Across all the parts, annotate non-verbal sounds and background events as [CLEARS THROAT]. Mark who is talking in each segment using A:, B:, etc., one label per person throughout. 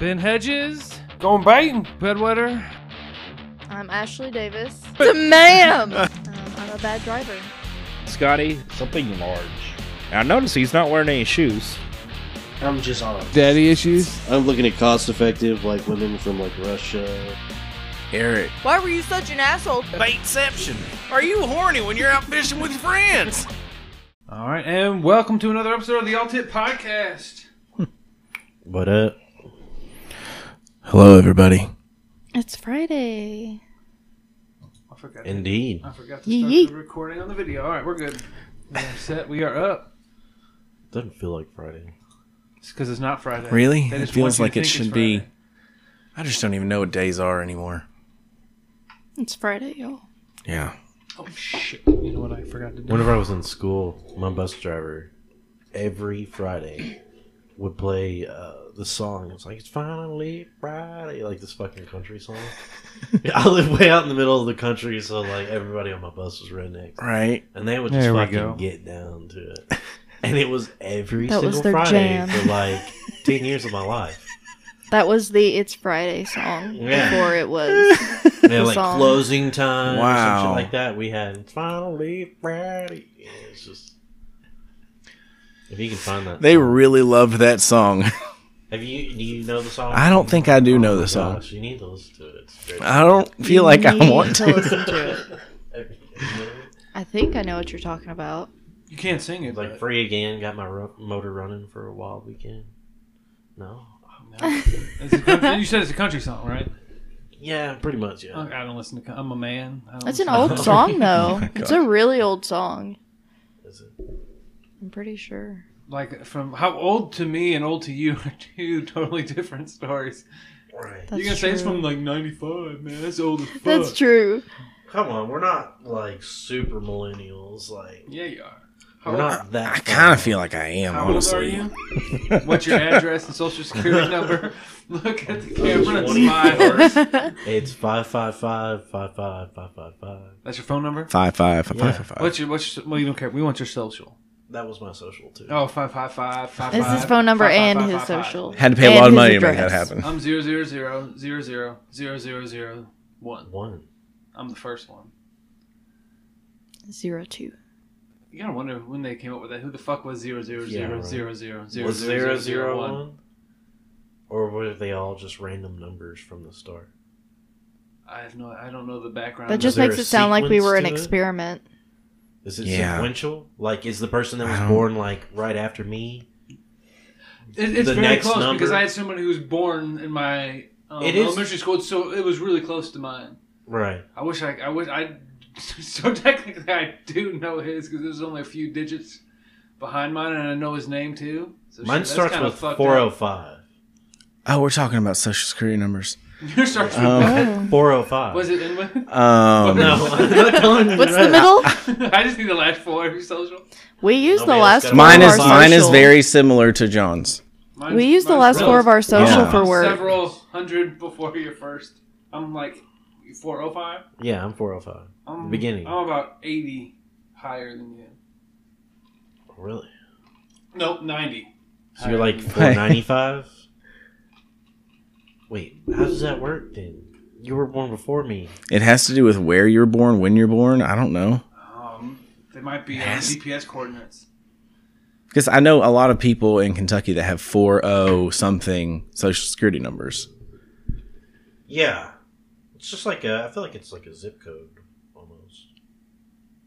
A: Ben Hedges,
B: Going biting.
A: Bedwetter.
C: I'm Ashley [LAUGHS] Davis. The ma'am! [LAUGHS] um, I'm a bad driver.
D: Scotty, something large. And I notice he's not wearing any shoes.
B: I'm just on.
A: Daddy issues.
E: I'm looking at cost effective, like women from like Russia.
F: Eric.
G: Why were you such an asshole?
F: Baitception. Are you horny when you're out fishing
D: [LAUGHS]
F: with friends?
B: All right, and welcome to another episode of the All Tip Podcast.
E: What up?
F: Hello, everybody.
C: It's Friday.
B: I forgot.
E: Indeed.
B: I forgot to
C: Yee
B: start
C: yee.
B: the recording on the video. All right, we're good. We are set. We are up.
E: Doesn't feel like Friday.
B: It's because it's not Friday.
F: Really?
B: They
F: It
B: just
F: feels
B: want
F: like
B: you to
F: it
B: think it's
F: should be.
B: Friday.
F: I just don't even know what days are anymore.
C: It's Friday, y'all.
F: Yeah.
B: Oh shit! You know what I forgot to do?
E: Whenever I was in school, my bus driver every Friday would play uh, the song. It's like it's finally Friday, like this fucking
B: [LAUGHS]
E: country song. I live way out in the middle of the country, so like everybody on my bus was rednecks,
F: Right.
E: and they would just
B: There we go.
E: fucking get down to it. And it was every
C: That
E: single
C: was their
E: Friday
C: jam.
E: for like ten years of my life.
C: That was the It's Friday song
E: Yeah.
C: before it was.
E: Yeah,
C: the
E: like
C: song.
E: closing time, wow,
F: Wow.
E: like that. We had finally Friday. Yeah, It's just if you can find that.
F: They really loved that song. [LAUGHS]
E: Have you? Do you know the song?
F: I don't think I do
E: Oh
F: know
E: my
F: the song.
E: gosh, You need to listen to it. It's great.
F: I don't feel
C: You
F: like I
C: need
F: want
C: to
E: [LAUGHS]
C: listen to it.
E: It's
C: I think I know what you're talking about.
B: You can't sing it.
E: [LAUGHS] like
B: Like
E: free again. Got my ro- motor running for a wild weekend. No.
B: it's a [LAUGHS] country, you said it's a country song, right?
E: Yeah, pretty much. Yeah.
B: Okay, I don't listen to. co- I'm a man. I don't
C: That's an
B: listen
C: old
B: to-
C: song, though.
F: my
C: it's a really old song.
E: Is it?
C: I'm pretty sure.
B: Like from how old to me and old to you are [LAUGHS] two totally different stories.
E: Right.
C: That's
B: You're gonna
C: true.
B: say it's from like '95, man. That's old as fuck.
C: That's true.
E: Come on, we're not like super millennials. Like
B: Yeah, you are. How
E: we're
B: old,
E: not that.
F: I kind of feel like I am,
B: how old are
F: honestly.
B: you? [LAUGHS] What's your address and social security number? [LAUGHS] Look at the camera and
E: 24.
B: smile.
C: [LAUGHS]
E: It's five five five five five five five five.
B: That's your phone number.
F: Five five five
E: Yeah.
F: five five five.
B: What's your what's your, well you don't care. We want your social.
E: That was my social too.
B: Oh five five five five.
C: It's his phone number and his social.
F: Had to pay a
C: And
F: lot of
C: his
F: money to make that
C: address.
F: happen.
B: I'm zero zero zero zero zero zero zero zero one.
E: One.
B: I'm the first one.
C: Zero two.
B: You gotta wonder when they came up with that. Who the fuck was zero zero
E: Yeah,
B: zero
E: right.
B: zero zero zero
E: Was
B: zero zero one?
E: Or were they all just random numbers from the start?
B: I have no. I don't know the background.
C: That
B: of
C: just
E: there
C: makes
E: a
C: it sound like we
E: sequence
C: were an
E: to it?
C: experiment.
E: Is it
F: Yeah.
E: sequential? Like, is the person that
F: I
E: was
F: don't-
E: born like right after me?
B: It, it's
E: the
B: very
E: next
B: close
E: number.
B: because I had someone who was born in my um,
E: It is-
B: elementary school, so it was really close to mine.
E: Right.
B: I wish I, I wish I. [LAUGHS] So technically, I do know his because there's only a few digits behind mine, and I know his name too. So shit,
E: Mine
B: that's
E: starts
B: kinda
E: with
B: fucked up.
E: four oh five.
F: Oh, we're talking about social security numbers.
B: [LAUGHS] Yours starts with.
F: Um,
C: Oh.
E: Four oh five.
B: was it in with?
F: Um,
B: [LAUGHS]
E: No, I'm not telling you.
C: What's
E: that.
C: the middle?
B: I just need the last four of your social.
C: We use
E: No,
C: the
E: man,
C: last
E: it's
C: four
E: gotta
F: mine
C: of
F: is
C: our
F: mine is
C: social.
F: very similar to John's.
B: Mine's-
C: We use the
B: mine's
C: last four of
B: close.
C: our social
F: Yeah.
C: for work.
B: Several hundred before your first. I'm like four oh five.
E: Yeah, I'm four oh five.
B: I'm
E: Beginning.
B: I'm about eighty higher than you.
E: Really?
B: Nope, ninety.
E: So you're like
B: Higher
E: four
F: [LAUGHS]
E: ninety five? Wait, how does that work then? You were born before me.
F: It has to do with where you're born, when you're born. I don't know
B: than- Um, they might be on
F: Yes.
B: GPS coordinates.
F: because I know a lot of people in Kentucky that have four O something social security numbers.
E: Yeah, it's just like a. I feel like it's like a zip code almost.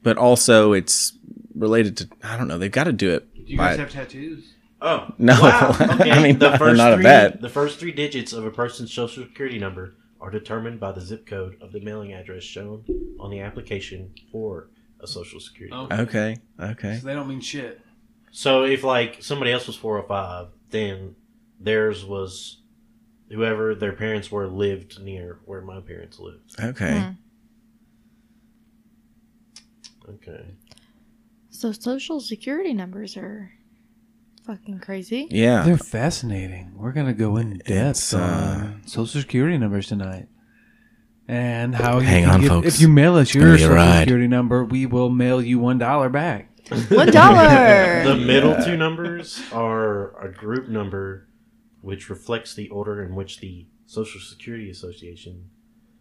F: but also it's related to I don't know. They've got to do it.
B: Do you guys
F: Right.
B: have tattoos?
E: Oh
F: No. [LAUGHS] I mean, not- not a
E: three,
F: bet.
E: The first three digits of a person's social security number are determined by the zip code of the mailing address shown on the application for a social security.
B: Oh.
E: number.
F: Okay, okay.
B: So they don't mean shit.
E: So if like somebody else was four hundred five, then theirs was whoever their parents were lived near where my parents lived.
F: Okay.
C: Hmm.
E: Okay.
C: So social security numbers are fucking crazy.
F: Yeah.
B: fascinating. We're gonna go in
F: It's, uh,
B: social security numbers tonight. And how
F: Hang
B: can
F: on,
B: give-
F: folks.
B: mail us
F: gonna be a ride.
B: number, we will mail you one dollar back.
A: [LAUGHS]
C: One dollar.
E: The middle two numbers are a group number which reflects the order in which the Social Security Association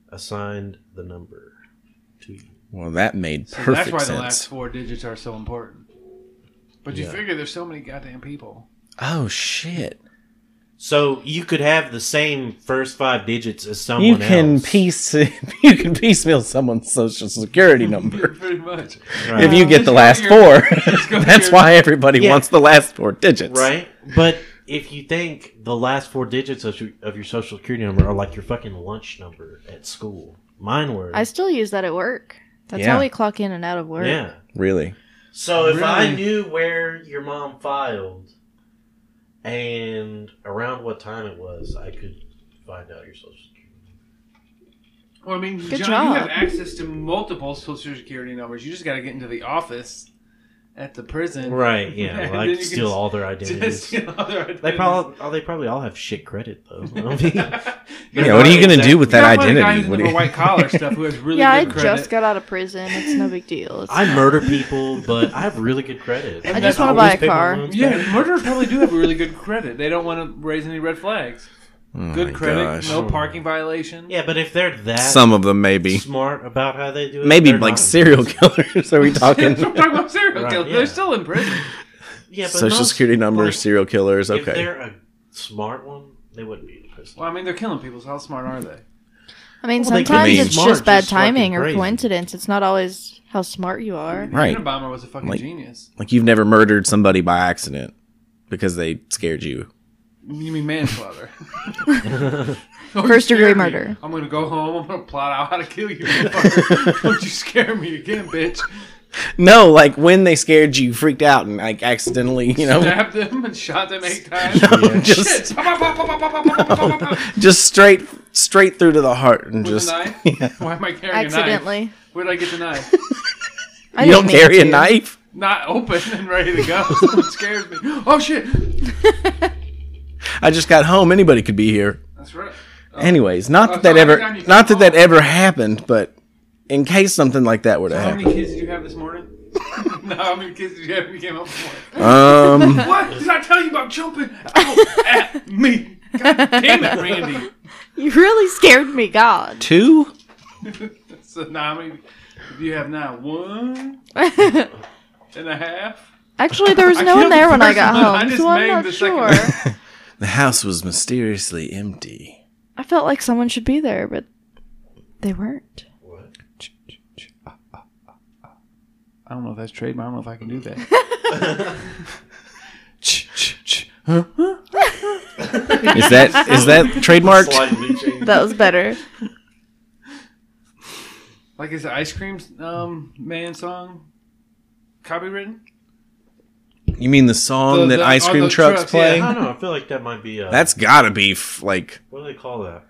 E: assigned the number to you.
A: Well, that made
B: So
A: perfect
B: that's why the last
A: sense.
B: four digits are so important. But you
E: Yeah.
B: figure there's so many goddamn people.
A: Oh shit!
E: So you could have the same first five digits as someone
A: you can
E: else.
A: piece [LAUGHS] you can piecemeal someone's social
B: [LAUGHS]
A: security number
B: Pretty much.
E: Right.
A: if you get the
B: Let's go
A: last four.
B: here.
A: [LAUGHS]
B: Let's go
A: That's
B: here.
A: why everybody
E: Yeah.
A: wants the last four digits,
E: Right? But if you think the last four digits of your, of your social security number are like your fucking lunch number at school, mine were.
C: I still use that at work. That's
A: Yeah.
C: how we clock in and out of work.
E: yeah.
A: Really?
E: So if I
B: Really?
E: knew where your mom filed and around what time it was, I could find out your social security.
B: Well, I mean,
C: Good
B: John,
C: job.
B: you have access to multiple social security numbers. You just got to get into the office at the prison.
E: Right, yeah.
B: And
E: Well, I
B: then
E: could
B: you
E: steal
B: can
E: all their identities.
B: [LAUGHS] Just, you know, their
E: They
B: identities.
E: probably, oh, they probably all have shit credit though.
B: [LAUGHS]
E: I mean,
A: Yeah. what are you gonna do with
B: You're
A: that
B: one of the guys
A: identity?
B: in
A: What
B: the
A: do you-
B: white collar stuff who has really
C: [LAUGHS] yeah, I
B: good credit.
C: just got out of prison. It's no
B: [LAUGHS]
C: big deal. It's-
E: I murder people, but I have really good credit.
B: I
E: And
B: just
E: I
C: wanna buy
E: always
C: a
E: pay my
C: car.
E: loans back.
B: yeah, murderers probably do have really good credit. They don't want to raise any red flags.
A: [LAUGHS] Oh my
B: Good credit,
A: gosh.
B: no parking violation. [LAUGHS]
E: Yeah, but if they're that
A: Some of them, maybe,
E: smart about how they do
A: [LAUGHS]
E: it,
A: maybe
E: they're
A: like
E: not.
A: serial
B: [LAUGHS]
A: killers. [LAUGHS] Are we
B: We're
A: talking?
B: talking about serial
E: Right,
B: killers.
E: yeah.
B: They're still in prison.
E: Yeah, but
A: Social
E: most-
A: security numbers,
E: like,
A: serial killers.
E: If
A: Okay.
E: they're a smart one, they wouldn't be in prison.
B: Well, I mean, they're killing people. So how smart are they?
C: I mean,
E: Well, they could
C: sometimes
A: be
C: it's
E: smart,
C: just bad
E: just fucking
C: timing or
E: crazy.
C: coincidence. It's not always how smart you are.
A: Right.
B: Unabomber was a fucking
A: Like-
B: genius.
A: Like you've never murdered somebody by accident because they scared you.
B: You mean
C: [LAUGHS]
B: manslaughter? [LAUGHS]
C: First
B: You
C: degree
B: scare me.
C: murder.
B: I'm gonna go home. I'm gonna plot out how to kill you. [LAUGHS] motherfucker. Don't you scare me again, bitch?
A: No, like when they scared you, you freaked out and like accidentally, you
B: [LAUGHS]
A: know,
B: Stabbed them and shot them
A: [LAUGHS]
B: eight times.
E: Yeah.
A: just
B: Shit. [LAUGHS] Ba- ba- ba- ba- ba- ba- ba- ba- ba- ba- ba-
A: just straight straight through to the heart and
B: With
A: just
B: a
A: [LAUGHS]
B: knife? Why am I carrying a knife?
C: Accidentally.
B: Where did I get the knife?
C: I
A: you don't
C: didn't mean
A: carry a
C: to.
A: knife.
B: Not open [LAUGHS] and ready to go. Someone scares me. Oh shit!
A: I just got home. Anybody could be here.
B: That's right.
A: Anyways, not
B: Oh,
A: that that
B: sorry,
A: ever
B: I need to
A: not that
B: call.
A: that ever happened, but in case something like that were to
B: How
A: happen,
B: many kids did you have this morning? [LAUGHS] no, how many kids did you have when you came up this morning? [LAUGHS]
A: um,
B: What did I tell you about jumping out [LAUGHS] at me? God damn it, Randy.
C: [LAUGHS] You really scared me, God.
A: two.
B: So now how many do you have now? One and a half? [LAUGHS]
C: Actually, there was
B: I
C: no one
B: killed
C: there
B: the
C: when I
B: first
C: got
B: one.
C: home,
B: I just
C: so I'm
B: made
C: not
B: the
C: sure.
B: second
A: The house was mysteriously empty.
C: [LAUGHS] I felt like someone should be there, but they weren't.
E: What?
B: I don't know if that's trademark. I don't know if I can do that. [LAUGHS]
A: Is that is that trademarked?
E: Slightly changed.
C: That
B: [LAUGHS]
C: was better.
B: Like, is the ice cream um, man song copywritten?
A: You mean the song
B: The-
A: that
B: the-
A: ice
B: on
A: cream
B: the
A: trucks,
B: trucks, yeah.
A: play?
E: I don't know. I feel like that might be a.
A: That's gotta be f- like
E: what do they call that?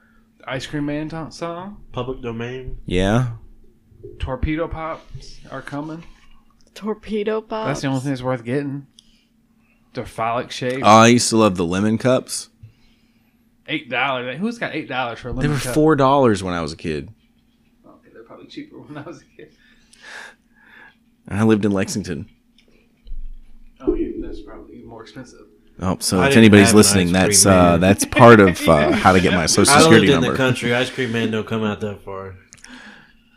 B: Ice cream man to- song?
E: Public domain.
A: yeah.
B: Torpedo pops are coming.
C: Torpedo pop.
B: That's the only thing that's worth getting. They're phallic shaped.
A: Oh, I used to love the lemon cups.
B: Eight dollars. Who's got eight dollars for a
A: They
B: lemon
A: were
B: cup?
A: four dollars when I was a kid.
B: Okay, they're probably cheaper when I was a kid.
A: And I lived in Lexington.
B: Oh, yeah, that's probably more expensive.
A: Oh, so
E: I
A: if
E: didn't
A: anybody's
E: have an
A: listening,
E: ice
A: that's
E: cream
A: uh,
E: man. [LAUGHS]
A: that's part of uh, how to get my social
E: I lived
A: security
E: in the
A: number.
E: country. Ice cream man don't come out that far.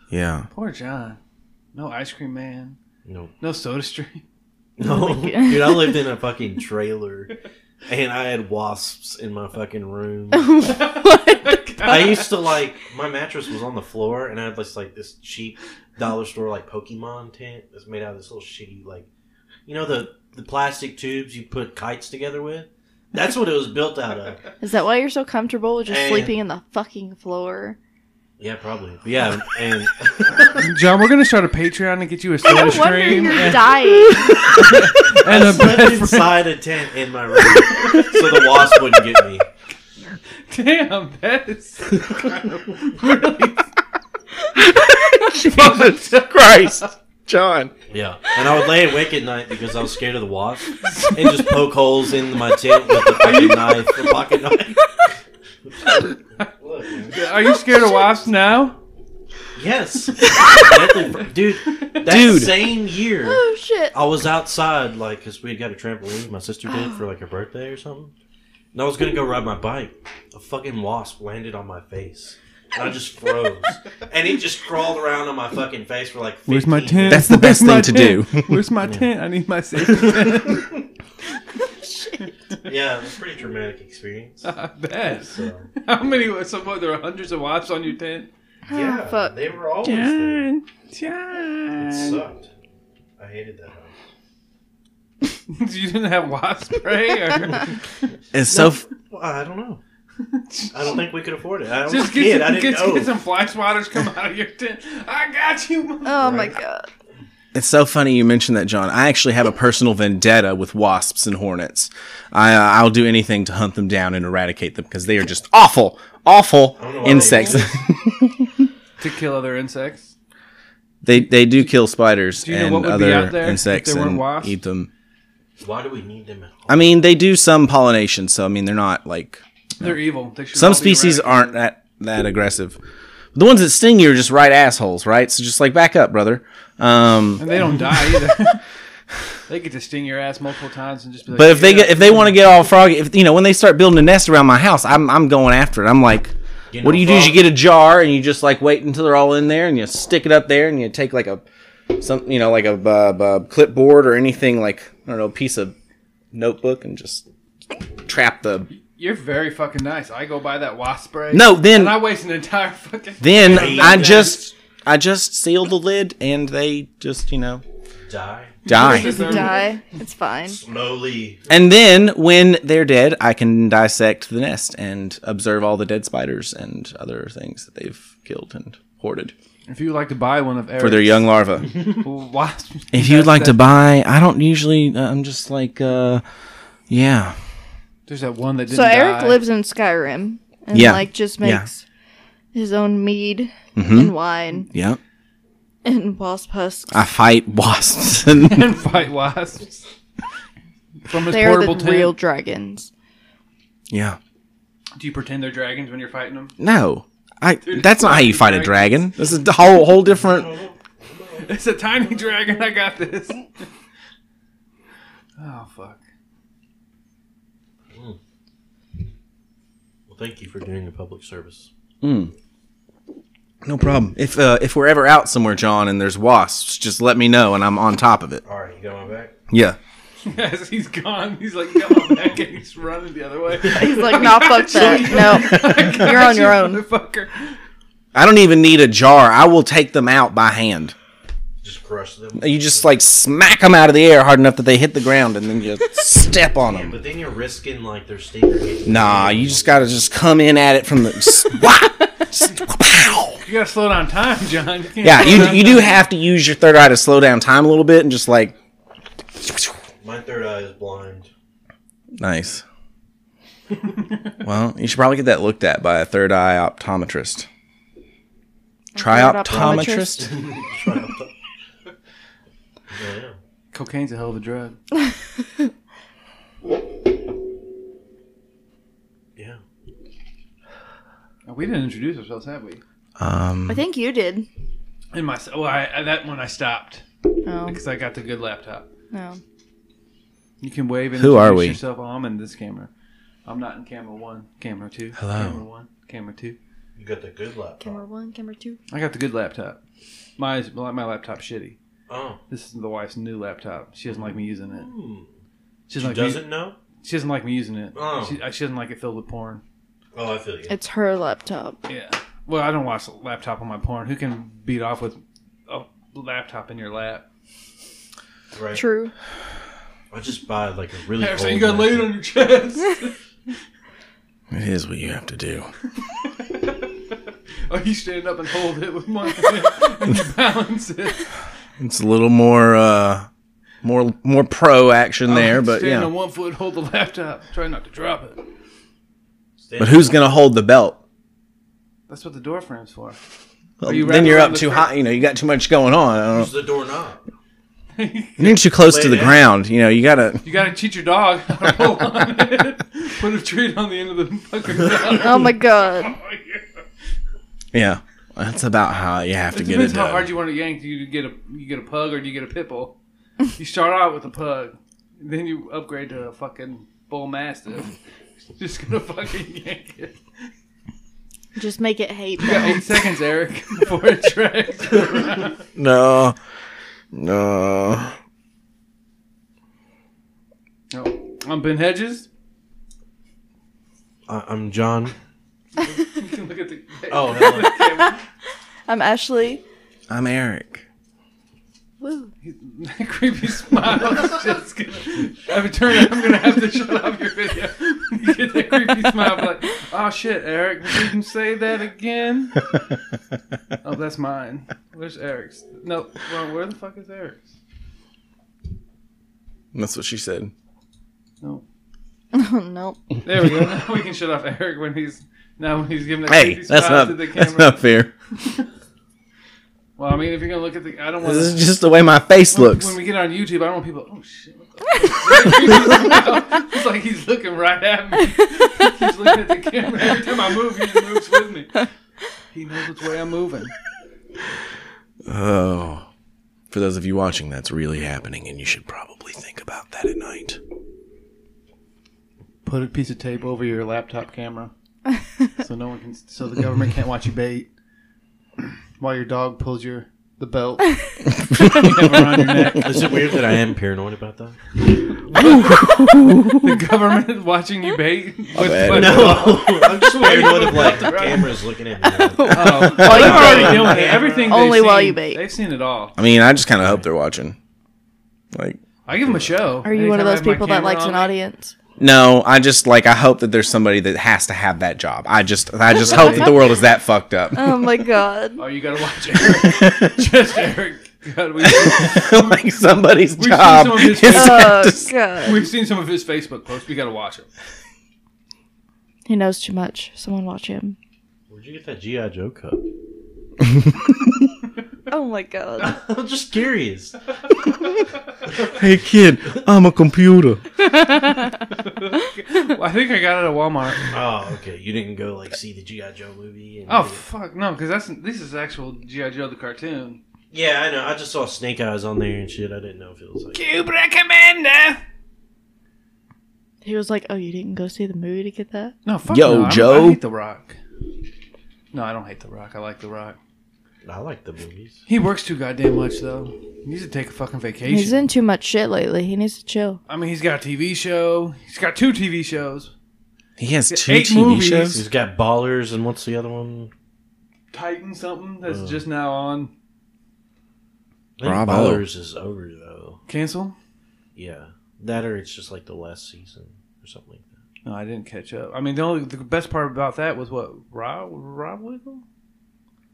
A: Yeah,
B: Poor John. No ice cream man.
A: [LAUGHS]
E: No,
B: No soda stream. [LAUGHS]
E: no,
C: my God.
E: dude. I lived in a fucking trailer, and I had wasps in my fucking room. I used to like my mattress was on the floor, and I had this like this cheap dollar store like Pokemon tent that's made out of this little shitty like, you know the the plastic tubes you put kites together with. That's what it was built out of.
C: Is that why you're so comfortable with just
E: And-
C: sleeping in the fucking floor?
E: Yeah, probably. Yeah, and
B: John, we're gonna start a Patreon and get you a
C: No
B: soda
C: wonder
B: stream [LAUGHS]
C: you're
B: and,
C: dying.
B: and
A: [LAUGHS]
E: I
B: a
E: slept
B: bed frame.
E: inside a tent in my room, so the wasp wouldn't get me.
B: [LAUGHS] Damn, that is
A: [LAUGHS]
B: kind of really. Jesus
A: Christ, John.
E: Yeah, and I would lay awake at night because I was scared of the wasp, and just poke holes in my tent with the fucking knife, the pocket knife. Look, man.
B: Are you scared of wasps now?
E: Yes. Deadly Fr- dude, that
A: Dude.
E: same year,
C: oh shit.
E: I was outside, like, because we had got a trampoline, my sister did, for, like, her birthday or something. And I was gonna go ride my bike. A fucking wasp landed on my face. And I just froze. and it just crawled around on my fucking face for like 15
H: Where's my tent?
A: That's the best
H: Where's
A: thing
H: my
A: to
B: [LAUGHS]
H: tent?
A: do.
H: Where's my tent? I need
A: [LAUGHS]
H: my safety tent.
E: Yeah, it was a pretty traumatic experience.
B: I bet.
E: [SIGHS] So
B: How many? So what? There are hundreds of wasps on your tent.
E: yeah,
C: fuck.
E: they were always there.
H: John,
E: It
H: John.
E: sucked. I hated that
B: [LAUGHS]
E: house.
B: you didn't have wasp spray. Or...
A: It's so f-
E: Well, I don't know. [LAUGHS] I don't think we could afford it. I was
B: Just
E: a
B: get,
E: kid.
B: some,
E: I didn't
B: get,
E: know.
B: get some fly swatters come out of your tent. I got you. mother-
C: Oh my god.
A: it's so funny you mentioned that, John. I actually have a personal vendetta with wasps and hornets. I uh, I'll do anything to hunt them down and eradicate them because they are just awful, awful
E: don't know why they
A: insects. [LAUGHS]
B: To kill other insects.
A: they they do kill spiders
B: you know
A: and
B: what would be
A: other
B: out there if
A: insects
B: there weren't
A: and
B: wasps?
A: eat them.
E: Why do we need them at all?
A: I mean, they do some pollination, so I mean they're not like
B: They're evil. They should all
A: some
B: be
A: species
B: eradicated.
A: aren't that that aggressive. The ones that sting you are just right assholes, right? So just like back up, brother. Um,
B: And they don't die
A: [LAUGHS]
B: either. they get to sting your ass multiple times and just be like.
A: but if they
B: "Yeah."
A: get if they want to get all froggy, if you know when they start building a nest around my house, I'm I'm going after it. I'm like,
E: You
A: what
E: know,
A: do you do? Is you
E: frog-
A: get a jar and you just like wait until they're all in there and you stick it up there and you take like a some you know like a uh, uh, clipboard or anything like I don't know piece of notebook and just trap the
B: You're very fucking nice. I go buy that wasp spray.
A: no then
B: And I waste an entire fucking. [LAUGHS]
A: then
E: Hey,
A: I
E: man.
A: just I just seal the lid and they just you know
E: die
A: die.
C: Just die. It's fine.
E: slowly?
A: And then when they're dead, I can dissect the nest and observe all the dead spiders and other things that they've killed and hoarded
B: If you would like to buy one of Eric's
A: for their young larvae.
B: [LAUGHS] wasp,
A: If you'd like to buy, I don't usually. I'm just like, uh, yeah,
B: there's that one that didn't
C: So Eric
B: die.
C: lives in Skyrim and
A: Yeah.
C: like just
A: Yeah. Mm-hmm.
C: makes his own mead and wine
A: yeah.
C: and wasp husks.
A: I fight wasps [LAUGHS] and
B: and fight wasps from his
C: They are the
B: portable tent.
C: real dragons.
A: yeah.
B: Do you pretend they're dragons when you're fighting them?
A: No, I. That's not how you fight a dragon. This is a whole whole different.
B: [LAUGHS] It's a tiny dragon. I got this. [LAUGHS] oh fuck.
E: Well, thank you for doing a public service.
A: No problem. If uh, if we're ever out somewhere, John, and there's wasps, just let me know, and I'm on top of it.
E: All right, you got my back.
A: Yeah.
B: As he's gone, he's like coming back and he's running the other way. [LAUGHS]
C: He's like, nah, fuck that. No, you're on your own.
B: motherfucker.
A: I don't even need a jar. I will take them out by hand.
E: Just crush them.
A: You just like smack them out of the air hard enough that they hit the ground, and then you step on them.
E: But then you're risking like their stinger hitting.
A: Nah, you just gotta just come in at it from the. Just, [LAUGHS] wah! Just, pow!
B: You gotta slow down time, John. You can't
A: Yeah,
B: slow
A: you
B: down
A: you
B: time.
A: do have to use your third eye to slow down time a little bit and just like.
E: My third eye is blind.
A: Nice. well, you should probably get that looked at by a third eye optometrist.
C: optometrist?
A: Trioptometrist?
E: Yeah.
B: Cocaine's a hell of a drug.
E: Yeah.
B: We didn't introduce ourselves, have we?
C: I
A: Um,
C: think you did.
B: In my well, I, that one I stopped
C: Oh,
B: because I got the good laptop.
C: no.
B: You can wave and
A: Who are
B: introduce
A: we?
B: Yourself. Oh, I'm in this camera. I'm not in camera one, camera two.
A: Hello.
B: Camera one, camera two.
E: You got the good laptop.
C: Camera one, camera two.
B: I got the good laptop. My my laptop's shitty.
E: Oh.
B: This is the wife's new laptop. She doesn't like me using it.
E: Hmm.
B: She doesn't
E: She
B: like
E: doesn't
B: Me,
E: know.
B: she doesn't like me using it.
E: Oh.
B: She, uh, she doesn't like it filled with porn.
E: Oh, I feel you.
C: It's her laptop.
B: Yeah. Well, I don't watch a laptop on my porn. Who can beat off with a laptop in your lap?
E: Right.
C: True.
E: I just buy like a really.
B: Hey,
E: old
B: so you got laid on your chest.
A: it is what you have to do.
B: [LAUGHS] oh, you stand up and hold it with one hand [LAUGHS] and you balance it.
A: It's a little more, uh, more, more pro action there, but
B: stand on
A: yeah.
B: one foot, hold Oh, the laptop, try not to drop it.
E: Stand
A: But
E: up.
A: who's gonna hold the belt?
B: That's what the door frame's for.
A: Well,
B: you
A: then
B: wrapped
A: you're
B: around
A: up
B: the
A: too
B: fir-
A: high. You know, you got too much going on. I don't
E: Who's the doorknob?
A: know. You're too close to
E: Lay
A: the
E: down.
A: ground. You know, you gotta.
B: You gotta teach your dog how to hold on it. Put a treat on the end of the
A: [LAUGHS]
B: fucking bell.
C: Oh my god.
B: Oh, yeah.
A: Yeah, that's about how you have to
B: It
A: get it
B: depends how
A: done.
B: hard you want to yank. Do you get a you get a pug or do you get a pit bull? You start out with a pug, then you upgrade to a fucking bull mastiff, [LAUGHS] Just gonna fucking yank it.
C: Just make it hate.
B: You got eight seconds, Eric, [LAUGHS] before it [LAUGHS] drags. around.
A: No. No.
B: oh, I'm Ben Hedges.
E: I- I'm John.
B: [LAUGHS] You can look at the.
E: Oh, hello.
C: I'm Ashley.
A: I'm Eric. [LAUGHS]
C: Woo.
B: That [LAUGHS] creepy smile is just gonna. I'm turning. I'm gonna have to shut off your video. [LAUGHS] You get that creepy smile, be like, oh shit, Eric, you can say that
A: [LAUGHS]
B: again. oh, that's mine. Where's Eric's? No, well, where the fuck is Eric's?
A: That's what she said.
B: No,
C: Oh, nope.
B: there
A: [LAUGHS]
B: we go. Now we can shut off Eric when he's now when he's giving that
A: Hey,
B: creepy
A: that's
B: smile to
A: not
B: the camera.
A: [LAUGHS] that's not fair.
B: Well, I mean, if you're gonna look at the, I don't want
A: This
B: to.
A: is just the way my face
B: When-
A: looks.
B: When we get on YouTube, I don't want people. Oh shit! what the fuck?" [LAUGHS] it's like he's looking right at me. He's looking at the camera every time I move. He just moves with me. He knows which way I'm moving.
A: Oh. For those of you watching, that's really happening, and you should probably think about that at night.
B: Put a piece of tape over your laptop camera, so no one can, so the government can't watch you bait while your dog pulls your the
C: [LAUGHS]
B: belt you have around your neck.
E: Is it weird that I am paranoid about that?
B: The government is watching you bait.
A: bad.
B: but-
E: [LAUGHS] No, I'm [LAUGHS] just paranoid of like the cameras looking at [LAUGHS] me.
B: Oh, well, you've already known it. Everything they've
C: Only while
B: seen-
C: you bait.
B: They've seen it all.
A: I mean, I just kind of hope they're watching. Like,
B: I give them a show.
C: Are you one
B: Anytime
C: of
B: I
C: those
B: have my
C: people that
B: camera
C: likes
B: on
C: an
B: me.
C: audience?
A: no, I just like I hope that there's somebody that has to have that job. I just, I just hope that the world is that fucked up.
C: [LAUGHS] Oh my god.
B: [LAUGHS] Oh, you gotta watch
C: [LAUGHS]
B: Eric. Just Eric. God, we, have
A: [LAUGHS] like somebody's
B: seen
A: job
B: some of his
A: is to
C: Oh
A: have to
C: god.
B: seen some of his Facebook posts. We gotta watch him.
C: He knows too much. Someone watch him.
E: Where'd you get that GI Joe cup?
C: Oh my
B: [LAUGHS]
C: god.
E: I'm just curious.
A: Hey kid, I'm a computer.
B: Well, [LAUGHS] I think I got it at Walmart.
E: Oh, okay. You didn't go like see the GI Joe movie? And
B: Oh fuck no, because that's this is actual GI Joe the cartoon.
E: yeah, I know. I just saw Snake Eyes on there and shit. I didn't know if it was like.
B: Cobra Commander.
C: He was like, "Oh, you didn't go see the movie to get that?"
B: No, fuck
A: Yo,
B: no, I- I,
A: Joe.
B: hate The Rock. No, I don't hate The Rock. I like The Rock.
E: I like the movies.
B: He works too goddamn much though. He needs to take a fucking vacation.
C: He's in too much shit lately. He needs to chill.
B: I mean, he's got a TV show. He's got two TV shows.
A: He has two
B: Eight
A: TV
B: movies.
A: shows.
E: He's got Ballers and what's the other one?
B: Titan something that's just now on.
E: I think
A: Bravo.
E: Ballers is over though.
B: Cancel?
E: Yeah, that or it's just like the last season or something like that.
B: No, I didn't catch up. I mean, the only the best part about that was what Rob Rob Wiggle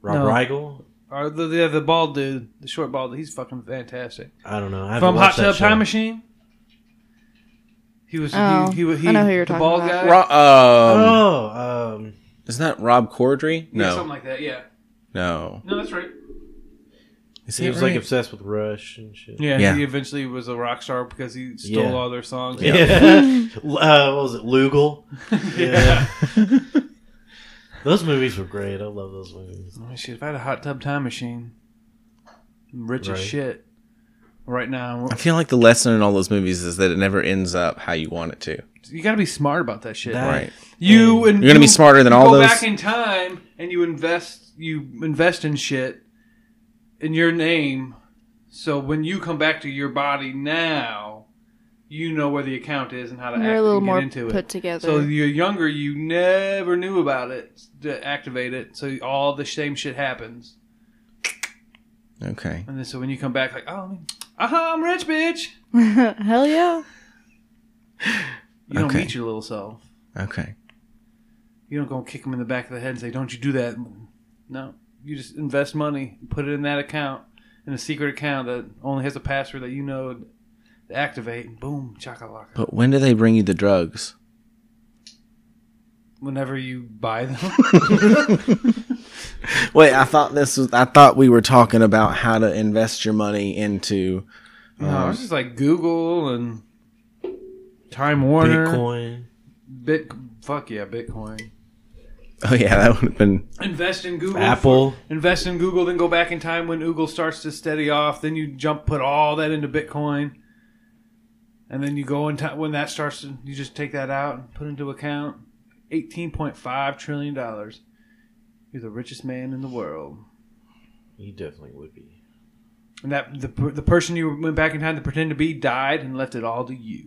B: No.
E: Rob Riggle.
B: or the, the the bald dude, the short bald. dude, He's fucking fantastic.
E: I don't know. I haven't
B: From Hot
E: watched that
B: Tub
E: show.
B: Time Machine. He was
C: Oh,
B: he, he, was- he
C: I know who you're
B: the
C: talking
B: bald
C: about.
B: guy.
A: Ro- um,
E: Oh, um,
A: Isn't that Rob Corddry?
B: Yeah,
A: No,
B: something like that. Yeah,
A: no.
B: no, that's right.
A: Is
E: he
A: that
E: was
A: right?
E: like obsessed with Rush and shit.
B: Yeah,
A: Yeah.
B: he eventually was a rock star because he stole
E: Yeah.
B: all their songs.
E: Yeah. [LAUGHS] uh, what was it? Lugal. Yeah. those movies were great. I love those movies.
B: Oh, shit, if I had a Hot Tub Time Machine, I'm rich
E: Right.
B: as shit right now.
A: I feel like the lesson in all those movies is that it never ends up how you want it to.
B: You got to be smart about that shit.
E: That-
A: Right.
B: You and
A: You're gonna be
B: you-
A: smarter than
B: you
A: all
B: go
A: those-
B: back in time and you invest. You invest in shit in your name, so when you come back to your body now, you know where the account is and how to
C: You're
B: act
C: a little
B: and get
C: more
B: into
C: put
B: it.
C: together.
B: So you're younger, you never knew about it to activate it. So all the same shit happens,
A: Okay.
B: and then so when you come back, like oh, aha, I'm rich, bitch.
C: [LAUGHS] Hell yeah.
B: You don't
A: Okay.
B: meet your little self.
A: Okay.
B: You don't go and kick them in the back of the head and say, "Don't you do that." No, you just invest money, put it in that account, in a secret account that only has a password that you know to activate. And boom, chakalaka.
A: But when do they bring you the drugs?
B: Whenever you buy them, [LAUGHS]
E: Uh-huh.
A: Wait, I thought this was. I thought we were talking about how to invest your money into.
B: no, it's just like Google and Time Warner,
E: Bitcoin.
B: Bit, fuck yeah, Bitcoin.
A: Oh yeah, that would have been.
B: Invest in Google.
E: Apple.
B: Invest in Google, then go back in time when Google starts to steady off. Then you jump, put all that into Bitcoin, and and then you go in time when that starts to you just take that out and put into account 18.5 trillion dollars you're the richest man in the world
E: You definitely would be.
B: and that the, per- the person you went back in time to pretend to be died and left it all to you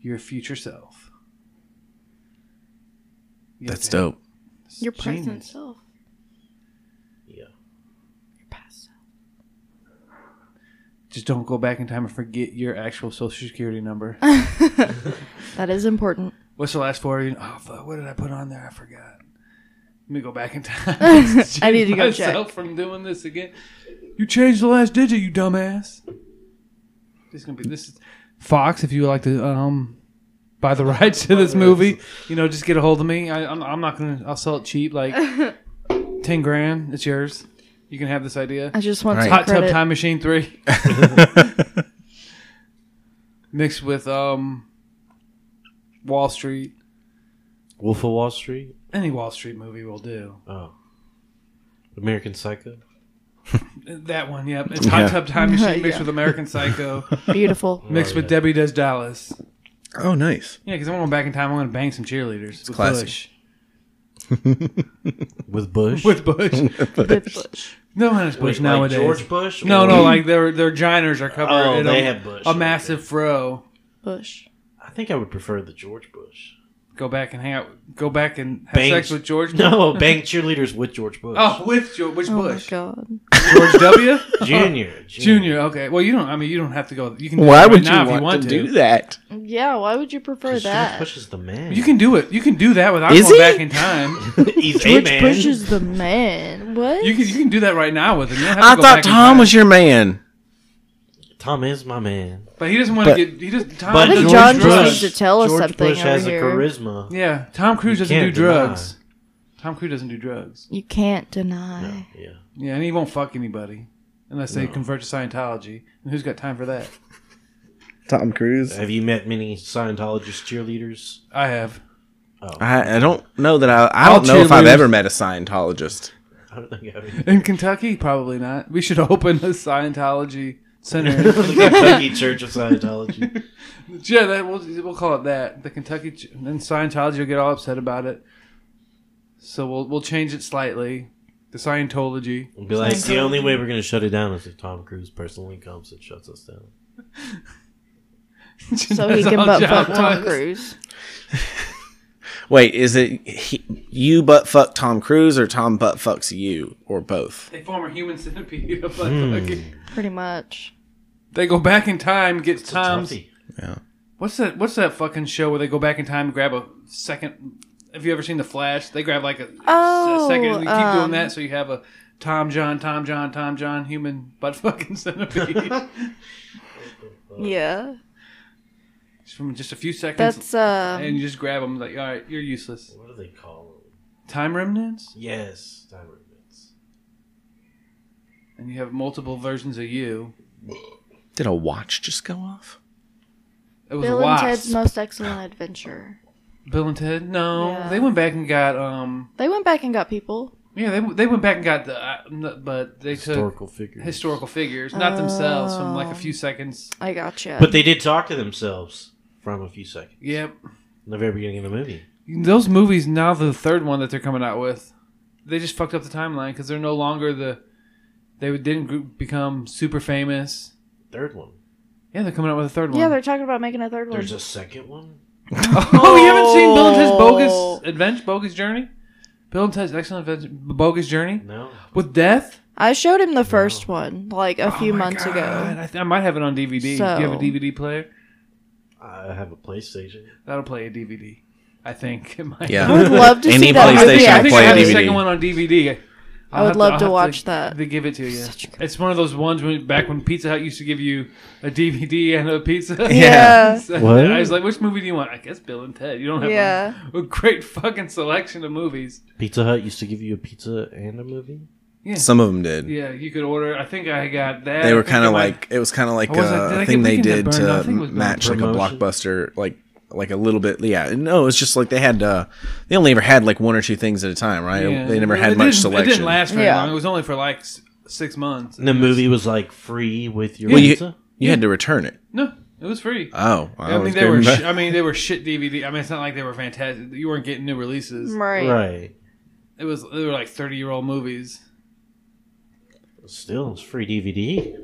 B: your future self You
A: That's
B: have to-
A: dope.
B: it's
C: Your present
B: genius.
C: self.
E: Yeah.
C: Your past self.
B: just don't go back in time and forget your actual social security number
C: That is important.
B: What's the last four? Oh fuck! What did I put on there? I forgot. Let me go back in time. [LAUGHS]
C: [LAUGHS] I need to go
B: Save myself from doing this again. You changed the last digit, you dumbass. This is gonna be this is Fox. If you would like to um buy the rights to this movie, you know, just get a hold of me. I, I'm, I'm not gonna. I'll sell it cheap,
C: [LAUGHS]
B: like ten grand. It's yours. You can have this idea.
C: I just want
A: Right.
C: some
B: Hot
C: credit.
B: Tub Time Machine
C: [LAUGHS]
B: Three, mixed with um Wall Street.
E: Wolf of Wall Street.
B: Any Wall Street movie will do.
E: Oh. American Psycho.
B: That one, yep. It's Hot Tub Time Machine mixed
C: Yeah.
B: with American Psycho, [LAUGHS]
C: Beautiful.
B: mixed with Debbie Does Dallas.
A: Oh, nice.
B: Yeah, because I'm going back in time. I'm going to bang some cheerleaders with
F: classy.
B: Bush. [LAUGHS]
E: With Bush.
B: With Bush.
C: With Bush.
B: no one has Bush
E: Wait, like
B: nowadays.
E: George Bush.
B: no,
E: or-
B: no, like their their giners are covered
E: [LAUGHS] Oh,
B: in
E: they
B: a,
E: have Bush.
B: a massive fro.
C: Bush.
E: I think I would prefer the George Bush. [LAUGHS]
B: Go back and hang out. Go back and have
E: Bang.
B: sex with
E: [LAUGHS]
B: George.
E: No, bank cheerleaders with George Bush.
B: Oh, with George. Which
C: Oh my
B: Bush?
C: god.
B: George W.
E: Junior.
B: [LAUGHS] Junior. Okay. Well, you don't. I mean, you don't have to go. You can. Do
A: Why
B: it right
A: would you
B: now
A: want,
B: if you want
A: to, do that?
C: Yeah, why would you prefer
E: George
C: that?
E: Bush is the man.
B: You can do it. You can do that without
F: Is
B: going
F: he?
B: back in time.
E: He's a
C: George
E: man.
C: Bush is the man. What?
B: You can you can do that right now with him. You don't have to
F: I
B: go
F: thought
B: back in
F: Tom
B: time.
F: was your man.
E: Tom is my man.
B: But he doesn't want to
F: But-
B: get. He doesn't. Tom
E: But
C: I think
B: doesn't
C: John
B: do
C: just
B: drugs.
C: needs to tell us
E: George
C: something
E: Bush
C: over
E: has
C: here.
E: a charisma.
B: Yeah, Tom Cruise
E: You
B: doesn't do
E: can't deny.
B: drugs. Tom Cruise doesn't do drugs.
C: You can't deny.
E: No, yeah.
B: Yeah, and he won't fuck anybody unless they convert to Scientology. And who's got time for that?
A: Tom Cruise.
E: Have you met many Scientologist cheerleaders? [LAUGHS]
B: I have.
F: I, I don't know that I. I
B: All
F: don't know if I've
B: cheerleaders-
F: ever met a Scientologist.
E: I don't think I have.
B: In Kentucky, probably not. We should [LAUGHS] open a Scientology
C: [LAUGHS]
E: [LAUGHS]
B: center. [LAUGHS]
E: The Kentucky Church of Scientology.
B: yeah, that we'll, we'll call it that. The Kentucky Ch- and Scientology will get all upset about it. So we'll we'll change it slightly. The Scientology.
E: Be like, the only way we're going to shut it down is if Tom Cruise personally comes and shuts us down.
C: [LAUGHS] So
B: [LAUGHS]
C: he
B: That's
C: can
B: all
C: butt
B: John
C: fuck Tom
B: wants.
C: Cruise.
F: Wait, is it he, you butt fuck Tom Cruise or Tom butt fucks you or both?
B: They form a human centipede. [LAUGHS] of like fucking-
C: Pretty much.
B: They go back in time, get Tom's.
E: Toughy.
B: What's that? What's that fucking show where they go back in time, and grab a second? Have you ever seen The Flash? They grab like a,
C: Oh,
B: a second, and they keep doing
C: um,
B: that, so you have a Tom John, Tom John, Tom John, human butt [LAUGHS] fucking
C: [LAUGHS]
B: centipede.
C: Yeah.
B: Just from just a few seconds,
C: That's uh
B: and you just grab them like, all right, you're useless.
E: What do they call them?
B: Time remnants,
E: Yes, time remnants.
B: and you have multiple versions of you.
F: Did a watch just go off?
B: It was a
C: Bill and
B: wasp.
C: Ted's Most Excellent Adventure.
B: Bill and Ted. No,
C: Yeah.
B: they went back and got um.
C: They went back and got people.
B: Yeah, they they went back and got the, uh, but they
E: Historical figures.
B: took historical figures, not themselves, from like a
C: Oh.
B: few seconds.
C: I gotcha.
E: But they did talk to themselves from a few seconds
B: Yep.
E: in the very beginning of the movie.
B: Those movies now, the third one that they're coming out with, they just fucked up the timeline because they're no longer the. They didn't gr- become super famous.
E: Third one.
B: Yeah, they're coming out with a third one.
C: yeah, they're talking about making a third one.
E: There's a second one?
B: [LAUGHS] oh, you haven't seen Bill and Ted's
C: Oh.
B: bogus adventure, bogus journey, Bill and Ted's excellent adventure, bogus journey
E: No.
B: with death.
C: I showed him the first one like a few months
B: Oh God,
C: ago.
B: I, th- I might have it on DVD. Do you have
C: So-
B: a DVD player?
E: I have a PlayStation.
B: That'll play a DVD. I think [LAUGHS] it might.
C: I would
F: Yeah.
C: love to
F: Any
C: see that movie.
F: PlayStation
B: I
F: I'll
B: think
F: play
B: I
F: a
B: have the
F: DVD.
B: second one on DVD. I'll
C: would
B: have
C: love
B: I'll
C: to
B: have
C: watch that.
B: They give it to you.
C: Such a good-
B: It's one of those ones when back when Pizza Hut used to give you a DVD and a pizza. [LAUGHS]
C: Yeah.
B: So
E: What?
B: I was like, which movie do you want? I guess Bill and Ted. You don't have
C: Yeah.
B: a, a great fucking selection of movies.
E: Pizza Hut used to give you a pizza and a movie?
F: Some of them did.
B: Yeah, you could order. I think I got that.
F: They
B: I
F: were
B: think
F: kind
B: I
F: of
B: might-
F: like it was kind of like
B: I wasn't- did I
F: a
B: get
F: thing they
B: Weekend at
F: did
B: Burn? I
F: to
B: think it was Burn
F: match like a
E: Promotion.
F: blockbuster, like like a little bit. Yeah, no, it's just like they had uh, they only ever had like one or two things at a time, right?
B: Yeah.
F: They never
B: It
F: had much
B: didn't-
F: selection.
B: It didn't last very
C: Yeah.
B: long. It was only for like s- six months.
E: And the movie was like free with your
F: Well, you
E: pizza?
F: you had to return it.
B: No, It was free.
A: Oh,
B: I, mean, they
F: [LAUGHS]
B: were. Sh- I mean, they were shit DVD. I mean, it's not like they were fantastic. You weren't getting new [LAUGHS] releases.
C: Right.
E: Right.
B: It was. They were like thirty-year-old movies.
E: Still, it's free DVD.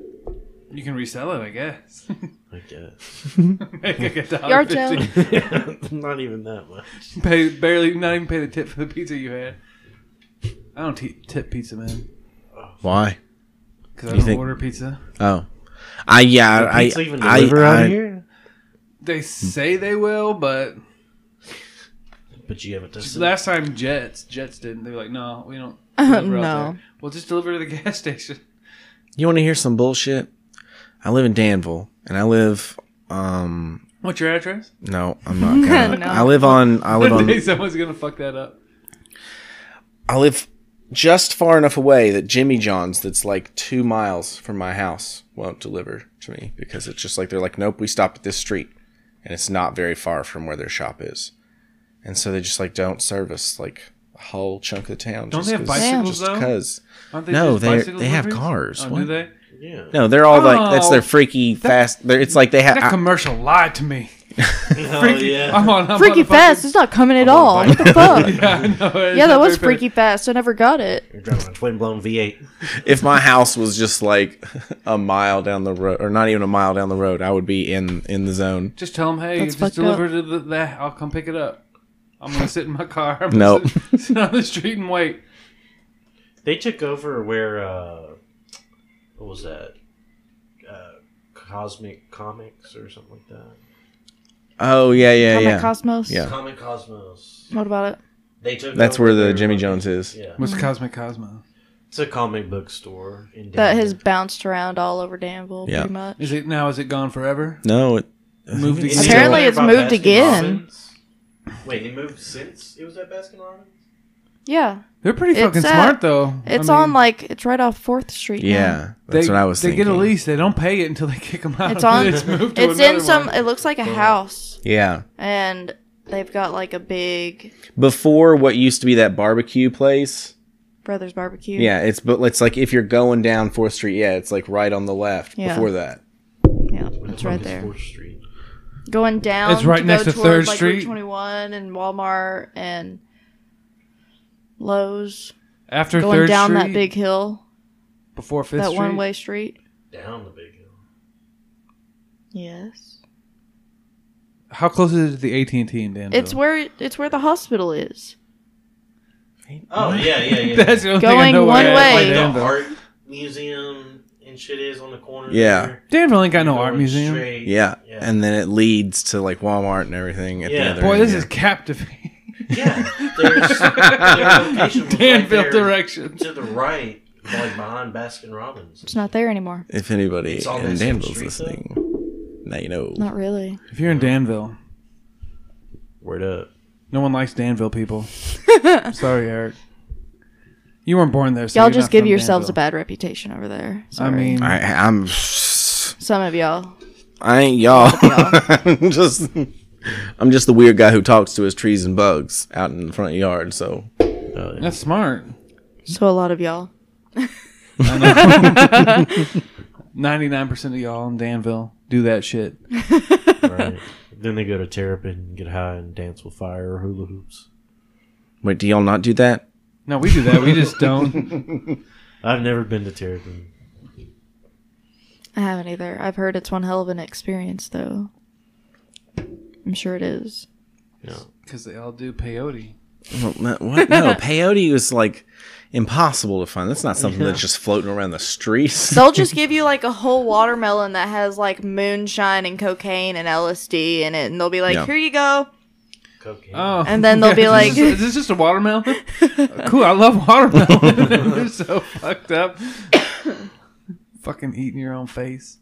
B: You can resell it, I guess. [LAUGHS]
E: I guess. [LAUGHS]
B: Make like a dollar
C: Yard sale.
B: fifty.
E: Not even that much.
B: [LAUGHS] Pay barely, not even pay the tip for the pizza you had. I don't t- tip pizza, man,
A: Why?
B: because I
A: You
B: don't
A: think-
B: order pizza.
A: Oh, I yeah. I
E: Pizza even
A: I,
E: deliver out
A: I,
E: here?
B: They
A: Hmm.
B: say they will, but
E: But you haven't tested. it.
B: last time Jets, Jets didn't. They were like, no, we don't. deliver out
C: [LAUGHS] no.
B: there. We'll just deliver to the [LAUGHS] gas station.
A: you want to hear some bullshit? I live in Danville, and I live. Um,
B: What's your address?
A: no,
B: [LAUGHS]
A: I'm not. Gonna,
C: No.
A: I live on. I live
B: One
A: on.
B: day someone's gonna fuck that up.
A: I live just far enough away that Jimmy John's, that's like two miles from my house, won't deliver to me because it's just like they're like, nope, we stop at this street, and it's not very far from where their shop is, and so they just like don't service like a whole chunk of the town.
B: Don't
A: just
B: they have
A: 'cause-
B: bicycles,
A: just
B: though?
A: 'cause.
B: Aren't they
A: No,
B: just
A: they're-
B: bicycle
A: they have
B: deliveries?
A: cars.
B: Oh, do
A: What?
B: they?
E: Yeah.
A: No, they're all like that's
B: Oh,
A: their freaky fast. They're, it's like they have.
B: That commercial lied to me.
E: Hell Oh, yeah.
B: [LAUGHS]
C: Oh.
B: I'm on. I'm
C: Freaky
B: motherfucking-
C: Fast is not coming at all. What the fuck?
B: Yeah, [LAUGHS] I know, it's
C: yeah, that
B: not
C: was
B: very
C: Freaky Fast. I never got it.
E: You're driving a twin blown V8.
A: if my house was just like [LAUGHS] a mile down the road, or not even a mile down the road, I would be in in the zone.
B: Just tell them, hey,
C: That's
B: just
C: fucked
B: deliver to the, the. I'll come pick it up. I'm gonna sit in my car. [LAUGHS] I'm
A: Nope.
B: gonna sit, sit on the street and wait.
E: They took over where, uh, what was that? Uh, Cosmic Comics or something like that.
A: Oh yeah, yeah,
C: Comic
A: yeah.
C: Cosmos.
A: Yeah.
E: Comic Cosmos.
C: What about it?
E: They took.
A: That's
E: over
A: where the
E: their-
A: Jimmy Jones is.
E: Yeah,
B: What's Cosmic Cosmo?
E: it's a comic book store in
C: That
E: Denver.
C: has bounced around all over Danville,
A: Yeah.
C: pretty much.
B: Is it now? Is it gone forever?
A: No, it,
B: Moved again.
A: it's still-
C: Apparently
E: Did you
C: it's
E: hear about
C: moved
E: Baskin
C: again.
E: Robbins? Wait, it moved since it was at Baskin Robbins.
C: Yeah,
B: They're pretty
C: It's
B: fucking
C: at-
B: smart though.
C: it's
B: I mean,
C: on like it's right off Fourth Street. now.
A: Yeah, that's
B: they,
A: what I was
B: They
A: thinking.
B: get a lease. They don't pay it until they kick [LAUGHS] them out.
C: It's on-
B: It's moved to
C: it's in
B: another
C: some.
B: one.
C: It looks like a house,
A: Yeah,
C: and they've got like a big
A: before what used to be that barbecue place.
C: Brothers Barbecue.
A: Yeah, it's but it's like if you're going down Fourth Street, yeah, it's like right on the left
C: Yeah.
A: before that.
C: yeah,
E: It's
C: it's
E: on
C: right
E: East
C: there.
E: Fourth Street.
C: Going down.
B: It's right
C: to
B: next
C: go
B: to
C: toward,
B: Third
C: like,
B: Street.
C: Twenty One and Walmart and Lowe's.
B: after
C: going
B: Third
C: down
B: Street,
C: that big hill,
B: before Fifth
C: that
B: Street.
C: one way street.
E: Down the big hill.
C: Yes,
B: How close is it to the AT and T in Danville?
C: it's where it's where the hospital is.
E: Oh yeah, yeah,
B: [LAUGHS]
E: yeah.
B: That's the only thing I
C: Going
B: know where
C: one
B: it is.
C: way.
E: Like the
B: Danville.
E: art museum and shit is on the corner.
A: Yeah.
E: there.
B: Danville ain't got no
E: Going
B: Oh, art museum.
E: straight.
A: Yeah.
E: Yeah.
A: and then it leads to like Walmart and everything at the
E: Yeah.
A: other.
B: Boy,
A: end,
B: this
A: yeah.
B: is captivating.
E: Yeah, there's their
B: [LAUGHS]
E: location was
B: Danville
E: right there
B: directions.
E: to the right, like behind Baskin Robbins.
C: It's not there anymore.
A: If anybody
E: It's all
A: in
E: that same
A: Danville's
E: street, though?
A: listening, now you know.
C: Not really.
B: If you're in Danville,
E: Word up.
B: no one likes Danville
C: [LAUGHS]
B: people. Sorry, Eric. You weren't born there. So
C: y'all
B: you're
C: just
B: not
C: give
B: from
C: yourselves
B: Danville.
C: a bad reputation over there.
B: I
C: Sorry.
B: mean,
A: I, I'm.
C: some of y'all.
A: I ain't
E: [LAUGHS]
A: y'all. [LAUGHS] I'm just. I'm just the weird guy who talks to his trees and bugs out in the front yard. So
B: that's smart.
C: So a lot of y'all.
B: Ninety-nine percent of y'all in Danville do that shit.
E: [LAUGHS] Right. then they go to Terrapin and get high and dance with fire or hula hoops.
A: wait, do y'all not do that?
B: No, we do that. We just
C: [LAUGHS]
B: don't.
E: I've never been to Terrapin.
C: I haven't either. I've heard it's one hell of an experience, though. I'm sure it is.
E: No.
B: Because they all do peyote.
A: Well,
C: [LAUGHS]
A: no- what? No, peyote is like impossible to find. That's not something that's just floating around the streets.
C: They'll just give you like a whole watermelon that has like moonshine and cocaine and LSD in it, and they'll be like,
A: Yeah.
C: "Here you go."
E: Cocaine.
B: Oh, [LAUGHS]
C: And then they'll be
B: Yeah, is
C: like- [LAUGHS]
B: this, "Is this just a watermelon?" cool. I love watermelon. [LAUGHS] They're so fucked
C: [COUGHS]
B: up. Fucking eating your own face.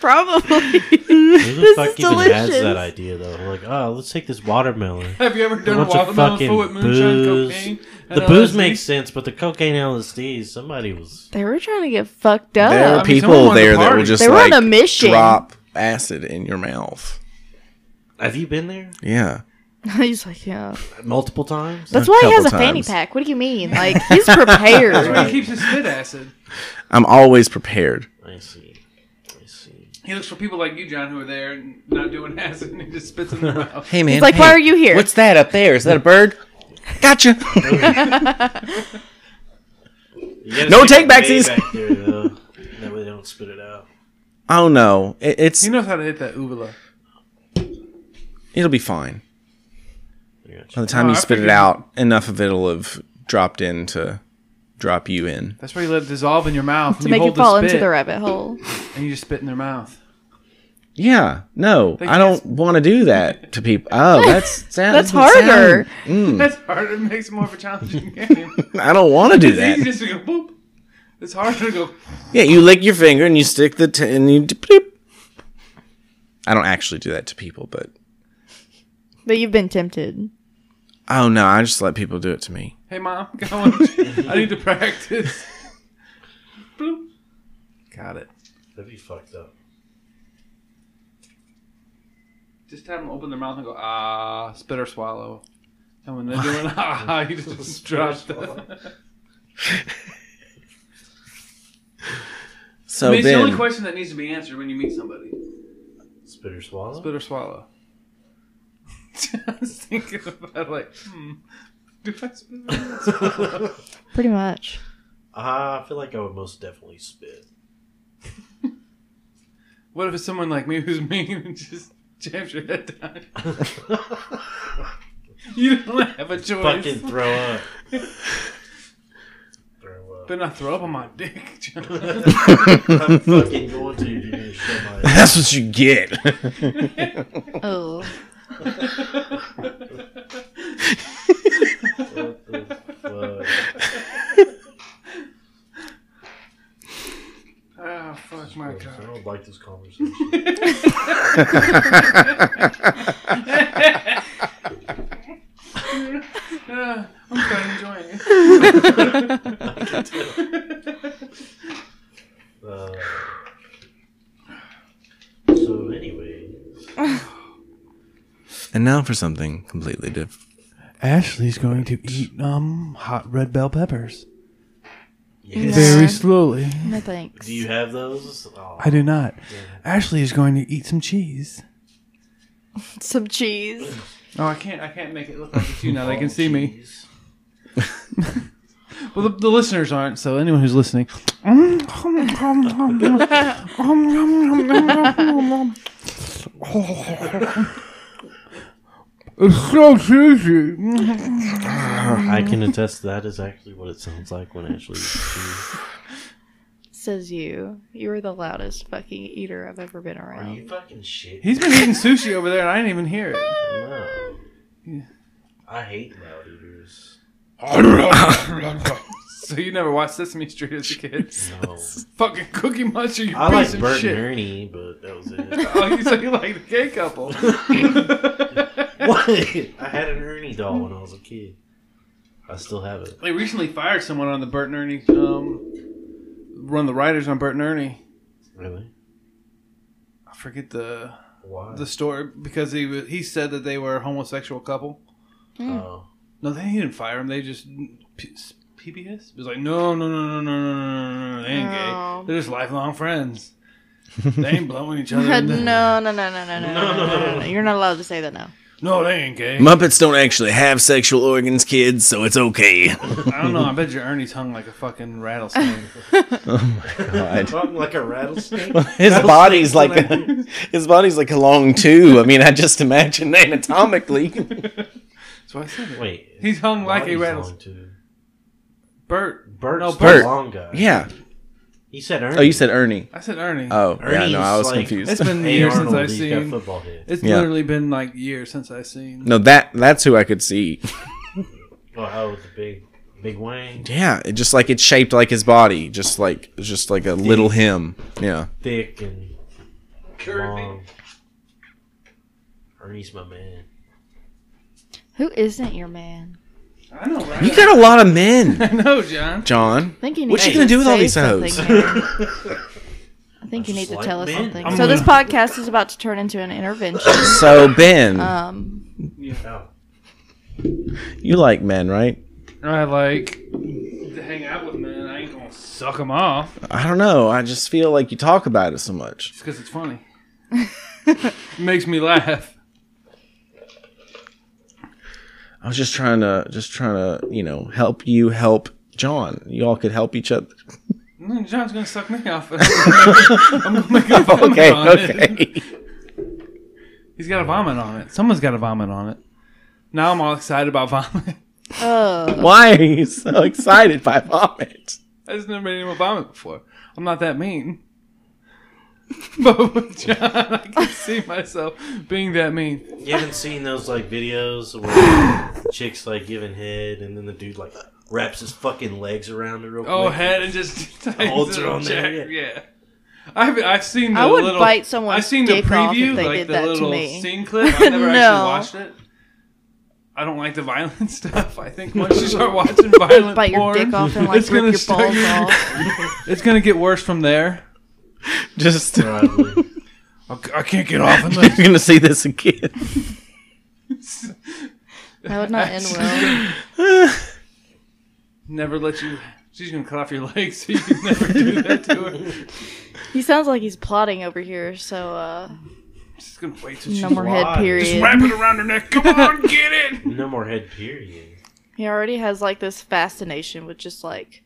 C: Probably. [LAUGHS]
E: Who the
C: this
E: fuck
C: is
E: even has
C: delicious.
E: that idea though? Like, oh, let's take this watermelon.
B: Have you ever done a
E: Bunch of
B: watermelon
E: fucking
B: full with moonshine,
E: booze.
B: cocaine? and
E: The booze
B: LSD?
E: makes sense, but the cocaine LSD, somebody was.
C: They were trying to get fucked up.
A: [LAUGHS] there
B: I
A: are
B: mean, someone
A: people
B: wanted to
A: there that will
B: party.
A: just
C: They were on
A: like
C: a mission.
A: drop acid in your mouth.
E: Have you been there?
A: Yeah.
C: [LAUGHS] he's like, yeah.
E: multiple times.
C: That's why he has a
A: couple
C: fanny
A: times.
C: pack. What do you mean? Like he's prepared.
B: He keeps his spit acid.
A: I'm always prepared.
E: I see. I see.
B: He looks for people like you, John, who are there and not doing [LAUGHS] acid, and he just spits in their mouth.
F: Hey man,
C: He's like,
F: hey,
C: why are you here?
F: What's that up there? Is that a bird?
C: [LAUGHS]
F: Gotcha.
E: You gotta
A: No
E: stick
A: takebacks,
E: the hay
A: he's-
E: Back there, though. [LAUGHS] that way they don't spit it out.
A: Oh no, it, it's
B: He knows how to hit that uvula.
A: it'll be fine.
E: I got
A: By the
E: you.
A: time
B: Oh,
A: you
B: I
A: spit it
B: figured-
A: out, enough of it'll have dropped in to drop you in.
B: That's where you let it dissolve in your mouth.
C: to
B: and
C: make you
B: hold
C: fall
B: the spit,
C: into the rabbit hole?
B: And you just spit in their mouth.
A: Yeah, no,
B: They
A: I don't want to do that to people.
C: [LAUGHS]
A: Oh, that's sound,
C: That's
A: doesn't sound-
C: harder.
B: That's hard. It makes it more of a challenging game.
A: I don't want to do
B: It's easy
A: that.
B: just to go boop. It's harder to go.
A: Yeah, you lick your finger and you stick the t- and you. d- bloop. I don't actually do that to people, but
C: But you've been tempted.
A: oh no, I just let people do it to me.
B: Hey, mom, [LAUGHS] got one. I need to practice. [LAUGHS] Bloop. Got it.
E: That'd be fucked up.
B: Just have them open their mouth and go ah, spit or swallow. And when they're doing [LAUGHS] ah, you just drop the. [LAUGHS]
A: So
B: I mean, it's the
A: then,
B: only question that needs to be answered when you meet somebody:
E: Spit or swallow.
B: spit or swallow. [LAUGHS] Just thinking about like, hmm, do I spit? Or swallow?
C: Pretty much.
E: [LAUGHS] Ah, I feel like I would most definitely spit.
C: [LAUGHS]
B: What if it's someone like me who's mean and just jams your head down? You don't have a choice.
E: Fucking
C: [LAUGHS]
E: throw up. throw up.
B: Better not throw up on my dick, John.
E: [LAUGHS]
B: [LAUGHS]
E: I'm fucking going to. You're gonna shut my
C: [LAUGHS]
A: [LAUGHS]
E: ass.
A: that's what you get. [LAUGHS]
C: Oh,
E: What the fuck?
B: Oh, fuck my
E: I
B: god.
E: don't like this conversation.
B: Uh, I'm kind of enjoying it.
E: Uh, so anyway,
A: and now for something completely different.
B: Ashley's going to eat um hot red bell peppers
E: yes.
C: Very
B: slowly.
C: no thanks.
E: Do you have those? Oh,
B: I do not. Ashley is going to eat some cheese.
C: Some cheese.
B: Oh, I can't. I can't make it look like it's you now. They can
E: oh,
B: see me.
E: jeez.
B: Well, the, the listeners aren't. So anyone who's listening, it's so cheesy.
E: I can attest that is actually what it sounds like when Ashley. Are
C: Says you. You were the loudest fucking eater I've ever been around.
E: you fucking shit?
B: He's been eating sushi over there, and I didn't even hear it.
E: No. I hate loud eaters.
B: So you never watched Sesame Street as a kid?
E: No.
B: Fucking Cookie Monster, you
E: I
B: piece
E: like
B: of
E: Bert and
B: shit.
E: Ernie, but that was it.
B: [LAUGHS] Oh, you say you like the gay couple? [LAUGHS]
E: what? I had an Ernie doll when I was a kid. I still have it.
B: they recently fired someone on the Bert and Ernie. Um, one of the writers on Bert and Ernie.
E: Really?
B: I forget the
E: Why?
B: the story because he was, he said that they were a homosexual couple. Hmm.
E: oh.
B: No, they didn't fire him. They just P- PBS it was like, no, no, no, no, no, no, no, no, no, they ain't
C: No.
B: gay. They're just lifelong friends. they ain't blowing each other.
C: [LAUGHS] no,
B: In
C: [LAUGHS]
B: the,
C: no, no, no, no, no, no, no, no, no. You're not allowed to say that now.
B: no, they ain't gay.
A: Muppets don't actually have sexual organs, kids, so it's okay.
B: I don't know. I bet your Ernie's hung like a fucking rattlesnake.
E: Talking like [LAUGHS] a rattlesnake.
A: His body's like [LAUGHS] his body's like a long tube. I mean, I just imagine anatomically.
B: That's why I said it.
E: Wait.
B: He's hung like a
E: Lonnie's
B: rattlesnake.
E: on too.
B: Bert.
E: Bert's
B: No,
E: the
A: Bert.
E: long guy.
A: yeah.
E: He said Ernie.
A: Oh, you said Ernie.
B: I said Ernie.
A: Oh, yeah.
E: Ernie's
A: No, I was
E: like-
B: it's
A: confused.
B: been
E: Hey,
B: years
E: Arnold,
B: since I've
E: he's
B: seen.
E: got football head.
B: It's
A: Yeah.
B: literally been like years since I've
A: [LAUGHS]
B: seen.
A: [LAUGHS] No, that that's who I could see.
E: Oh, oh, with the big, big wang,
A: Yeah, it just like it's shaped like his body, just like just like a little him. Yeah.
E: thick and
B: Curvy.
E: long. Ernie's my man.
C: Who isn't your man?
B: I know, right?
A: You got a lot of men, [LAUGHS]
B: I know, John.
A: John.
C: I think you need
A: What you
C: to
A: gonna do with all
C: say
A: these hoes?
C: something now. I think you
E: I
C: need
E: just
C: to
E: like
C: tell us
E: men.
C: something.
B: I'm
A: [LAUGHS]
C: so this podcast is about to turn into an intervention.
A: So Ben,
C: Um,
E: Oh.
A: You like men, right?
B: I like to hang out with men. I ain't gonna suck them off just
A: I don't know. I just feel like you talk about it so much.
B: 'cause it's
A: [LAUGHS]
B: funny. it makes me laugh.
A: I was just trying to, just trying to, you know, help you help John. You all could help [LAUGHS] each other.
B: Mm, John's gonna suck me
A: [LAUGHS]
B: off. I'm gonna make a vomit
A: Okay,
B: on it.
A: okay.
B: He's got a vomit on it. Someone's got a vomit on it. Now I'm all excited about vomit. [LAUGHS]
C: Oh,
A: Why are you so excited by vomit?
B: I just never made anyone vomit before. I'm not that mean. [LAUGHS] But with John, I can see myself being that mean.
E: You haven't seen those like videos where chicks like giving head, and then the dude like wraps his fucking legs around it real quick.
B: Oh, head and just [LAUGHS]
E: Holds
B: holds
E: it on there,
B: Yeah. I've, I've seen the
C: I would
B: little,
C: bite someone's
B: I've seen the
C: dick off if
B: preview,
C: they
B: like
C: did
B: the
C: that to
B: little
C: me.
B: scene clip. I've
C: [LAUGHS]
B: never
C: No.
B: actually watched it. I don't like the violent [LAUGHS] stuff. I think once you start watching violent
C: [LAUGHS] bite your
B: porn,
C: dick off and like
B: it's gonna
C: rip your
B: start-
C: balls off.
B: it's gonna get worse from there.
A: Just
E: Probably.
B: I, I can't get off
A: [LAUGHS] you're
B: unless
A: gonna see this again. [LAUGHS]
C: That would not end well.
B: [LAUGHS] never let you. She's gonna cut off your legs, [LAUGHS] so you can never do that to her.
C: He sounds like he's plotting over here, so uh,
B: She's gonna wait till she's
C: no more head
E: lying.
C: period.
B: wrap it around her neck. Come on, get it.
E: no more head period.
C: He already has like this fascination with just like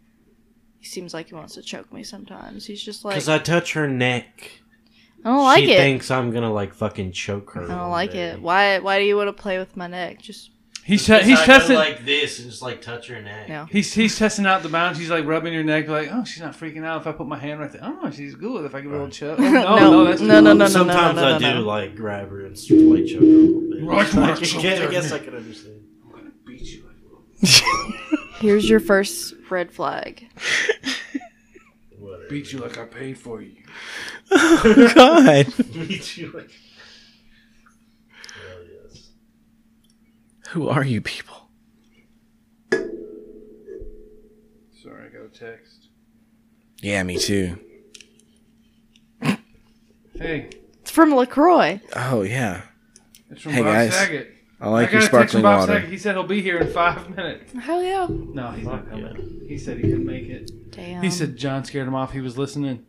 C: he seems like he wants to choke me sometimes. He's just like
E: Because I touch her neck.
C: I don't like
E: she
C: it.
E: thinks I'm gonna like fucking choke her.
C: I don't like it. Why why do you want to play with my neck? Just
B: He's te- he's testing.
E: like this and just like touch her neck.
C: no.
B: He's, he's testing out the bounds. He's like rubbing your neck, like, oh, she's not freaking out if I put my hand right there. Oh, she's good if I give her a little chub. Oh, no, no, that's
C: [LAUGHS] no, no, no, no, no,
E: Sometimes
C: no, no,
E: I do
C: no.
E: like grab her and like choke her a little bit. [LAUGHS]
B: Right,
E: I,
B: right,
E: can-
B: choke
E: I
B: her.
E: guess I
C: [LAUGHS]
E: can understand.
C: Here's your first red flag.
E: Whatever.
B: Beat you like I paid for you.
A: God.
E: Me too. Hell yes.
A: Who are you people?
B: Sorry, I got a text.
A: Yeah, me too.
B: Hey,
C: It's from Lacroix.
A: Oh yeah.
B: it's from
A: Hey,
B: Bob
A: guys.
B: Saget.
A: I like
B: I
A: your
B: got a text from
A: sparkling
B: Bob
A: water.
B: Saget. He said he'll be here in five minutes.
C: Hell yeah.
B: No, he's not coming. He said he couldn't make it.
C: Damn.
B: He said John scared him off. He was listening.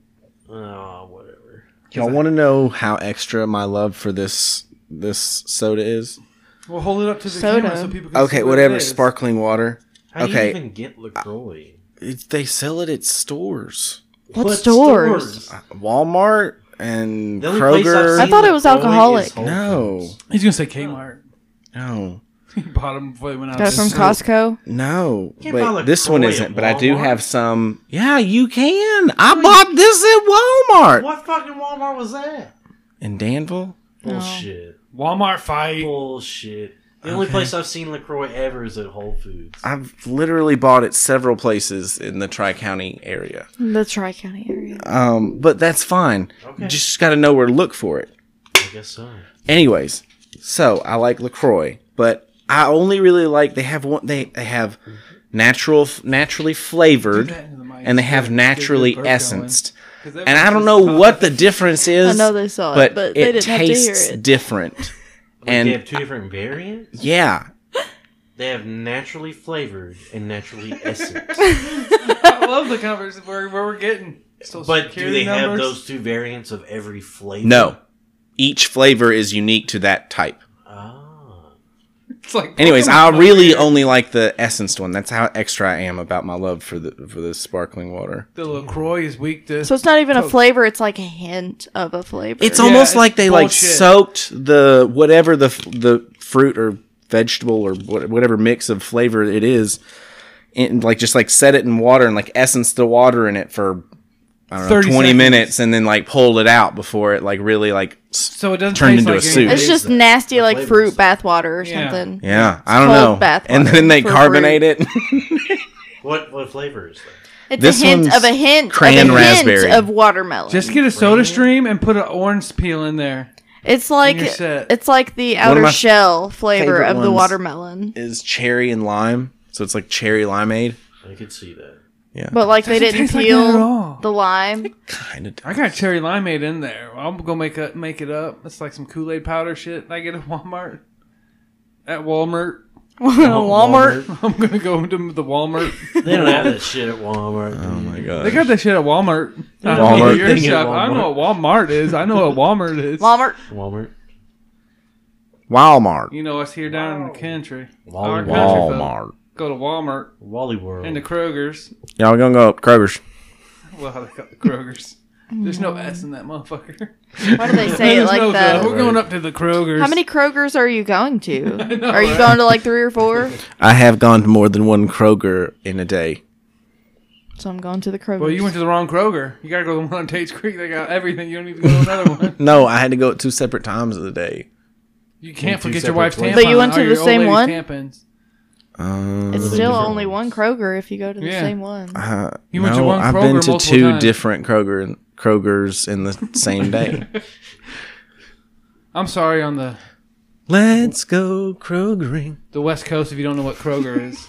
E: Oh, whatever.
A: Y'all want to know how extra my love for this this soda is?
B: Well, hold it up to the
C: Soda.
B: camera so people can see
A: Okay,
B: what
A: whatever.
B: it is.
A: Sparkling water.
E: How
A: Okay.
E: do you even get Lacroix?
A: It, they sell it at stores,
C: What stores?
A: Walmart and
E: The only place I've
A: Kroger.
E: seen
C: I thought it was
E: LaCroix is
C: alcoholic.
E: Whole
A: No,
E: Foods.
B: He's gonna say Kmart. [LAUGHS]
A: no,
B: He bought them before they went out.
C: got it
B: of
C: from
B: business.
C: Costco.
A: no.
E: can't buy
A: Wait, this one
E: LaCroix at
A: isn't. But I do
E: Walmart.
A: have some. Yeah, you can. I bought this at Walmart
E: What fucking Walmart was that?
A: in Danville.
E: Bullshit.
B: Walmart fight.
E: Bullshit. The only place I've seen Lacroix ever is at Whole Foods.
A: I've literally bought it several places in the Tri County area.
C: The Tri County area.
A: Um, but that's fine.
E: Okay.
A: You just got to know where to look for it.
E: I guess so.
A: Anyways, so I like Lacroix, but I only really like they have one. They they have natural, naturally flavored,
B: that into the mic.
A: and they have
B: Get your
A: naturally
B: burp going.
A: essenced.
B: 'Cause
A: And I don't know
B: everyone's
A: what the difference is.
C: I know they saw it, but they
A: it
C: didn't have to hear
A: tastes
C: it.
A: different.
E: And
A: And-
E: they have two different variants.
A: Yeah,
E: They have naturally flavored and
B: [LAUGHS]
E: naturally essence.
B: just- I love the conversation where, where we're getting. Social
E: but do
B: Security
E: they have
B: numbers.
E: those two variants of every flavor?
A: no, each flavor is unique to that type.
E: Ah.
B: It's like
A: Anyways, I really only like the essenced one. That's how extra I am about my love for the for the sparkling water.
B: the Lacroix is weak to.
C: So it's not even a flavor, it's like a hint of a flavor.
A: It's
B: Yeah,
A: almost
B: it's
A: like they like
B: bullshit.
A: soaked the whatever the f- the fruit or vegetable or what- whatever mix of flavor it is, and like just like set it in water and like essence the water in it for I don't know
B: 30
A: twenty
B: seconds.
A: minutes, and then like pulled it out before it like really like s-
B: so it doesn't
A: turned
B: taste
A: into
B: like
A: a soup.
B: anything.
C: It's just nasty like
E: flavors.
C: fruit bathwater or
B: Yeah.
C: something.
A: yeah I don't
C: called
A: know,
C: bath
A: and
C: water
A: then they
C: for
A: carbonate it.
E: What what flavor is that?
C: It's
A: This
C: a hint
A: one's
C: of a hint
A: cran
C: of a
A: raspberry.
C: hint of watermelon.
B: Just get a soda stream and put an orange peel in there.
C: it's like
B: you're set.
C: it's like the
A: of
C: outer
A: my
C: shell flavor
A: favorite
C: of the
A: ones.
C: watermelon.
A: [LAUGHS] is cherry and lime, so it's like cherry limeade.
E: I could
B: [LAUGHS]
E: see that.
C: But like they
B: Doesn't
C: didn't
B: taste like that at
C: peel
B: all.
C: the lime.
A: Kind of.
B: I got cherry limeade in there. I'm gonna make up, make it up. It's like some Kool Aid powder shit I get at Walmart. at Walmart. [LAUGHS]
C: Walmart.
B: I'm gonna go into the Walmart.
E: They don't have that shit at Walmart.
A: Oh my god.
B: They got that shit at Walmart. I don't
A: Walmart.
B: need your
E: Thing at
B: shop. I know what Walmart is. I know what Walmart is.
C: Walmart.
E: Walmart.
A: Walmart.
B: You know us here down in the country. Our
E: Walmart.
B: country folk
A: Walmart.
B: Go to Walmart
E: Wally World.
B: and the Kroger's.
A: Yeah, we're gonna go up Kroger's.
B: Well, they got the Kroger's. There's no S in that motherfucker.
C: Why do they say it
B: There's no
C: like
B: the.
C: that?
B: We're going up to the Kroger's.
C: How many Krogers are you
B: [LAUGHS]
C: going to? are you going to like three or four?
A: I have gone to more than one Kroger in a day.
C: So I'm going to the Kroger.
B: Well, you went to the wrong Kroger. You gotta go to the one on Tate's Creek. They got everything. You don't need to go to another one.
A: No, I had to go at two separate times of the day.
E: [LAUGHS]
B: You can't
E: two
B: forget your
E: separate
B: wife's tampon.
E: places.
C: But you went
B: or
C: to the
B: your old
C: same
B: lady's
C: one?
B: Tampons.
A: Um,
C: It's
E: Really
C: still
E: different
C: only one
E: ones.
C: Kroger if you go to the
B: Yeah.
C: same one.
A: uh,
B: You
A: no,
B: went to one
A: I've
B: Kroger
A: been to
B: multiple
A: two
B: times.
A: different Kroger Krogers in
B: [LAUGHS]
A: the same day.
B: I'm sorry on the
A: Let's go Krogering.
B: the West Coast if you don't know what Kroger
E: [LAUGHS]
B: is.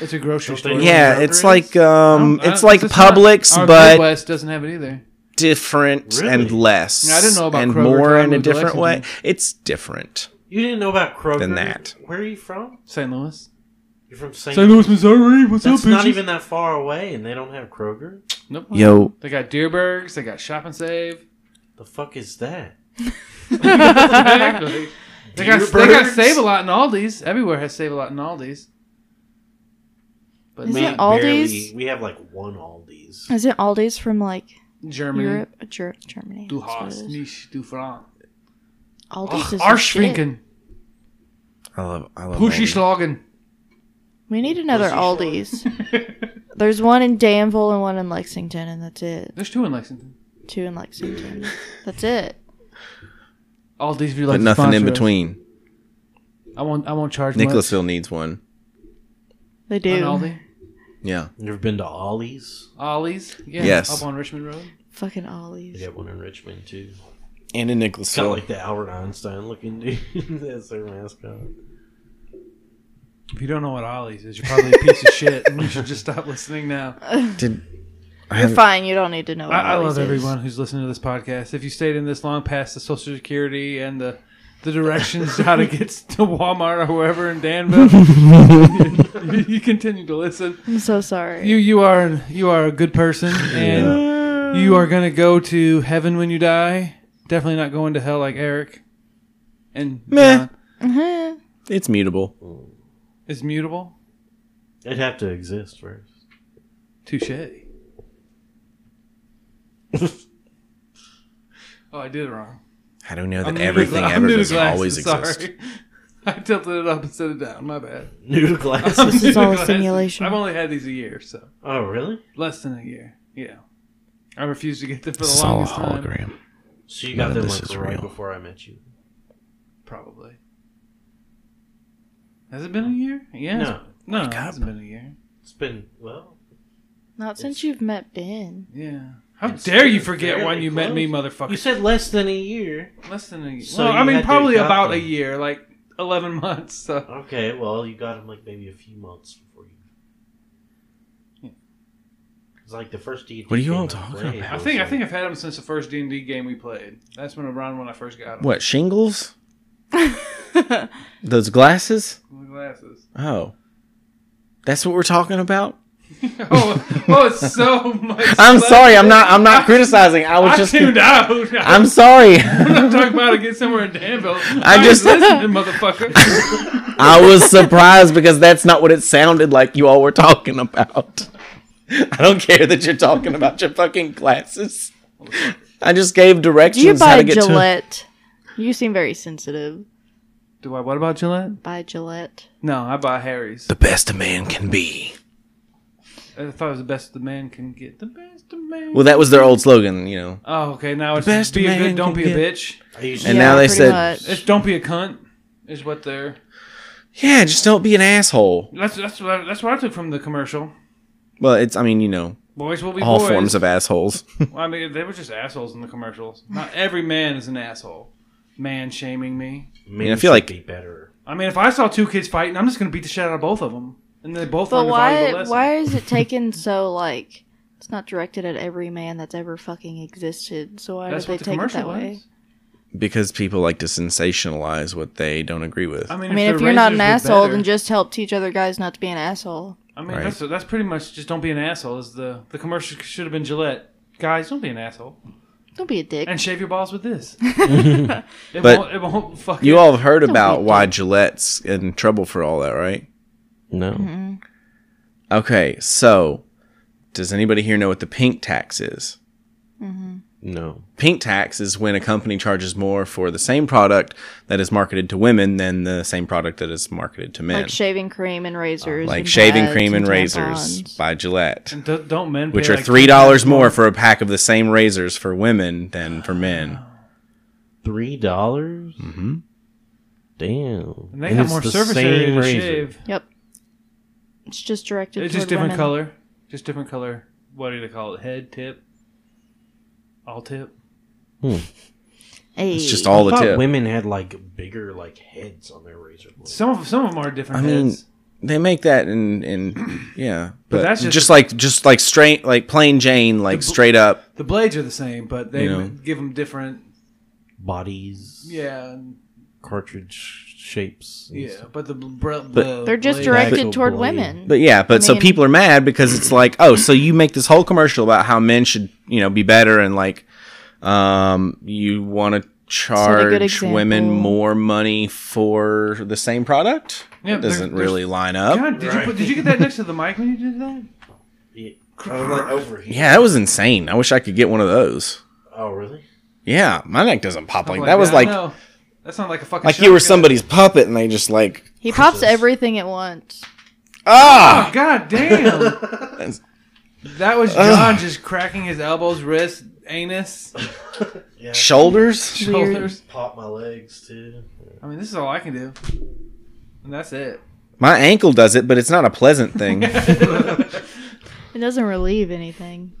B: It's a grocery store.
E: think-
A: Yeah,
E: Kroger
A: it's
E: is?
A: like um,
B: I don't-
A: it's like
B: it's not-
A: Publix,
B: our
A: but
B: Midwest doesn't have it either.
A: different
E: Really?
A: and less.
B: Yeah, I didn't know about
A: and
B: Kroger till
A: more
B: I
A: in a
B: moved to
A: different way.
B: Lexington.
A: It's different.
E: you didn't know about Kroger.
A: Than that.
E: Where are you from?
B: St. Louis.
E: You're from St.
B: St. Louis, Missouri. What's
E: That's
B: up,
E: not
B: bitches?
E: even that far away, and they don't have Kroger.
B: Nope.
A: Yo,
B: They got Deerbergs. They got Shop and Save.
E: The fuck is that?
B: Exactly. they got they got
E: Deerbergs?
B: Save a Lot and Aldi's. Everywhere has Save a Lot and Aldi's. But
C: Is
B: me-
C: it Aldi's?
E: Barely- we have like one Aldi's.
C: Is it Aldi's from like
B: Germany.
C: Europe? Uh, Ger- Germany.
B: Du
C: that's what
B: hast
C: it is.
B: nicht du Frank.
C: Aldi's is the shit.
B: Arschfinken.
A: I love I love
B: Pushy
A: Aldi.
B: Schlagen.
C: We need another Aldi's.
B: [LAUGHS]
C: There's one in Danville and one in Lexington, and that's it.
B: There's two in Lexington.
C: Two in Lexington. That's it.
B: Aldi's if you like
A: but
B: to
A: nothing in
B: sponsor us.
A: between.
B: I won't. I won't charge much.
A: Nicholasville needs one.
C: They
B: on
C: do.
B: Aldi.
A: Yeah.
E: You ever been to Ollie's?
B: Ollie's. Yeah,
A: Yes.
B: Up on Richmond Road.
C: Fucking
E: They
C: Aldi's.
E: got one in Richmond too.
A: And in
E: It's kind of
A: Nicholasville.
E: like the Albert Einstein looking [LAUGHS] dude. That's their mascot.
B: If you don't know what Ollie's is, you're probably a piece of shit, and you should just stop listening now.
A: Did I
C: You're
A: haven't-
C: fine. You don't need to know. What
B: I, I
C: Aldi's
B: love
C: is.
B: everyone who's listening to this podcast. If you stayed in this long past the Social Security and the the directions how to get [LAUGHS] to Walmart or wherever in Danville, you, you continue to listen.
C: I'm so sorry.
B: You you are you are a good person, and you are gonna go to heaven when you die. Definitely not going to hell like Eric. And
A: Meh.
B: John.
C: Uh-huh.
A: It's mutable.
B: is mutable.
E: It'd have to exist first.
B: Touche. oh, I did it wrong.
A: How do we know that
B: I'm new to
A: everything
B: gla- I'm
A: ever
B: new to
A: doesn't
B: glasses,
A: always exist?
B: Sorry. [LAUGHS] I tilted it up instead of down. My bad.
E: Noodle
C: This
E: [LAUGHS]
B: [LAUGHS]
E: glasses.
C: is all a
B: Glasses.
C: simulation.
B: I've only had these a year, so
E: oh, really?
B: less than a year. Yeah, I refused to get them for the
A: It's all a
B: longest time.
A: hologram.
E: So you
A: None
E: got
A: of
E: them
A: this
E: like
A: is
E: right
A: real.
E: before I met you.
B: Probably. Has it been a year? Yeah.
E: No.
B: No, it
A: up.
B: hasn't been a year.
E: It's been well.
C: Not since you've met
B: [LAUGHS]
C: Ben.
B: Yeah. How dare you
E: it's
B: forget when
E: fairly
B: you met me,
E: close.
B: motherfucker?
E: You said less than a year.
B: less than a year.
E: So
B: well, I
E: you
B: mean,
E: had to
B: probably
E: adopt
B: about a
E: them.
B: year, like eleven [LAUGHS] months. So.
E: Okay, well, you got him like maybe a few months before you. It's like the first D.
A: What are you all talking about?
B: I think I think I've had them since the first D and D game we played. That's when around when I first got them.
A: What, shingles? Those glasses?
B: The glasses.
A: Oh. That's what we're talking about?
B: Oh, oh, it's so much.
A: [LAUGHS] I'm
B: less-
A: sorry, I'm not I'm not criticizing. I was
B: I
A: just
B: tuned
A: [LAUGHS]
B: out. [LAUGHS] I
A: I'm
B: [LAUGHS]
A: sorry.
B: am talking about to get somewhere in
A: [LAUGHS]
B: Danville. I,
A: just-
B: just listening, motherfucker.
A: [LAUGHS] I was surprised because that's not what it sounded like you all were talking about. [LAUGHS] I don't care that you're talking about your fucking glasses. I just gave
C: Do
A: directions
C: you
A: how
C: buy
A: to get to
C: Gillette? You seem very sensitive.
B: Do I? What about Gillette?
C: Buy Gillette.
B: No, I buy Harry's.
A: the best a man can be.
B: I thought it was the best the man can get. The best a man.
A: Well, that was their old slogan, you know.
B: oh, okay. Now it's
A: Best
B: be a
A: man
B: good. Don't
A: can
B: be a
A: get.
B: bitch.
E: I used
A: And
E: to,
C: Yeah,
A: now they
C: pretty
A: said-
C: much.
B: It's don't be a cunt. Is what they're.
A: Yeah, just don't be an asshole.
B: That's that's what I, that's what I took from the commercial.
A: Well, it's I mean, you know,
B: Boys will be
A: all
B: boys.
A: forms of assholes. [LAUGHS]
B: Well, I mean, they were just assholes in the commercials. Not every man is an asshole. Man shaming me.
E: maybe
A: I feel like-
E: be better.
B: I mean, if I saw two kids fighting, I'm just going to beat the shit out of both of them, and they both
C: But
B: learn a valuable
C: why?
B: lesson.
C: Why is it taken so like? It's not directed at every man that's ever fucking existed. So why
B: That's
C: did
B: what
C: they
B: the
C: take it
B: commercial
C: that way?
B: was.
A: because people like to sensationalize what they don't agree with.
B: I mean,
C: I mean,
B: if,
C: if
B: the
C: you're not an
B: Razors were
C: asshole,
B: better-
C: then just help teach other guys not to be an asshole.
B: I mean,
A: Right.
B: that's that's pretty much just don't be an asshole. Is the the commercial should have been Gillette. Guys, don't be an asshole
C: Don't be a dick.
B: and shave your balls with
C: [LAUGHS]
B: this. it
A: But
B: won't, it won't fuck
A: you all have heard about
C: be
A: why Gillette's in trouble for all that, right?
E: No.
A: Okay, so does anybody here know what the pink tax is?
E: No.
A: Pink tax is when a company charges more for the same product that is marketed to women than the same product that is marketed to men.
C: Like shaving cream and razors.
A: Like
C: and
A: shaving
C: pads
A: cream and razors
C: tampons.
A: by Gillette,
B: And do- don't men, pay
A: which are
B: like
A: $3 more for a pack of the same razors for women than for men.
E: Three dollars. Mm-hmm. Damn.
B: And they got more surface area to shave.
C: Yep. It's just directed.
B: It's
C: toward
B: just different
C: women.
B: color. Just different color. What do they call it? Head tip. All tip.
C: Hey.
A: It's just all
E: Hmm. I
A: the
E: thought
A: tip.
E: women had like bigger like heads on their razor blades.
B: Some of some of them are different.
A: I mean,
B: heads.
A: they make that in in
B: [CLEARS THROAT]
A: yeah, but,
B: that's
A: just,
B: just-
A: like just like straight like plain Jane, like
B: bl-
A: straight up.
B: the blades are the same, but they
A: You know.
B: give them different.
E: Bodies.
B: Yeah, and-
E: Cartridge shapes. and
B: yeah.
E: stuff.
B: But the, br- the
C: They're just
B: blade-
E: Actual
C: directed toward
E: blade.
C: women.
A: But yeah, but so
C: mean-
A: people are mad because it's like, oh, so you make this whole commercial about how men should you know be better and like, um, you want to charge
C: example.
A: women more money for the same product?
B: Yeah,
A: it
B: there-
A: doesn't
B: there's-
A: really line up.
B: God, did you put, did you get that next to the mic when you did
A: [LAUGHS]
B: that?
E: Yeah. I was
B: oh,
E: like over here.
A: Yeah, that was insane. I wish I could get one of those.
B: [LAUGHS]
E: Oh really?
A: Yeah, my neck doesn't pop like,
B: I'm
A: that. Was
B: "Yeah,
A: like
B: no, that sounded like a fucking
A: like you were
B: shotgun."
A: somebody's puppet and they just like
C: He pops everything at once.
A: ah.
B: Oh, God damn. that
A: [LAUGHS]
B: was John just cracking his elbows, wrists, anus,
E: [LAUGHS]
B: [LAUGHS]
E: Yeah.
A: Shoulders?
B: shoulders.
E: Pop my legs too.
B: I mean, this is all I can do. And that's it.
A: [LAUGHS]
B: [LAUGHS]
A: My ankle does it, but it's not a pleasant
E: [LAUGHS]
A: thing.
C: It doesn't relieve anything.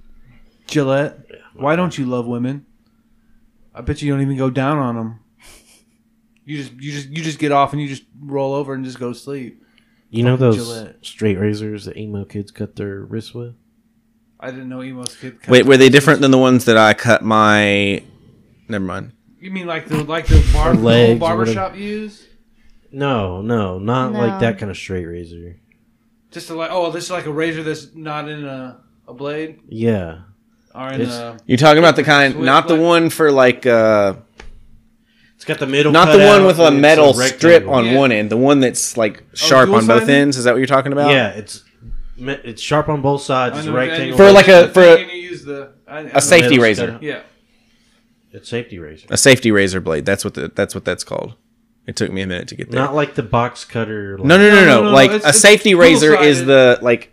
B: Gillette, why don't you love women? I bet you don't even go down on them. You just you just you just get off and you just roll over and just go to sleep.
E: You know those
B: Gillette.
E: straight razors that emo kids cut their wrists with?
B: I didn't know emos could. cut-
A: Wait, were they different than the ones that I cut my? Never mind.
B: You mean like the like the bar,
E: Or legs
B: the
E: or
B: barbershop use?
E: No, no, not
C: No.
E: like that kind of straight razor.
B: Just to like oh, this is like a razor that's not in a, a blade
E: Yeah.
B: or in
E: It's-
B: a
A: You're talking about the kind,
B: Sweet
A: not the
B: black.
A: one for like, uh,
E: It's got the middle.
A: not
E: cut
A: the one
E: out,
A: with a
E: and it's
A: metal strip
E: rectangle. Oh,
A: on
B: Yeah.
A: one end, the one that's like sharp
B: dual
A: on both
B: sided?
A: ends. Is that what you're talking about?
E: Yeah, it's me- it's sharp on both sides. It's
B: I know,
E: rectangle.
B: and-
A: For like a-
B: and
A: for a-
B: you use the I- I know.
A: a safety
E: Middle's
A: razor,
E: cut
B: Yeah,
E: It's safety razor.
A: a safety razor blade. That's what the, that's what that's called. It took me a minute to get there.
E: Not like the box cutter. Like,
A: no, no, no, no,
B: No, no, no,
A: Like
B: it's-
A: a
B: it's
A: safety razor is
B: dual-sided.
A: the like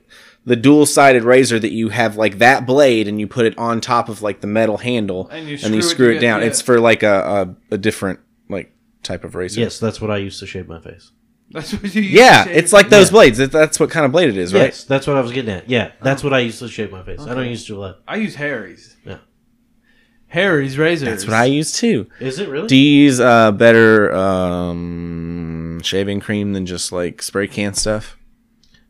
A: the dual sided razor that you have like that blade and you put it on top of like the metal handle
B: And you
A: and
B: screw
A: you
B: it
A: screw it,
B: together,
A: down.
B: yeah.
A: It's for like a, a a different like type of razor.
E: Yes, that's what I used to shave my face.
B: that's what you. Use
A: Yeah,
B: to shave
A: it's
B: your-
A: like those blades. That- That's what kind of blade it is, right?
E: Yes, that's what I was getting at.
A: Uh-huh.
E: Yeah, that's what I used to shave my face. I don't use Gillette.
B: I use Harry's.
E: Yeah.
B: Harry's razors.
A: That's what I use too.
E: Is it really?
A: Do you use uh, better um, shaving cream than just like spray can stuff?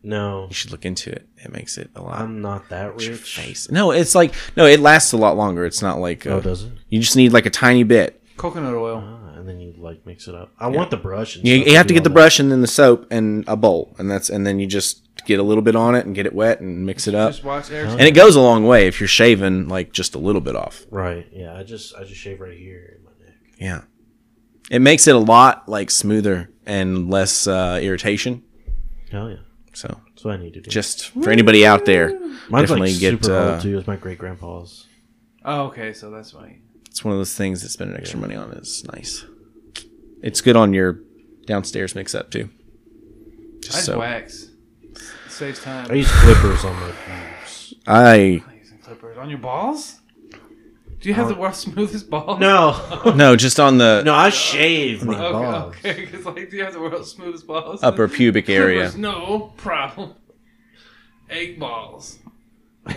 E: no,
A: You should look into it. It makes it a lot.
E: I'm not that rich.
A: Face. No, it's like no. It lasts a lot longer. It's not like uh,
E: Oh, does it?
A: you just need like a tiny bit.
B: coconut oil.
E: Ah, and then you like mix it up. I want the brush. And
A: You,
E: stuff
A: you have to
E: do
A: get the
E: all that.
A: brush and then the soap and a bowl, and that's and then you just get a little bit on it and get it wet and mix it up.
B: Just watch Eric's.
A: And it goes a long way if you're shaving like just a little bit off.
E: Right. Yeah. I just I just shave right here in my neck.
A: Yeah, it makes it a lot like smoother and less uh, irritation.
E: Hell yeah.
A: So
E: That's what I need to do.
A: just for anybody out there,
E: Mine's
A: definitely
E: like
A: get.
E: super
A: Uh,
E: old too. It's my great grandpa's.
B: Oh, okay, so that's why.
A: it's one of those things that spending extra money on is nice. It's good on your downstairs mix up too.
B: I
A: Just
B: just
A: so
B: wax. It saves time.
E: I use clippers on my pubes.
A: I
B: I'm using clippers on your balls. Do you have the world's [LAUGHS] smoothest balls?
E: [LAUGHS] No,
A: no just on the
E: no, I shave my
B: Okay,
E: balls.
B: okay. Because like, do you have the world's smoothest balls?
A: upper pubic
B: [LAUGHS]
A: area.
B: Clippers, no problem. Egg balls. [LAUGHS]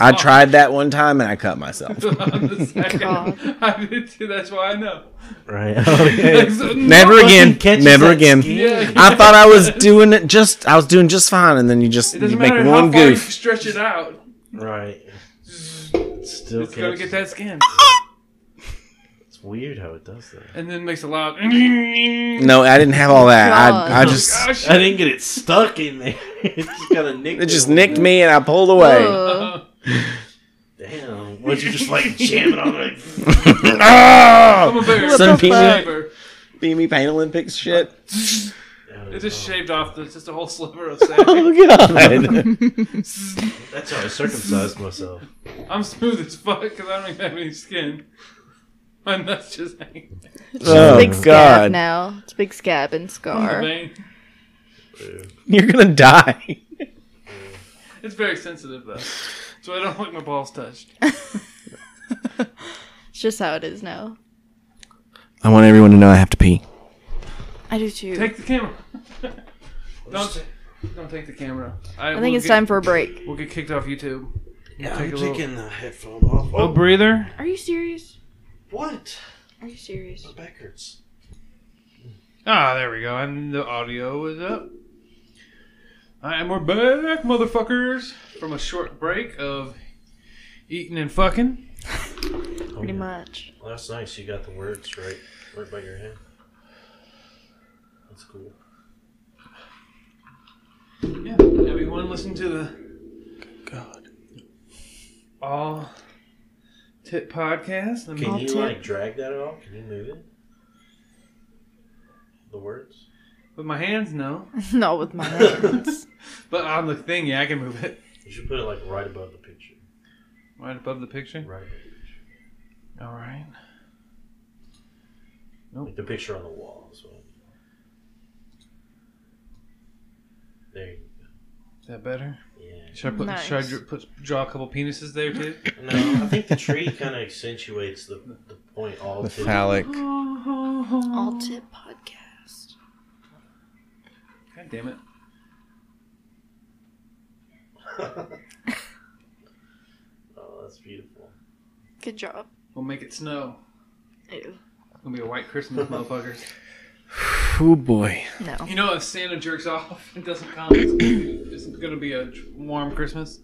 A: I tried that one time and I cut myself.
B: I'm the second.
C: God.
B: I did too. That's why I know.
E: [LAUGHS] right.
A: [LAUGHS]
E: Okay.
B: So
A: Never
B: no-
A: again.
E: catches
A: Never
E: that
A: again.
E: skin.
B: Yeah,
A: I thought I was doing it just. I was doing just fine, and then you just
B: It
A: you
B: doesn't
A: make
B: matter
A: one
B: how far you
A: goof.
B: stretch it out.
E: Right. Still
B: It's gonna get
E: catches.
B: that skin.
E: It's It's weird how it does that.
B: and then makes a
A: [LAUGHS]
B: loud. No.
A: No, I didn't have all that.
C: God.
A: I, I just
B: Oh,
E: I
B: shit.
E: didn't get it stuck in there. [LAUGHS] it just got a nick.
A: it just nicked me and I pulled away. [LAUGHS]
C: Ugh.
E: Damn. What you just like jamming on it?
B: [LAUGHS]
E: Like,
B: I'm
A: Ah!
B: a bear.
A: Some
B: I'm a
A: peanut.
B: bear.
A: Beamy Pain Olympics shit. [LAUGHS]
B: It just shaved off the, just a whole sliver of
A: [LAUGHS]
B: sand.
A: God.
C: [LAUGHS]
E: That's how I
B: [LAUGHS]
E: circumcised myself.
B: I'm smooth as fuck because I don't even have any skin. My nuts just hanging.
A: oh
C: big scab
A: God.
C: now. It's a big scab and
B: from the
C: scar.
B: vein.
A: You're gonna die.
B: It's very sensitive though, so I don't like my balls touched.
C: It's just how it is now.
A: I want everyone to know I have to pee.
C: I do too.
B: Take the camera. don't don't take the camera.
C: I think it's time for a break.
B: We'll get kicked off YouTube.
E: Yeah,
B: Take
E: I'm
B: a little-
E: taking the headphone off.
B: Oh, breather.
C: Are you serious?
E: what?
C: Are you serious?
E: My back hurts.
B: Ah, there we go. And the audio is up. All right, and we're back, motherfuckers, from a short break of eating and fucking.
C: Pretty much. [LAUGHS]
E: Last night you got the words right, right by your hand. That's cool.
B: Yeah, everyone listen to the
A: God.
B: All Tit Podcast. Let me-
E: Can
C: I'll
E: you
C: take-
E: like drag that at all? Can you move it?
C: [LAUGHS]
E: The words.
B: with my hands, no.
C: Not with my hands.
B: But on the thing, yeah, I can move it.
E: You should put it like right above the picture.
B: Right above the picture.
E: Right above the picture.
B: All right.
E: Like the picture on the wall. So. There you
B: Is that better?
E: go. Yeah.
B: Should I put?
C: Nice.
B: Should I dr- put, draw a couple penises there too?
E: No, I think
C: [LAUGHS]
E: the tree kind of accentuates the, the point all
A: The
E: to
A: phallic.
C: All tip podcast.
B: God damn it!
E: Oh, that's beautiful.
C: Good job.
B: We'll make it snow.
C: Ew.
B: It's gonna be a white Christmas, motherfuckers.
A: Oh boy.
C: No.
B: You know, if Santa jerks off [LAUGHS] and doesn't come, it's gonna be, it's gonna be a warm Christmas.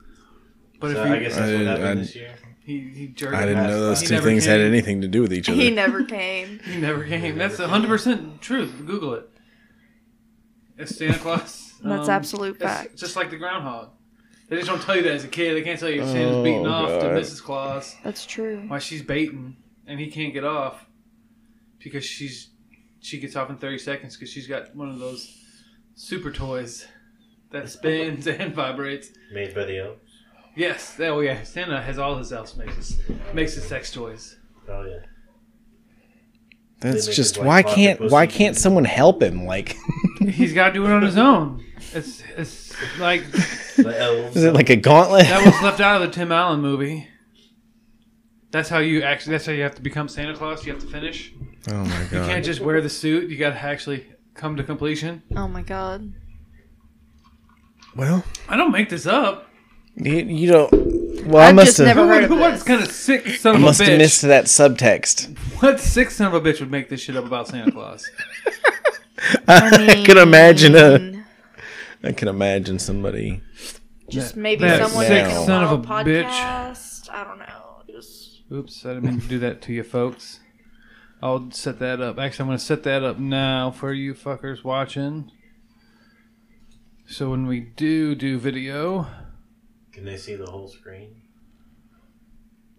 B: But
E: So
B: if he,
E: I guess that's
A: I-
E: what happened
A: I-
E: this year.
B: he he jerked,
A: I didn't know those
B: He
A: two
B: never
A: things had
B: came.
A: anything to do with each other.
C: He never came.
B: he never came. That's hundred percent truth. Google it. It's Santa Claus.
C: [LAUGHS]
B: Um,
C: That's absolute
B: it's
C: fact.
B: Just like the groundhog. They just don't tell you that as a kid. They can't tell you if Santa's beating
A: Oh,
B: off to
A: God.
B: Mrs. Claus.
C: That's true.
B: why she's baiting and he can't get off because she's she gets off in 30 seconds because she's got one of those super toys that spins [LAUGHS] and vibrates
E: Made by the elves.
B: yes oh yeah santa has all his elves makes his, makes his sex toys
E: Oh
A: [LAUGHS]
E: yeah.
A: That's
E: They make
A: just
E: his wife
A: why
E: pocket
A: can't
E: pussy.
A: why can't someone help him? Like [LAUGHS]
B: he's got to do it on his own it's, it's like
E: The elves.
A: is it like a gauntlet?
B: that was left out of the tim allen movie that's how you actually that's how you have to become santa claus you have to finish you
A: oh my
B: can't
A: god.
B: just wear the suit you got to actually come to completion
C: Oh my god.
A: Well,
B: i don't make this up
A: you, you don't. Well, I
C: I've
A: must
C: just
A: have.
C: never heard of
B: Who-
C: this.
B: What kind of sick son
A: I
B: of a
A: must
B: bitch?
A: have missed that subtext.
B: What sick son of a bitch would make this shit up about Santa Claus?
A: [LAUGHS] [LAUGHS] I, can imagine
C: mm.
A: a. I can imagine somebody.
C: just maybe
B: that
C: someone
A: sick
C: making a
B: son of
C: wild
B: a bitch.
C: podcast. I don't know. Just
B: Oops, I didn't mean to do that to you folks. I'll set that up. Actually, I'm going to set that up now for you fuckers watching. So when we do do video,
E: Can they see the whole screen?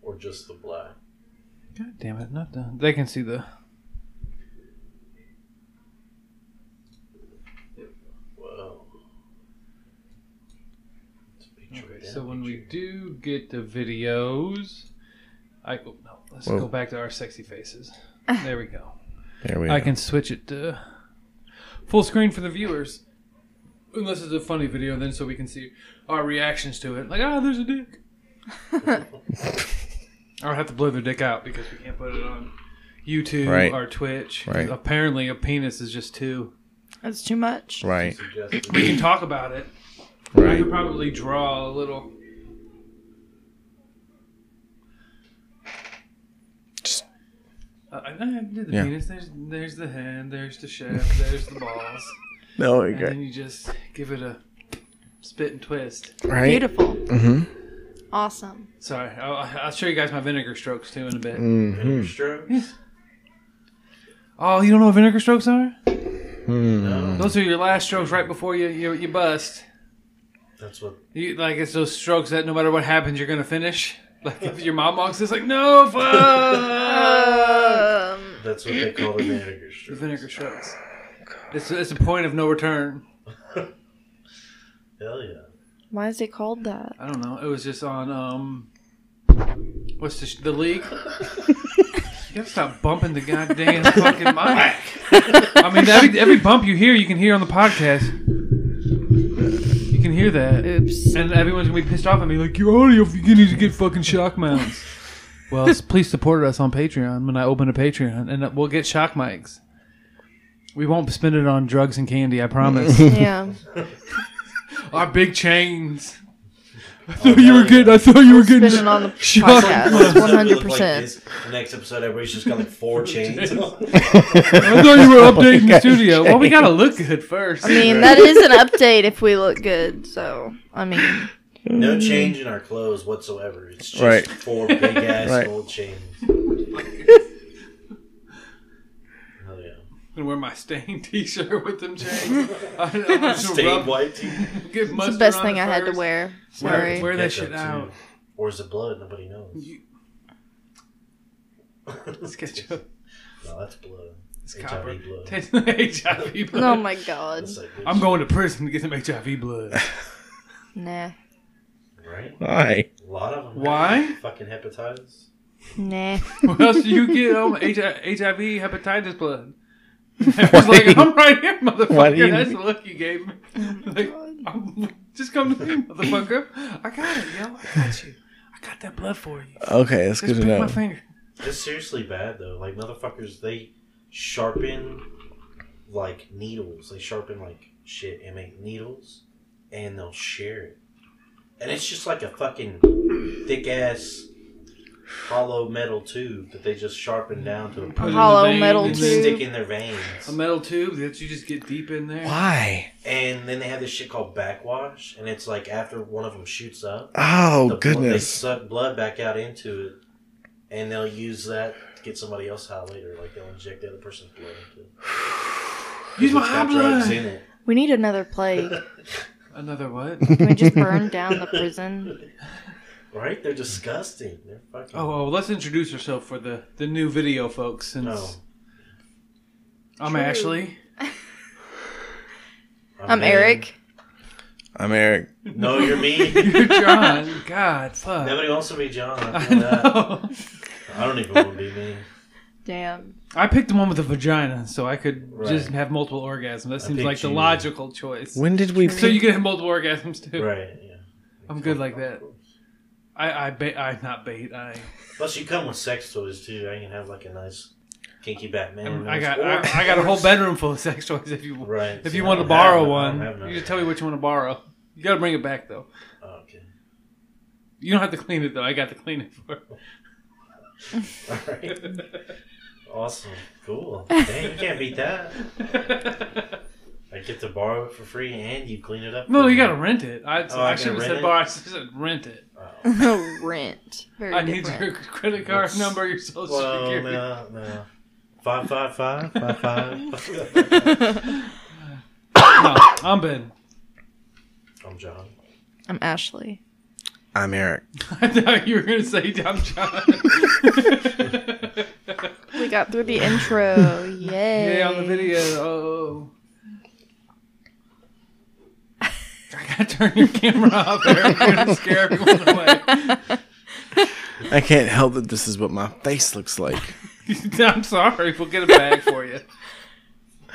E: Or just the black?
B: god damn it, not the they can see the
E: Whoa. It's a picture
B: Okay,
E: down
B: so when we
E: picture.
B: do get the videos, I oh, no, let's
A: Whoa.
B: go back to our sexy faces. There we go.
A: There we
B: I
A: go.
B: can switch it to full screen for the viewers. Unless it's a funny video, then so we can see our reactions to it. Like, ah, there's a
A: [LAUGHS]
B: dick. I would have to blow their dick out because we can't put it on YouTube
A: Right.
B: or Twitch.
A: Right.
B: Apparently, a penis is just two.
C: that's too much.
A: Right.
E: Suggested-
B: We can talk about it. I
A: Right.
B: could probably draw a little.
A: Just-
B: Uh, I, I did the
A: Yeah.
B: penis. There's, there's the hand. There's the shaft. There's the balls.
A: No.
B: And
A: Okay.
B: then you just give it a spit and twist.
A: Right.
C: Beautiful.
A: Mhm.
C: Awesome.
E: Mm-hmm.
B: Sorry, I'll, I'll show you guys my vinegar strokes too in a bit.
E: Vinegar strokes?
B: Oh, you don't know what vinegar strokes are? Those are your last strokes right before you you, you bust.
E: That's what.
B: You, like it's those strokes that no matter what happens, you're gonna finish. [LAUGHS] Like if your mom walks, it's like no
C: [LAUGHS]
B: fuck.
C: Um,
E: That's what they call the vinegar
B: [LAUGHS]
E: strokes.
B: vinegar strokes. It's it's a point of no return.
E: Hell yeah.
B: [LAUGHS]
C: why is it called that?
B: I don't know. It was just on um, what's the sh- the league? you gotta stop bumping the goddamn fucking mic. I mean, every every bump you hear, you can hear on the podcast. You can hear that.
C: [LAUGHS] Oops.
B: And everyone's gonna be pissed off at me, like your audio. You need to get fucking shock mounts. well, s- please support us on Patreon when I open a Patreon, and uh, we'll get shock mics. We won't spend it on drugs and candy. I [LAUGHS] promise.
C: Yeah.
B: Our big chains. I thought [LAUGHS] you were getting. I thought you were getting.
C: Spinning on the
B: Shock. [LAUGHS]
C: podcast. One hundred percent.
E: The next episode, everybody's just got like [LAUGHS] four
B: [LAUGHS]
E: chains.
B: I thought you were updating the studio. Well, we gotta look good first.
C: I mean, that is an update if we look good. So I mean,
E: no change in our clothes whatsoever. It's just
A: Right.
E: four big ass
A: Right.
B: [LAUGHS]
E: gold chains. Hell yeah.
B: I'm gonna wear my stained [LAUGHS] T-shirt with them [LAUGHS] chains. I, I'm just gonna
E: Stained
B: rub, [LAUGHS]
E: white tee.
B: get
C: it's
B: mustard
C: the best
B: on
C: thing
B: it
C: I had to
B: first.
C: wear.
B: Wear,
C: Sorry.
B: wear that
E: Ketchup,
B: shit
E: too.
B: out.
E: Or is it blood? Nobody knows.
B: You- Let's catch up.
E: No, that's blood.
B: It's
E: HIV
B: copper.
E: blood.
B: Take the HIV blood.
C: Oh my god.
E: That's like,
B: I'm going to prison to get some HIV
A: [LAUGHS]
B: blood.
C: Nah.
E: Right?
A: Why?
E: A lot of them.
B: Why?
E: Fucking hepatitis.
B: [LAUGHS]
C: Nah.
B: What else do you get? Um, HIV, hepatitis
A: [LAUGHS]
B: blood. I was like, I'm right here,
A: Why do you-
B: motherfucker. That's the look you gave me.
C: Oh
B: Like, I'm, just come to me, motherfucker. I got it, yo. I got you. I got that blood for you.
A: Okay, that's
B: Just
A: Uh, good to
B: pick my
A: know.
B: finger.
E: It's seriously bad though. Like motherfuckers, they sharpen like needles. They sharpen like shit and make needles, and they'll share it. And it's just like a fucking thick ass hollow metal tube that they just sharpen down
B: Put
E: to a
B: it in
E: point
B: the
C: Hollow
B: vein
C: metal
B: and
E: and
C: tube.
E: stick in their veins.
B: A metal tube that you just get deep in there.
A: Why?
E: And then they have this shit called backwash, and it's like after one of them shoots up,
A: Oh
E: the blood- they
A: goodness!
E: suck blood back out into it, and they'll use that to get somebody else high later. Like they'll inject the other person's blood into it.
B: Use my
E: It's
B: high
E: got drugs
B: blood.
E: in it.
C: We need
B: [LAUGHS]
C: another plague.
B: Another
E: [LAUGHS]
B: what?
C: Can we just burn down
B: [LAUGHS]
C: the prison?
E: Right? They're disgusting. They're fucking.
B: Oh, oh, let's introduce ourselves for the, the new video, folks. Since
E: no.
B: I'm
C: True.
B: Ashley. [LAUGHS] Oh,
C: I'm
E: me.
C: Eric.
A: I'm Eric.
E: No,
B: [LAUGHS]
E: you're me.
B: You're John. God, fuck.
E: Nobody wants to be John. I,
B: I [LAUGHS]
E: feel that.
B: know.
E: I don't even want to be me.
C: Damn. [LAUGHS]
B: I picked the one with the vagina, so I could
E: Right.
B: just have multiple orgasms. That seems
E: picked
B: like the
E: you.
B: logical choice.
A: When did we?
B: So you can have multiple orgasms too.
E: Right? Yeah.
B: I'm good like that. I I bait I not bait I
E: Plus, you come with sex toys too. I can have like a nice kinky Batman.
B: Um, I got I, I got a whole bedroom full of sex toys if you
E: Right.
B: if
E: see,
B: you
E: I
B: want to
E: don't have
B: borrow
E: none. I
B: one.
E: don't have none.
B: You just tell me what you want to borrow. You gotta bring it back though.
E: Oh, okay.
B: You don't have to clean it though. I got to clean it for.
E: All right. [LAUGHS] Awesome.
B: [LAUGHS]
E: Cool. Dang, you can't beat that. I get to borrow it for free and you clean it up.
B: No,
E: for
B: you
E: me.
B: gotta rent it. I,
E: Oh,
B: I,
E: I
B: should have
E: can rent
B: said
E: it?
B: borrow. I said rent it.
E: Oh.
C: Rent. Very
B: I need
C: different.
B: your credit card
E: What's-
B: number, your social [LAUGHS]
E: Well,
B: security.
E: no, no. Five, five, five, five, five. [LAUGHS]
B: No, I'm Ben. [LAUGHS]
E: I'm John.
C: I'm Ashley.
A: I'm Eric. [LAUGHS]
B: I thought you were gonna say I'm John. [LAUGHS]
C: We got through the intro. Yay.
B: Yay, on the video.
C: [LAUGHS]
B: Oh. I gotta turn your camera off there. You're gonna scare everyone away.
A: I can't help that this is what my face looks like.
B: [LAUGHS] I'm sorry. We'll get a bag for you.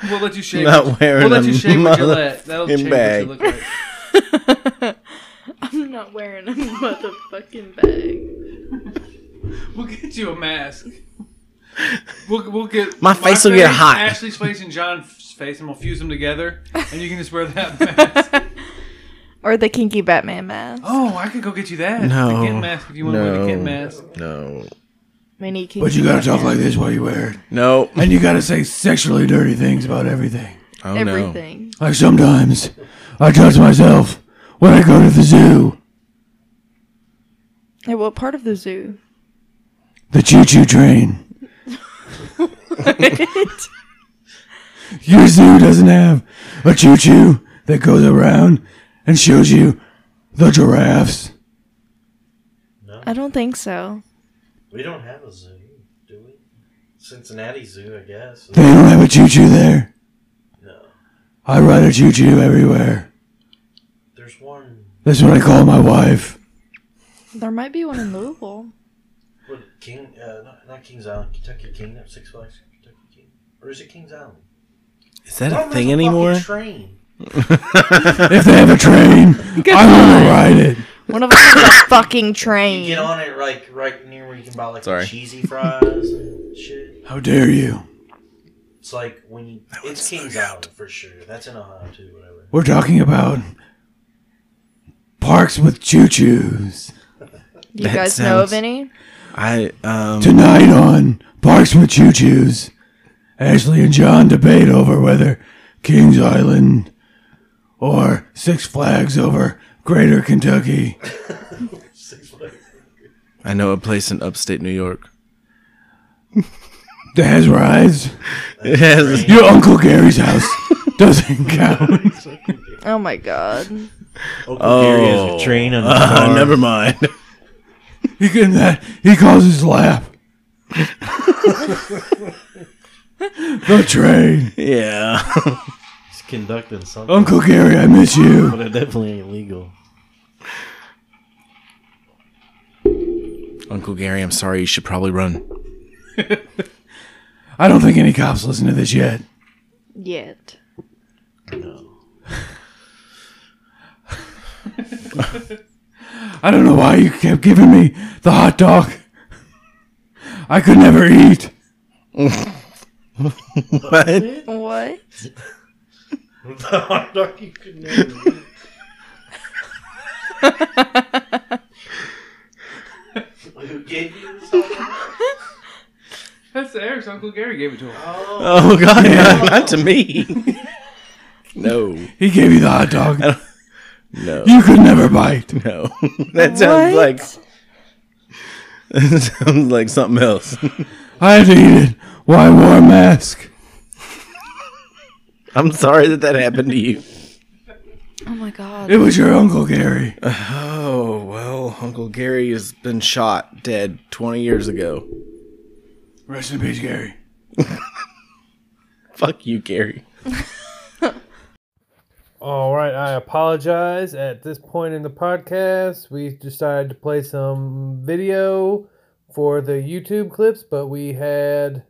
B: We'll let you shave.
A: Not
B: with-
A: wearing
B: we'll let
A: a
B: you shave with Gillette. That'll change
A: bag.
B: what you look like.
C: [LAUGHS] I'm not wearing a motherfucking bag.
B: We'll get you a mask. We'll, we'll get
A: My face will get hot.
B: Ashley's face and John's face, and we'll fuse them together, and you can just wear
A: [LAUGHS]
B: that mask.
C: Or the kinky Batman mask.
B: Oh, I could go get you that.
A: No.
B: The kid mask if you want to wear the kid mask.
A: No.
C: We need kinky
G: But you gotta talk
C: Batman.
G: like this while you wear it.
A: No.
G: And you gotta say sexually dirty things about everything.
A: Oh no.
G: [LAUGHS]
C: Everything.
G: Like sometimes I touch myself when I go to the zoo.
C: At what part of the zoo? [LAUGHS]
G: The choo choo train. Your zoo doesn't have a choo choo that goes around and shows you the giraffes.
C: I don't think so.
E: We don't have a zoo, do we? Cincinnati Zoo, I guess.
G: They don't have a choo choo there.
E: No.
G: I ride a choo choo everywhere.
E: There's one.
G: That's what I call my wife.
C: There might be one in Louisville.
E: What, King? Uh, not, not Kings Island. Kentucky King. That's Six Flags. Kentucky King. Or is it Kings Island?
A: Is that
E: Oh,
A: a
E: there's
A: thing
E: fucking
A: anymore?
E: Train.
G: If they have a train, I want to ride it.
C: One of us is a fucking
E: You get
C: train.
E: on it like right near where you can buy like
A: Sorry.
E: cheesy fries and shit.
G: How dare you?
E: It's like when you. It's Kings Island for sure. That's in Ohio too. Whatever.
G: We're talking about parks with choo choos.
C: Do you
A: That
C: guys know of
A: sounds-
C: any?
A: I um
G: Tonight on Parks with Choo Choos, Ashley and John debate over whether Kings Island or Six Flags over Greater Kentucky.
A: I know a place in upstate New York. [LAUGHS]
G: That has rides.
A: It has
G: Your Uncle Gary's house doesn't count.
C: Oh my god.
A: oh,
E: train [LAUGHS] on
A: Uh, never mind. [LAUGHS]
G: He can that he calls his lap. the train.
A: yeah.
E: It's conducting something,
G: Uncle Gary, I miss you.
E: but it definitely ain't legal.
A: Uncle Gary, I'm sorry. You should probably [LAUGHS] run.
G: I don't think any cops listen to this yet.
C: Yet.
E: [LAUGHS]
G: I don't know why you kept giving me the hot dog. I could never eat.
C: What?
E: The hot dog you could never eat. [LAUGHS] Who gave you this hot dog?
B: That's Eric's Uncle Gary gave it to him.
A: Oh [LAUGHS] God, not to me. [LAUGHS] no,
G: He gave you the hot dog.
A: no,
G: You could never bite.
A: [LAUGHS] no. [LAUGHS] that sounds like [LAUGHS] that sounds like something else. [LAUGHS]
G: I had to eat it. Why wear a mask?
A: I'm sorry that that happened to you.
C: Oh my god.
G: It was your Uncle Gary.
A: Oh well, Uncle Gary has been shot dead 20 years ago.
G: Rest in peace, Gary.
A: Fuck you, Gary.
B: All right, I apologize. At this point in the podcast, we decided to play some video for the YouTube clips, but we had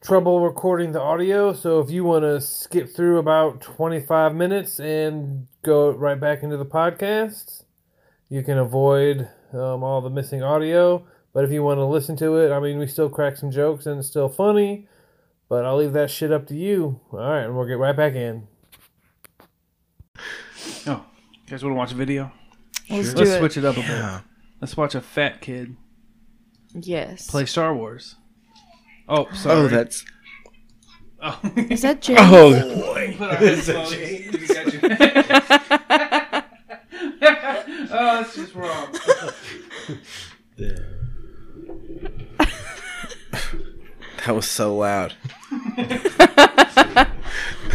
B: trouble recording the audio. So if you want to skip through about 25 minutes and go right back into the podcast, you can avoid um, all the missing audio. But if you want to listen to it, I mean, we still crack some jokes and it's still funny. But I'll leave that shit up to you. All right, and we'll get right back in. Oh, you guys want to watch a video?
C: Let's do
B: Let's
C: it.
B: switch it up a bit. Let's watch a fat kid
C: Yes.
B: play Star Wars. Oh, sorry. [LAUGHS]
A: Oh, that's
C: Is that James? [LAUGHS]
A: oh.
B: [LAUGHS] oh, that's just wrong.
A: That was so loud.
C: [LAUGHS]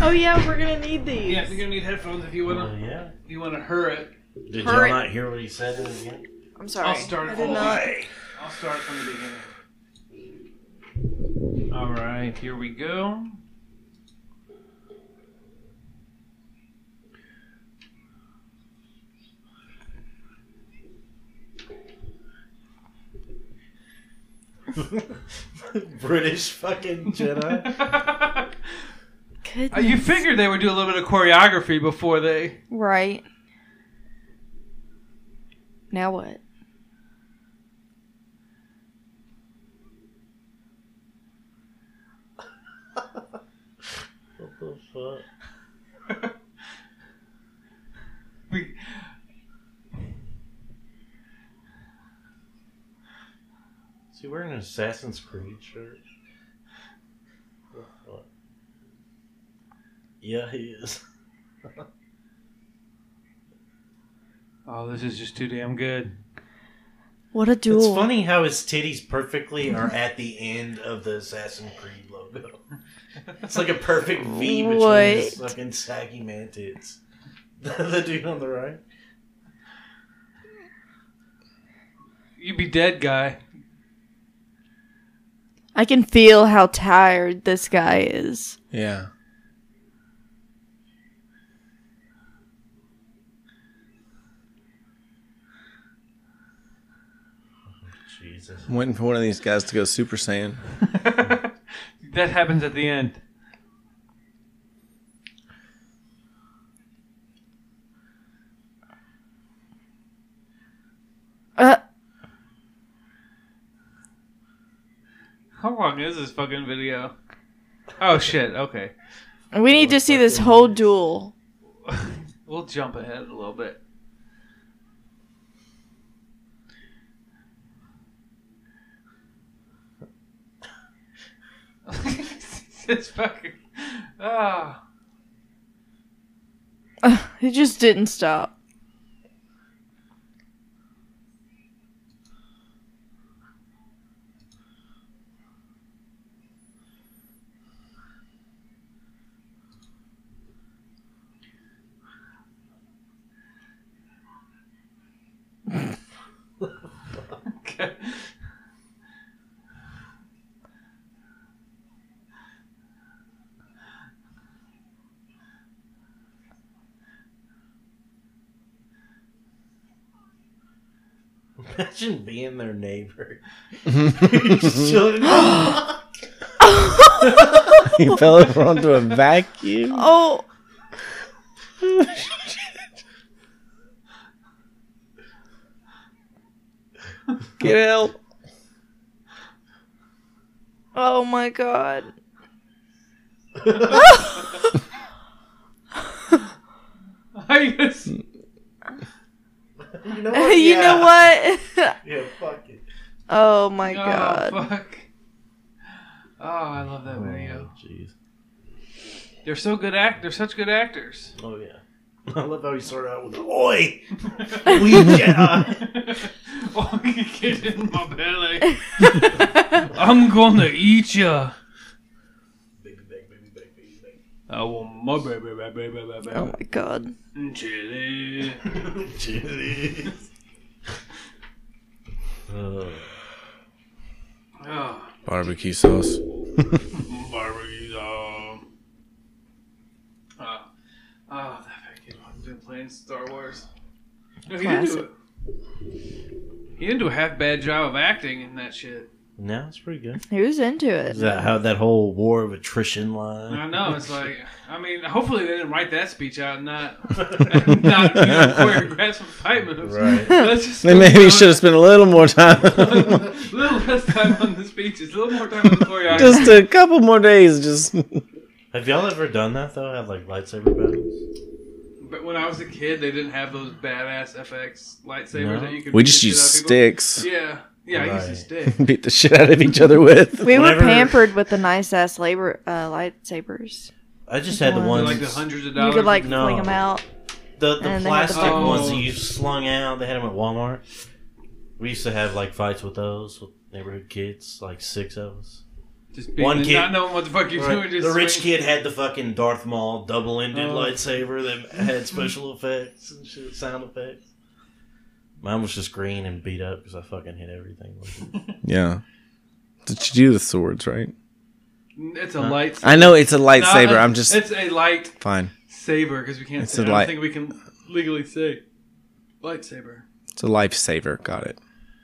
C: Oh yeah, we're gonna need these.
B: Yeah, you're gonna need headphones if you wanna.
E: Yeah.
B: If you wanna hurry it.
E: Did
C: Hurry.
E: y'all not hear what he said in the beginning?
C: I'm sorry.
B: I'll start
C: I
B: it
C: did
B: from
C: not.
B: the I'll start from the beginning. All right, here we go.
E: [LAUGHS]
B: [LAUGHS]
E: British fucking Jedi.
B: Uh, You figured they would do a little bit of choreography before they.
C: Right. Now what?
E: what the fuck?
B: We...
E: Is he wearing an Assassin's Creed shirt? What the fuck? Yeah, he is.
B: Oh, this is just too damn good.
C: What a
E: It's
C: duel.
E: funny how his titties perfectly are at the end of the Assassin's Creed logo. It's like a perfect V between his
C: What?
E: fucking saggy man tits. [LAUGHS] the dude on the right.
B: You be dead, guy.
C: I can feel how tired this guy is.
A: Yeah.
E: Jesus. [LAUGHS]
A: I'm waiting for one of these guys to go Super [LAUGHS] Saiyan.
B: That happens at the end.
C: Uh,
B: How long is this fucking video? Oh shit, okay.
C: we need to see this whole duel.
B: We'll jump ahead a little bit. [LAUGHS] it's fucking. Ah.
C: He just didn't stop.
B: Okay.
E: Imagine being
C: [LAUGHS]
E: their neighbor. You're
C: [GASPS]
E: just chilling. I
A: He fell over onto a vacuum.
C: Oh,
A: Get out.
C: oh my god.
E: [LAUGHS]
B: I guess. oh,
C: you know what?
E: [LAUGHS] Yeah, fuck it.
C: oh my
B: oh,
C: god.
B: fuck. Oh, I love that video.
E: Oh, jeez.
B: They're so good act. They're such good actors.
E: Oh yeah. I love how he started out with "Oi, [LAUGHS] we Jedi."
B: oh, get in my belly. [LAUGHS] I'm gonna eat ya.
E: Baby, baby, baby, baby, baby.
B: I want my baby, baby, baby, baby.
C: Oh my god.
B: Chili.
E: [LAUGHS] Jeez. Uh,
B: Oh,
A: Barbecue sauce.
B: barbecue sauce. Oh, oh, that fucking one's been playing Star Wars. No, he, didn't do a, he didn't do a half bad job of acting in that shit.
E: no, it's pretty good.
C: He was into it.
E: Is that how that whole war of attrition line?
B: I know it's like, I mean, hopefully they didn't write that speech out, and not [LAUGHS] not you
A: [LAUGHS]
B: know, choreograph some fight moves.
E: Right.
B: Let's just
A: They maybe should have spent a little
B: [LAUGHS]
A: more time.
B: a little less time on the speeches, a little more time on
C: [LAUGHS]
B: the choreography.
A: just a couple more days. Just
E: [LAUGHS] Have y'all ever done that though? Had like lightsaber battles?
B: But when I was a kid, they didn't have those badass FX lightsabers
E: No.
B: that you could.
A: we
B: beat the
A: just
B: shit
A: use
B: out of people.
A: sticks.
B: Yeah, yeah, I used
E: Right.
B: a stick.
A: and [LAUGHS] Beat the shit out of each other with.
C: We
E: Whenever-
C: were pampered with the nice ass labor uh, lightsabers.
E: I just had
A: [LAUGHS]
E: the
C: One.
B: like
E: ones
B: the hundreds of
C: You
B: dollars.
C: could like
E: No.
C: fling them out.
E: the, the
C: and they had the
E: plastic
B: big
E: ones that
B: ones.
E: you slung out. They had them at Walmart. We used to have like fights with those with neighborhood kids, like six of us.
B: just being
E: one
B: the-
E: kid-
B: not knowing what the fuck you're doing. Just
E: The rich
B: swing.
E: kid had the fucking Darth Maul double-ended
B: Oh.
E: lightsaber that
B: [LAUGHS]
E: had special effects and shit, sound effects. Mine was just green and beat up because I fucking hit everything. with it.
A: Yeah. Did you do the swords right?
B: It's a light.
A: I know it's a
B: No,
A: lightsaber.
B: it's-
A: I'm just
B: It's a light
A: fine.
B: saber because we can't.
A: It's
B: Say, I
A: a
B: don't
A: light-
B: think we can legally say lightsaber.
A: It's a lifesaver. Got it.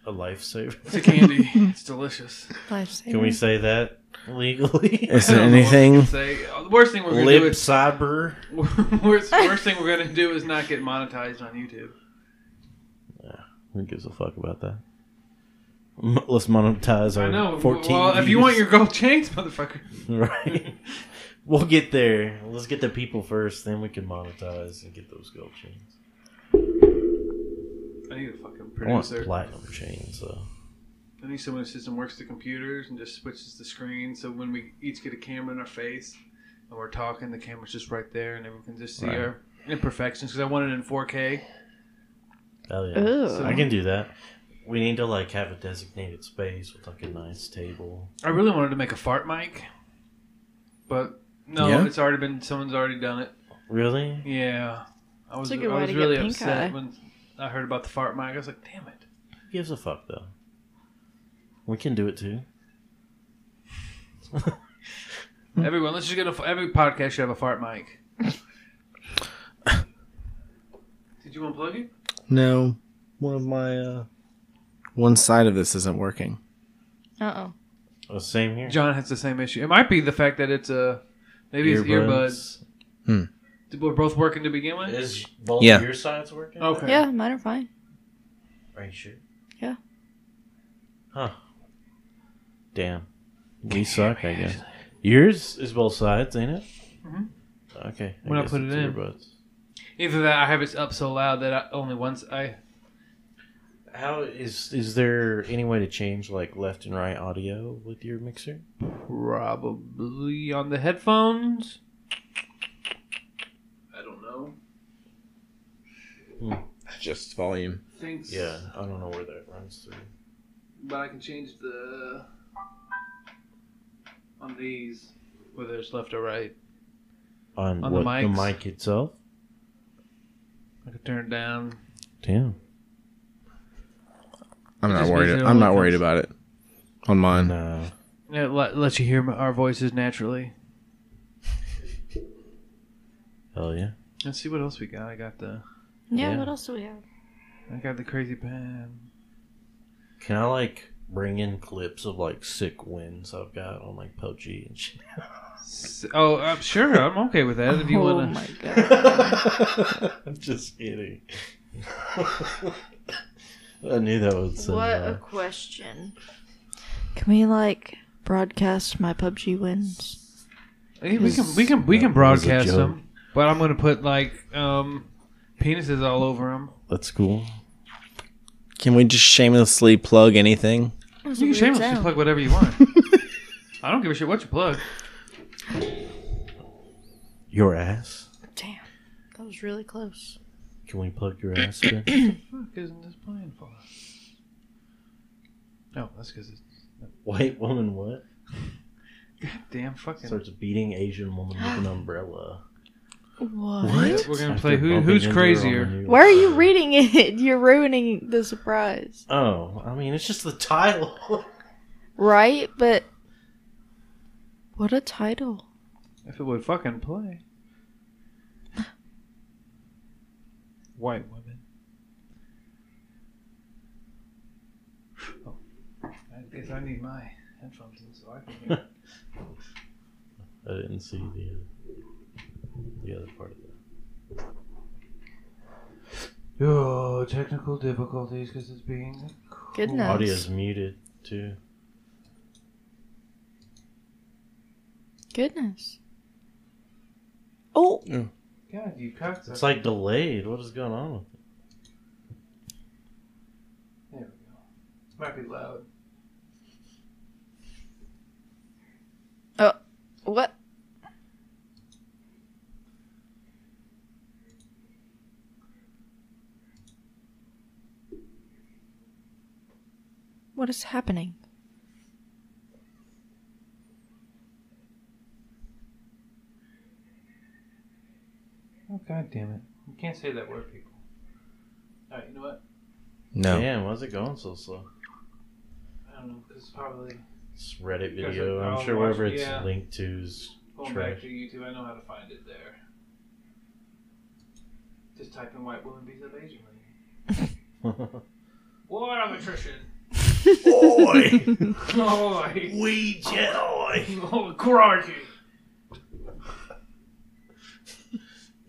E: A lifesaver. [LAUGHS]
B: It's a
A: [LAUGHS]
B: candy. it's delicious.
C: Lifesaver.
E: Can we say that
C: [LAUGHS]
E: legally?
A: Is
B: I
A: there
B: don't know what we
A: anything?
B: can say. Uh, The worst thing we're gonna
E: Lip
B: do is
E: cyber.
B: worst, worst thing we're gonna do is not get monetized on YouTube.
E: Who gives a fuck about that? M- let's monetize our
B: I know.
E: 14
B: well, if you want
E: views.
B: your gold chains, [LAUGHS] motherfucker.
E: [LAUGHS] right, we'll get there. Let's get the people first, then we can monetize and get those gold chains.
B: I need a fucking
E: I want
B: producer.
E: platinum chains though.
B: I need someone who sits and works the computers and just switches the screen so when we each get a camera in our face and we're talking, the camera's just right there and everyone can just see
E: Right.
B: our imperfections because I want it in 4K.
E: Hell yeah,
C: Ooh.
E: I can do that. We need to like have a designated space with like a nice table.
B: I really wanted to make a fart mic, but no,
A: Yeah?
B: it's already been someone's already done it.
E: Really?
B: Yeah, I was
C: a
B: I
C: good way
B: was
C: to get
B: really
C: pink
B: upset
C: eye.
B: when I heard about the fart mic. I was like, damn it.
E: Who gives a fuck though? We can do it too.
B: Everyone, let's just get a every podcast should have a fart mic. [LAUGHS] Did you unplug it?
A: No, one of my uh, one side of this isn't working.
C: Uh oh.
E: Oh, same here.
B: John has the same issue. It might be the fact that it's a maybe it's earbuds. We're both working to begin with.
E: Is both
A: Yeah.
E: your sides working?
B: Okay.
C: Yeah, mine are fine.
E: Are you sure?
C: Yeah.
E: Huh. Damn. We suck, I guess. Yours is both sides, ain't it? Mm-hmm. Okay.
B: When I
E: guess
B: put
E: it's
B: it in.
E: earbuds.
B: Either that, I have it up so loud that I, only once I.
E: How is is there any way to change like left and right audio with your mixer?
B: Probably on the headphones. I don't know.
A: Just volume.
B: Thanks.
E: I don't know where that runs through.
B: But I can change the on these whether it's left or right.
E: On,
B: On the
E: what, the,
B: mics.
E: mic itself?
B: I can turn it down.
E: Damn.
A: I'm not
B: just
A: worried.
B: means it
A: I'm
B: only
A: not worried
B: comes-
A: about it. On mine,
E: No.
B: It let, lets you hear our voices naturally.
E: Hell yeah.
B: Let's see what else we got. I got the
C: Yeah,
E: Yeah.
C: what else do we have?
B: I got the crazy pan.
E: Can I like bring in clips of like sick wins I've got on like PUBG and shit?
B: S- Oh, I'm sure. I'm okay with that. If you
C: [LAUGHS] oh
B: wanna,
C: my god.
E: [LAUGHS] I'm just kidding. I knew that uh, was
C: what
B: uh,
C: a question. Can we like broadcast my PUBG wins?
B: Hey, we can we can we can
E: That was a
B: broadcast
E: joke.
B: them, but I'm gonna put like um penises all over them.
E: that's cool.
A: can we just shamelessly plug anything?
B: You can shamelessly plug whatever you
C: [LAUGHS]
B: want. I don't give a shit what you plug.
E: Your ass?
C: Damn. That was really close.
E: Can we plug your ass
B: [CLEARS THROAT]
E: in?
B: Fuck isn't this playing for? No, that's because it's
E: White woman what?
B: damn fucking.
E: Starts beating Asian woman with an umbrella.
C: What?
B: Yep, We're gonna play who, who's crazier.
C: Why are you reading it? [LAUGHS] You're ruining the surprise.
E: Oh, I mean, it's just the title. [LAUGHS]
C: Right? But what a title.
B: If it would fucking play. White women. Oh, I guess I need my headphones in so I can
E: [LAUGHS]
B: hear.
E: I didn't see the the other part of that.
B: Oh, technical difficulties because it's being.
C: Goodness.
E: Audio's muted too.
C: Goodness. Oh,
B: God, you cocked
E: It's like delayed. What is going on?
B: There we go. Might be loud.
C: Uh, what? What is happening?
B: Oh, god damn it. You can't say that word, people. Alright, you know what?
A: No.
E: Damn, why's it going so slow?
B: I don't know, because it's probably
E: It's Reddit
B: Because
E: video.
B: it-
E: I'm
B: oh,
E: sure wherever
B: watch-
E: it's
B: yeah.
E: linked to is
B: going
E: trash.
B: back to YouTube. I know how to find it there. Just type in white woman beats up Asian lady.
E: [LAUGHS]
B: War of attrition.
E: Boy,
B: Boy.
E: we Jedi.
B: Oh, crikey.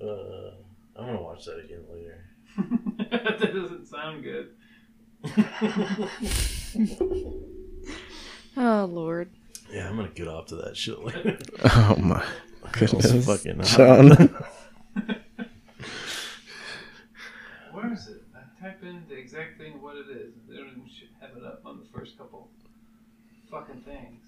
E: Uh, I'm gonna watch that again later.
B: [LAUGHS] that doesn't sound good.
C: Oh, Lord.
E: Yeah, I'm gonna get off to that shit later.
A: Oh my goodness,
E: fucking-
A: John.
B: Where is it? I type in the exact thing what it is. They don't even should have it up on the first couple fucking things.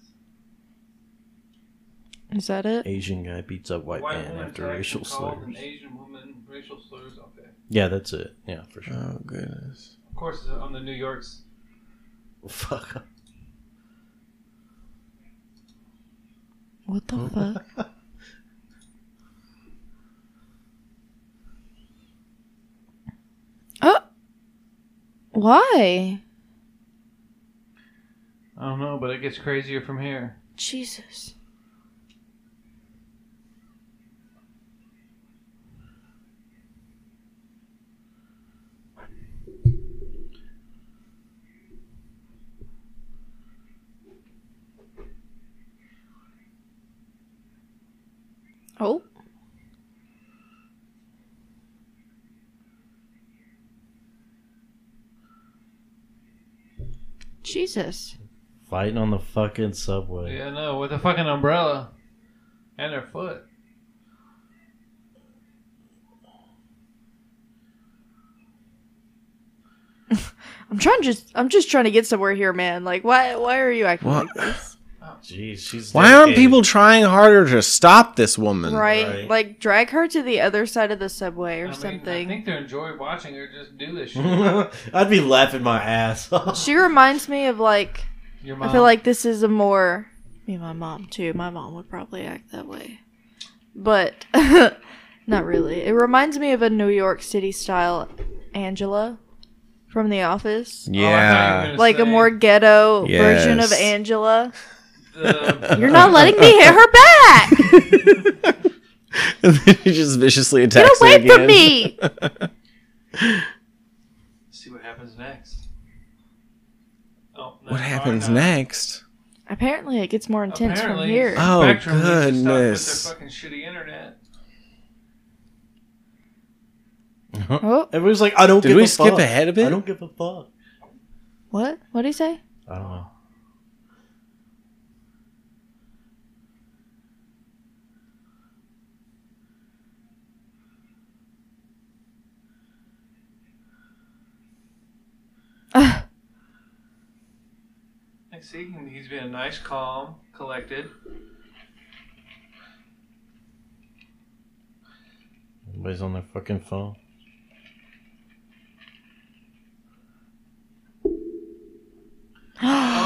C: Is that it?
E: Asian guy beats up white,
B: White
E: man
B: woman
E: after
B: tagged
E: racial
B: and called
E: slurs.
B: An Asian woman racial slurs. Okay.
E: Yeah, that's it. Yeah, for sure.
A: Oh goodness.
B: Of course, it's on the New York's
E: Oh, Fuck.
C: What the fuck? Oh! Why?
B: I don't know, but it gets crazier from here.
C: Jesus. Oh. Jesus.
E: Fighting on the fucking subway.
B: Yeah, no, with a fucking umbrella and her foot.
C: I'm trying just I'm just trying to get somewhere here, man. Like why why are you acting
A: What?
C: like this?
E: Jeez, she's.
A: Why aren't
E: dedicated. [LAUGHS]
A: people trying harder to stop this woman?
C: Right?
E: Right.
C: Like drag her to the other side of the subway
B: I
C: or
B: mean,
C: something.
B: I think they enjoy watching her just do
A: [LAUGHS]
B: this shit.
E: I'd be laughing my ass off.
C: she reminds me of like
B: Your mom. Oh,
C: I feel like this is a more me and my mom too. My mom would probably act that way. But [LAUGHS] not really. It reminds me of a New York City style Angela from the office.
B: Oh, I thought you
A: Yeah.
B: were gonna
C: Like a
B: say
C: more ghetto version of
A: Yes.
B: [LAUGHS]
C: Angela.
B: uh,
A: Oh,
B: the-
C: You're [LAUGHS] not letting me hit her
B: [LAUGHS]
C: back.
A: [LAUGHS] she just viciously
C: Get
A: attacks her
C: away from
A: again. [LAUGHS]
C: me.
B: see what happens next. Oh, no,
A: What
B: sorry,
A: happens
B: no.
A: next?
C: Apparently, it gets more intense
B: Apparently,
C: from here.
A: Oh,
B: Spectrum needs to stop with
A: goodness.
B: their fucking shitty internet.
C: oh,
E: Everybody's like, I don't
A: Did
E: give
A: we
E: a
A: skip
E: fuck.
A: ahead a bit?
E: I don't give a fuck.
C: what? What did he say?
E: I don't know.
B: Like, see, he- he's been nice, calm, collected.
E: Everybody's on their fucking phone.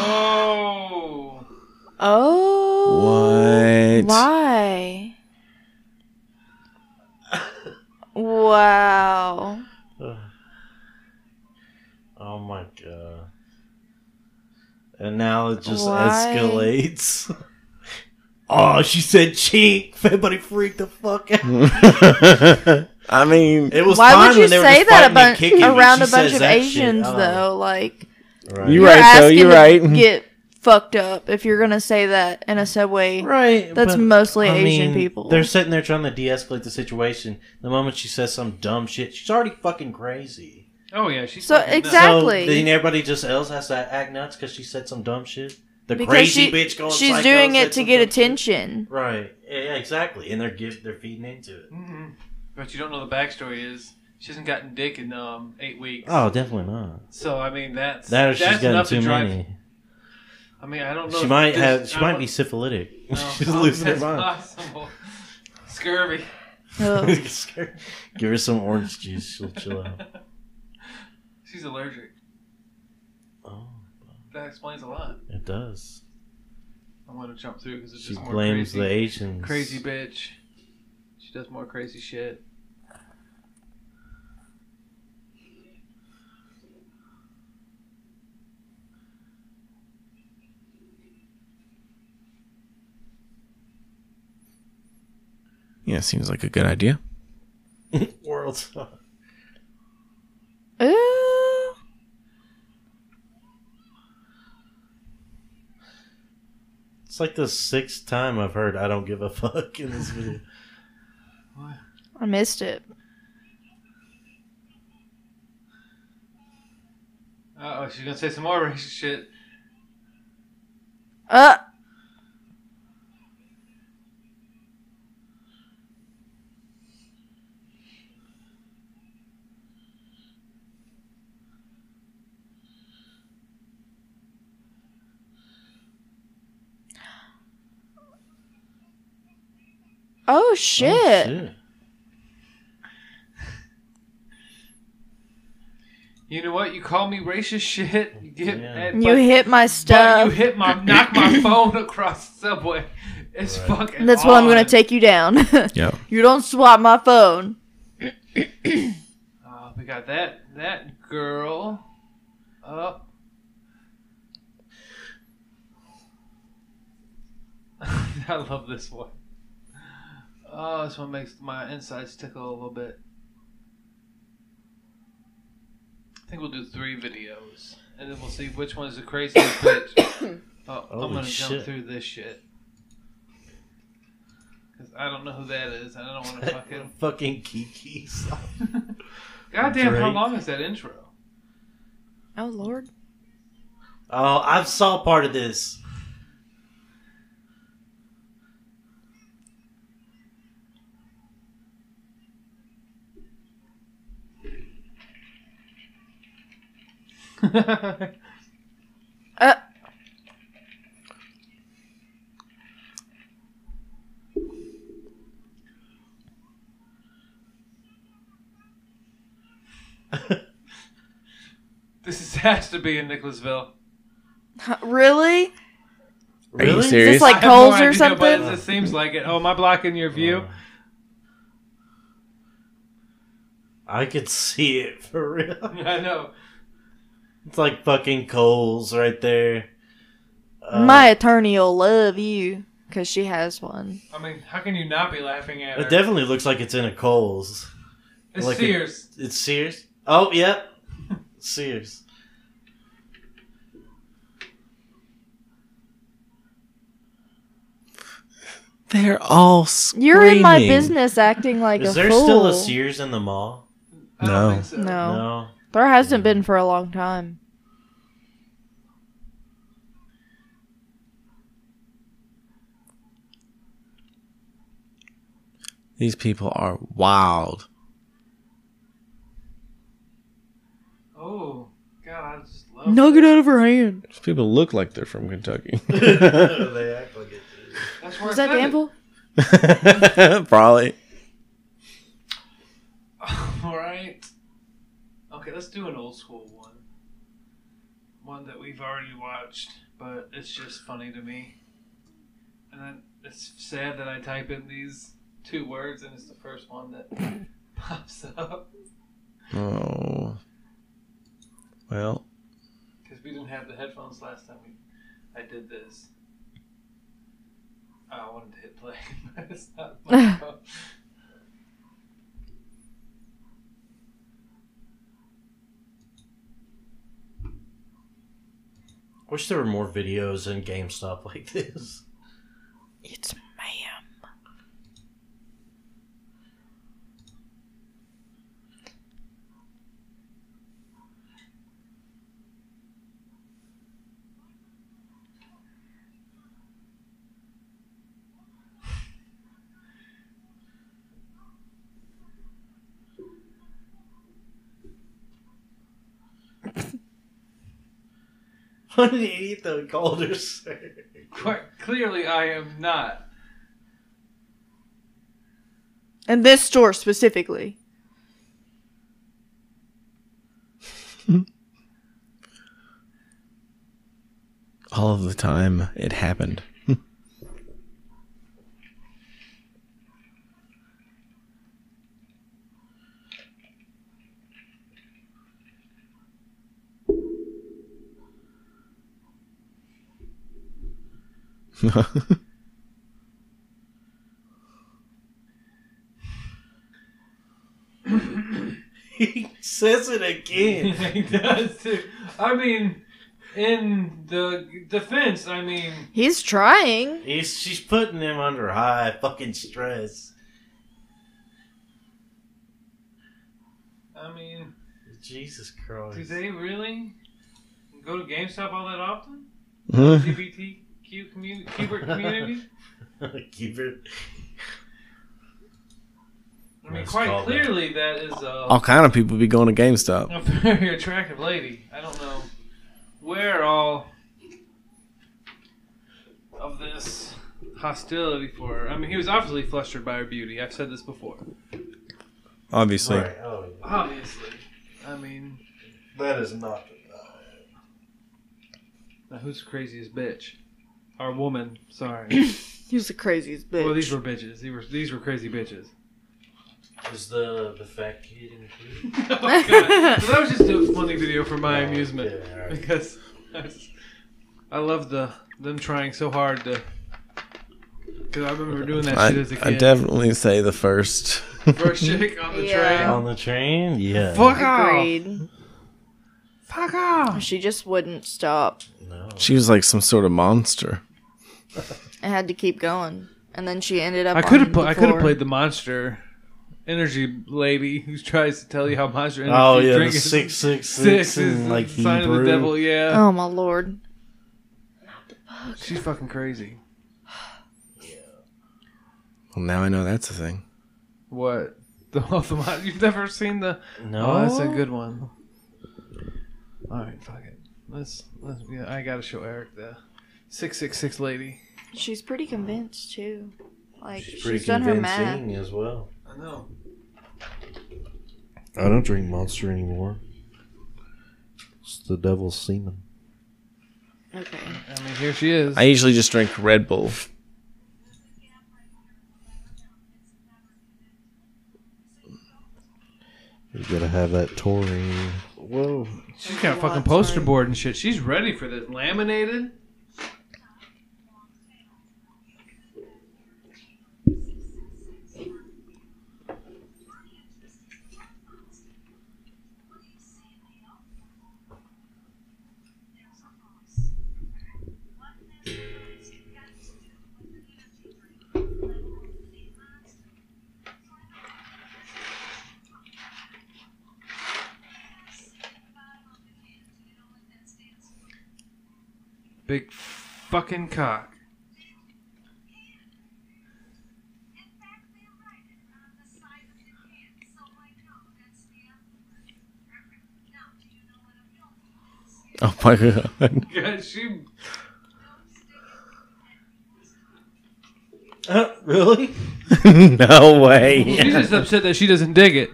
B: Oh,
C: Oh,
A: What?
C: Why? wow.
E: Oh my god. And now it just
C: Why?
E: escalates. [LAUGHS] oh, she said cheek. [LAUGHS] Everybody freaked the fuck out.
A: [LAUGHS] I mean,
E: It was
C: Why
E: fine
C: would you
E: when they were
C: say
E: just
C: that
E: fighting and
C: about
E: kicking, but
C: around
E: she
C: a bunch
E: says
C: of
E: that shit.
C: Asians
E: Oh,
C: though? Like
E: Right.
A: You're right, though.
C: asking
A: You're
C: to
A: right.
C: Get fucked up if you're gonna say that in a subway.
E: Right.
C: That's
E: but,
C: mostly Asian people.
E: They're sitting there trying to de escalate the situation. The moment she says some dumb shit, she's already fucking crazy.
B: oh yeah, she's
C: So,
B: fucking nuts.
C: exact- Exactly.
E: So then everybody just else has to act nuts because she said some dumb shit. The
C: Because
E: crazy
C: she-
E: bitch going
C: She's
E: psycho
C: doing
E: said
C: it to
E: some
C: get
E: dumb shit.
C: attention.
E: Right. Yeah, yeah, exactly. And they're give, they're feeding into it.
B: Mm-mm. But you don't know the backstory is she hasn't gotten dick in um eight weeks.
E: Oh, definitely not.
B: So I mean that's
E: That or
B: that's
E: she's gotten
B: enough
E: too
B: to drive.
E: many.
B: I mean I don't know.
E: She
B: if
E: might
B: this-
E: have. She
B: I
E: might
B: don't-
E: be syphilitic.
B: no,
E: [LAUGHS] she's
B: oh,
E: losing her
B: that's
E: mind.
B: Possible. Scurvy.
A: [LAUGHS]
C: Ugh.
B: [LAUGHS]
E: [LAUGHS] Give her some orange juice. She'll chill out.
B: She's allergic.
E: Oh,
B: That explains a lot.
E: it does.
B: I want to jump through because it's
E: She
B: just more
E: blames
B: crazy.
E: the Asians. [LAUGHS]
B: crazy bitch. She does more crazy shit.
A: yeah, seems like a good idea.
E: world.
C: Ooh.
E: It's like the sixth time I've heard "I don't give a fuck" in this [LAUGHS] video.
C: I missed it.
B: Uh oh, she's gonna say some more [LAUGHS] racist shit.
C: Uh. Oh shit.
E: Oh, shit.
B: You know what? You call me racist shit. You get
E: Yeah.
B: mad,
C: You
B: but-
C: hit my
B: but you
C: stuff.
B: hit my knock
E: [COUGHS]
B: my phone across the subway. It's fucking.
C: That's why I'm gonna
B: on.
C: take you down. [LAUGHS]
A: Yeah.
C: You don't swap my phone.
B: Uh, we got that that girl up. [LAUGHS] I love this one. Oh, this one makes my insides tickle a little bit. I think we'll do three videos, and then we'll see which one's the craziest [COUGHS] bitch. Oh, I'm
E: Holy
B: gonna jump
E: shit.
B: through this shit. Cause I don't know who that is, and I don't
E: [LAUGHS]
B: want to fucking.
E: Fucking Kiki. [LAUGHS] song.
B: Goddamn, how
E: Drake.
B: long is that intro?
C: Oh lord.
E: Oh, I saw part of this.
C: Uh,
B: This is, [LAUGHS] has to be in Nicholasville.
C: huh, really?
A: Are you
E: Really?
C: Is
A: serious?
C: this like
B: I have no
C: Coles or
B: idea, but
C: something?
B: it seems like it. Oh, am I blocking your view?
E: I could see it for real. [LAUGHS]
B: [LAUGHS] I know.
E: It's like fucking Coles right there. Uh,
C: my attorney will love you because she has one.
B: I mean, how can you not be laughing at
E: It
B: her?
E: definitely looks like it's in a Coles.
B: It's
E: like a-
B: Sears.
E: It's Sears.
B: [LAUGHS]
E: Oh, yep. Sears.
A: They're all screaming.
C: You're in my business acting like
E: Is
C: a
E: there
C: fool.
E: still a Sears in the mall?
B: I don't
A: No.
B: think so.
C: No.
E: No.
C: There hasn't been for a long time.
A: These people are wild.
B: Oh, God, I just love
C: Knock it out of her hand.
A: These people look like they're from Kentucky.
E: they act like it.
B: That's where
C: Was
B: I said
C: that
B: it.
C: Gamble?
A: [LAUGHS] Probably.
B: [LAUGHS] All right. Okay, let's do an old school one. One that we've already watched, but it's just funny to me. And then it's sad that I type in these two words and it's the first one that [LAUGHS] pops up
A: Oh. Well,
B: because we didn't have the headphones last time we I did this. I wanted to hit play, [LAUGHS] but it's not. my phone.
E: Wish there were more videos in GameStop like this. [LAUGHS]
C: It's ma'am.
E: What an idiot though called her sir. [LAUGHS]
B: Quite clearly, I am not. [LAUGHS]
C: And this store specifically.
A: all of the time it happened. [LAUGHS]
E: He says
B: [LAUGHS]
E: it again.
B: he does too. I mean, in the defense, I mean,
C: He's trying.
E: He's, she's putting him under high fucking stress.
B: I mean,
E: Jesus Christ.
B: do they really go to GameStop all that often?
A: Huh?
B: LGBTQ community, Qbert community.
E: [LAUGHS] Keep it.
B: I mean,
E: Let's
B: quite
E: call that.
B: clearly, that is a,
A: all kind of people be going to GameStop.
B: a very attractive lady. I don't know where all of this hostility for her. I mean, he was obviously flustered by her beauty. I've said this before.
A: Obviously.
E: Right. Oh, yeah.
B: Obviously. I mean,
I: That is not.
B: Now, who's the craziest bitch? Our woman. [COUGHS] Sorry.
C: He's the craziest bitch.
B: well, these were bitches. These were these were crazy bitches.
E: Is the the fat kid
B: [LAUGHS] [LAUGHS]
E: included?
B: oh, God. So that was just a funny video for my amusement
E: Yeah, all right.
B: because I, was- I love the them trying so hard to. Because I remember doing that shit as a kid.
A: definitely say the first. [LAUGHS]
B: First chick on the
C: Yeah.
B: Oh.
E: On the train? Yeah.
B: train. Fuck off!
C: Agreed.
B: Fuck off!
C: She just wouldn't stop.
E: No.
A: she was like some sort of monster.
C: I had to keep going, and then she ended up.
B: I could
C: on
B: have pl-
C: the
B: I could have
C: floor.
B: played the monster energy lady who tries to tell you how monster energy
E: Oh yeah, the
B: drink is [LAUGHS]
E: six six
B: six
E: six
B: is
E: and like
B: like sign
E: Hebrew.
B: of the devil. Yeah,
C: Oh my lord! Oh.
B: she's fucking crazy.
A: Well, now I know that's a thing.
B: What? [LAUGHS] The, oh, the mon- you've never seen the?
E: No,
B: Oh, that's a good one. All right, fuck it. Let's. let's yeah, I gotta show Eric the six six six lady.
C: She's pretty convinced too. Like
E: She's
C: she's,
E: pretty
C: done her math.
E: convincing as well.
B: I know.
E: I don't drink Monster anymore. It's the devil's semen.
C: Okay.
B: I mean, here she is.
A: I usually just drink Red Bull.
E: You gotta have that taurine.
A: Whoa.
B: She's got a fucking poster board and shit. She's ready for this. Laminated. Big fucking cock.
A: [LAUGHS] Oh my god.
B: [LAUGHS]
A: [LAUGHS]
B: Yeah, she.
E: Uh, really? [LAUGHS]
A: no way.
B: She's just upset that she doesn't dig it.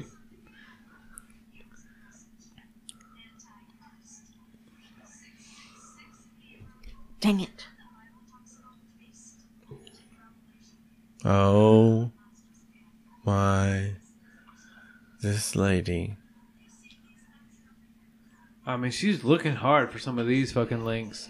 C: Dang it.
A: Oh my. This lady.
B: I mean, she's looking hard for some of these fucking links.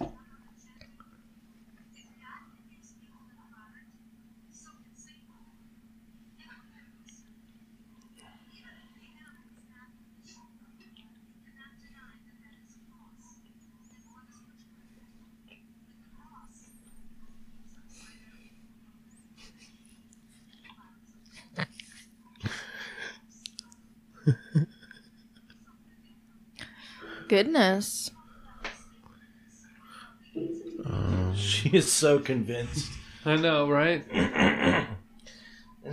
C: Goodness.
E: She is so convinced,
B: I know, right?
E: and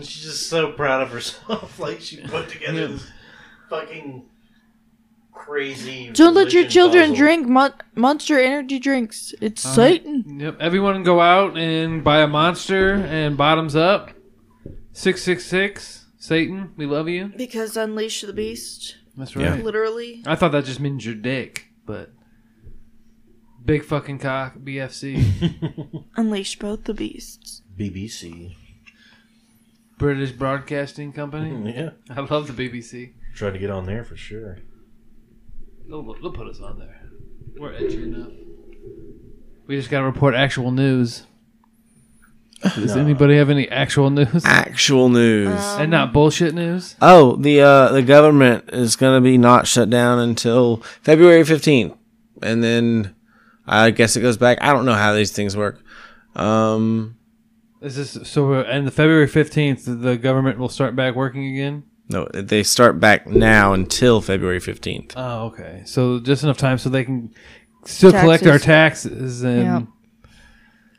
E: she's just so proud of herself. [LAUGHS] Like she put together this fucking crazy.
C: Don't let your
E: religion
C: children
E: puzzle.
C: drink mon- Monster Energy drinks. It's Satan.
B: Yep. Everyone go out and buy a monster and bottoms up. 666, Satan, we love you.
C: Because unleash the beast,
B: That's right.
C: literally.
B: I thought that just means your dick, but. Big fucking cock, BFC.
C: Unleash both the beasts.
E: BBC.
B: British Broadcasting Company. [LAUGHS]
E: Yeah,
B: I love the BBC.
E: try to get on there for sure.
B: They'll, they'll put us on there. We're edgy enough. We just gotta report actual [LAUGHS] news. Does anybody have any actual
A: [LAUGHS]
B: news?
A: Actual news.
B: and not bullshit news?
A: oh, the uh, the government is going to be not shut down until February 15th. And then I guess it goes back. I don't know how these things work. Um,
B: Is this so? uh, And the February fifteenth, the government will start back working again.
A: no, they start back now until February 15th.
E: Uh,
B: Oh, okay. So just enough time so they can still collect our taxes and
C: Yep.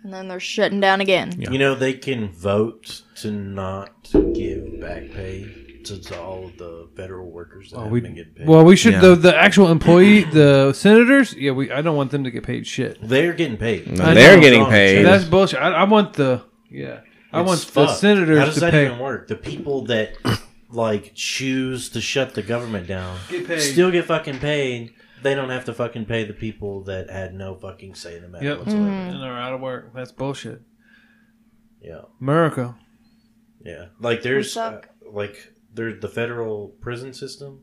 C: And then they're shutting down again.
A: Yeah.
E: You know they can vote to not give back pay to, to all of the federal workers that
B: Oh,
E: have
B: we-
E: been getting paid.
B: well, we should
A: Yeah.
B: the the actual employee, the senators. Yeah, we. I don't want them to get paid shit.
E: They're getting paid.
A: No,
B: I
A: they're
B: know.
A: getting
E: Wrong.
A: paid.
B: That's bullshit. I, I want the yeah. I
E: It's
B: want the
E: fucked. How
B: senators
E: does
B: to
E: that
B: pay.
E: even work? The people that like choose to shut the government down
B: Get paid.
E: still get fucking paid, They don't have to fucking pay the people that had no fucking say in the matter
B: Yep.
E: whatsoever.
A: Mm-hmm.
C: Mm.
B: and they're out of work. That's bullshit.
E: Yeah,
B: America.
E: yeah. Like there's
C: We
E: uh,
C: suck.
E: like there's the federal prison system.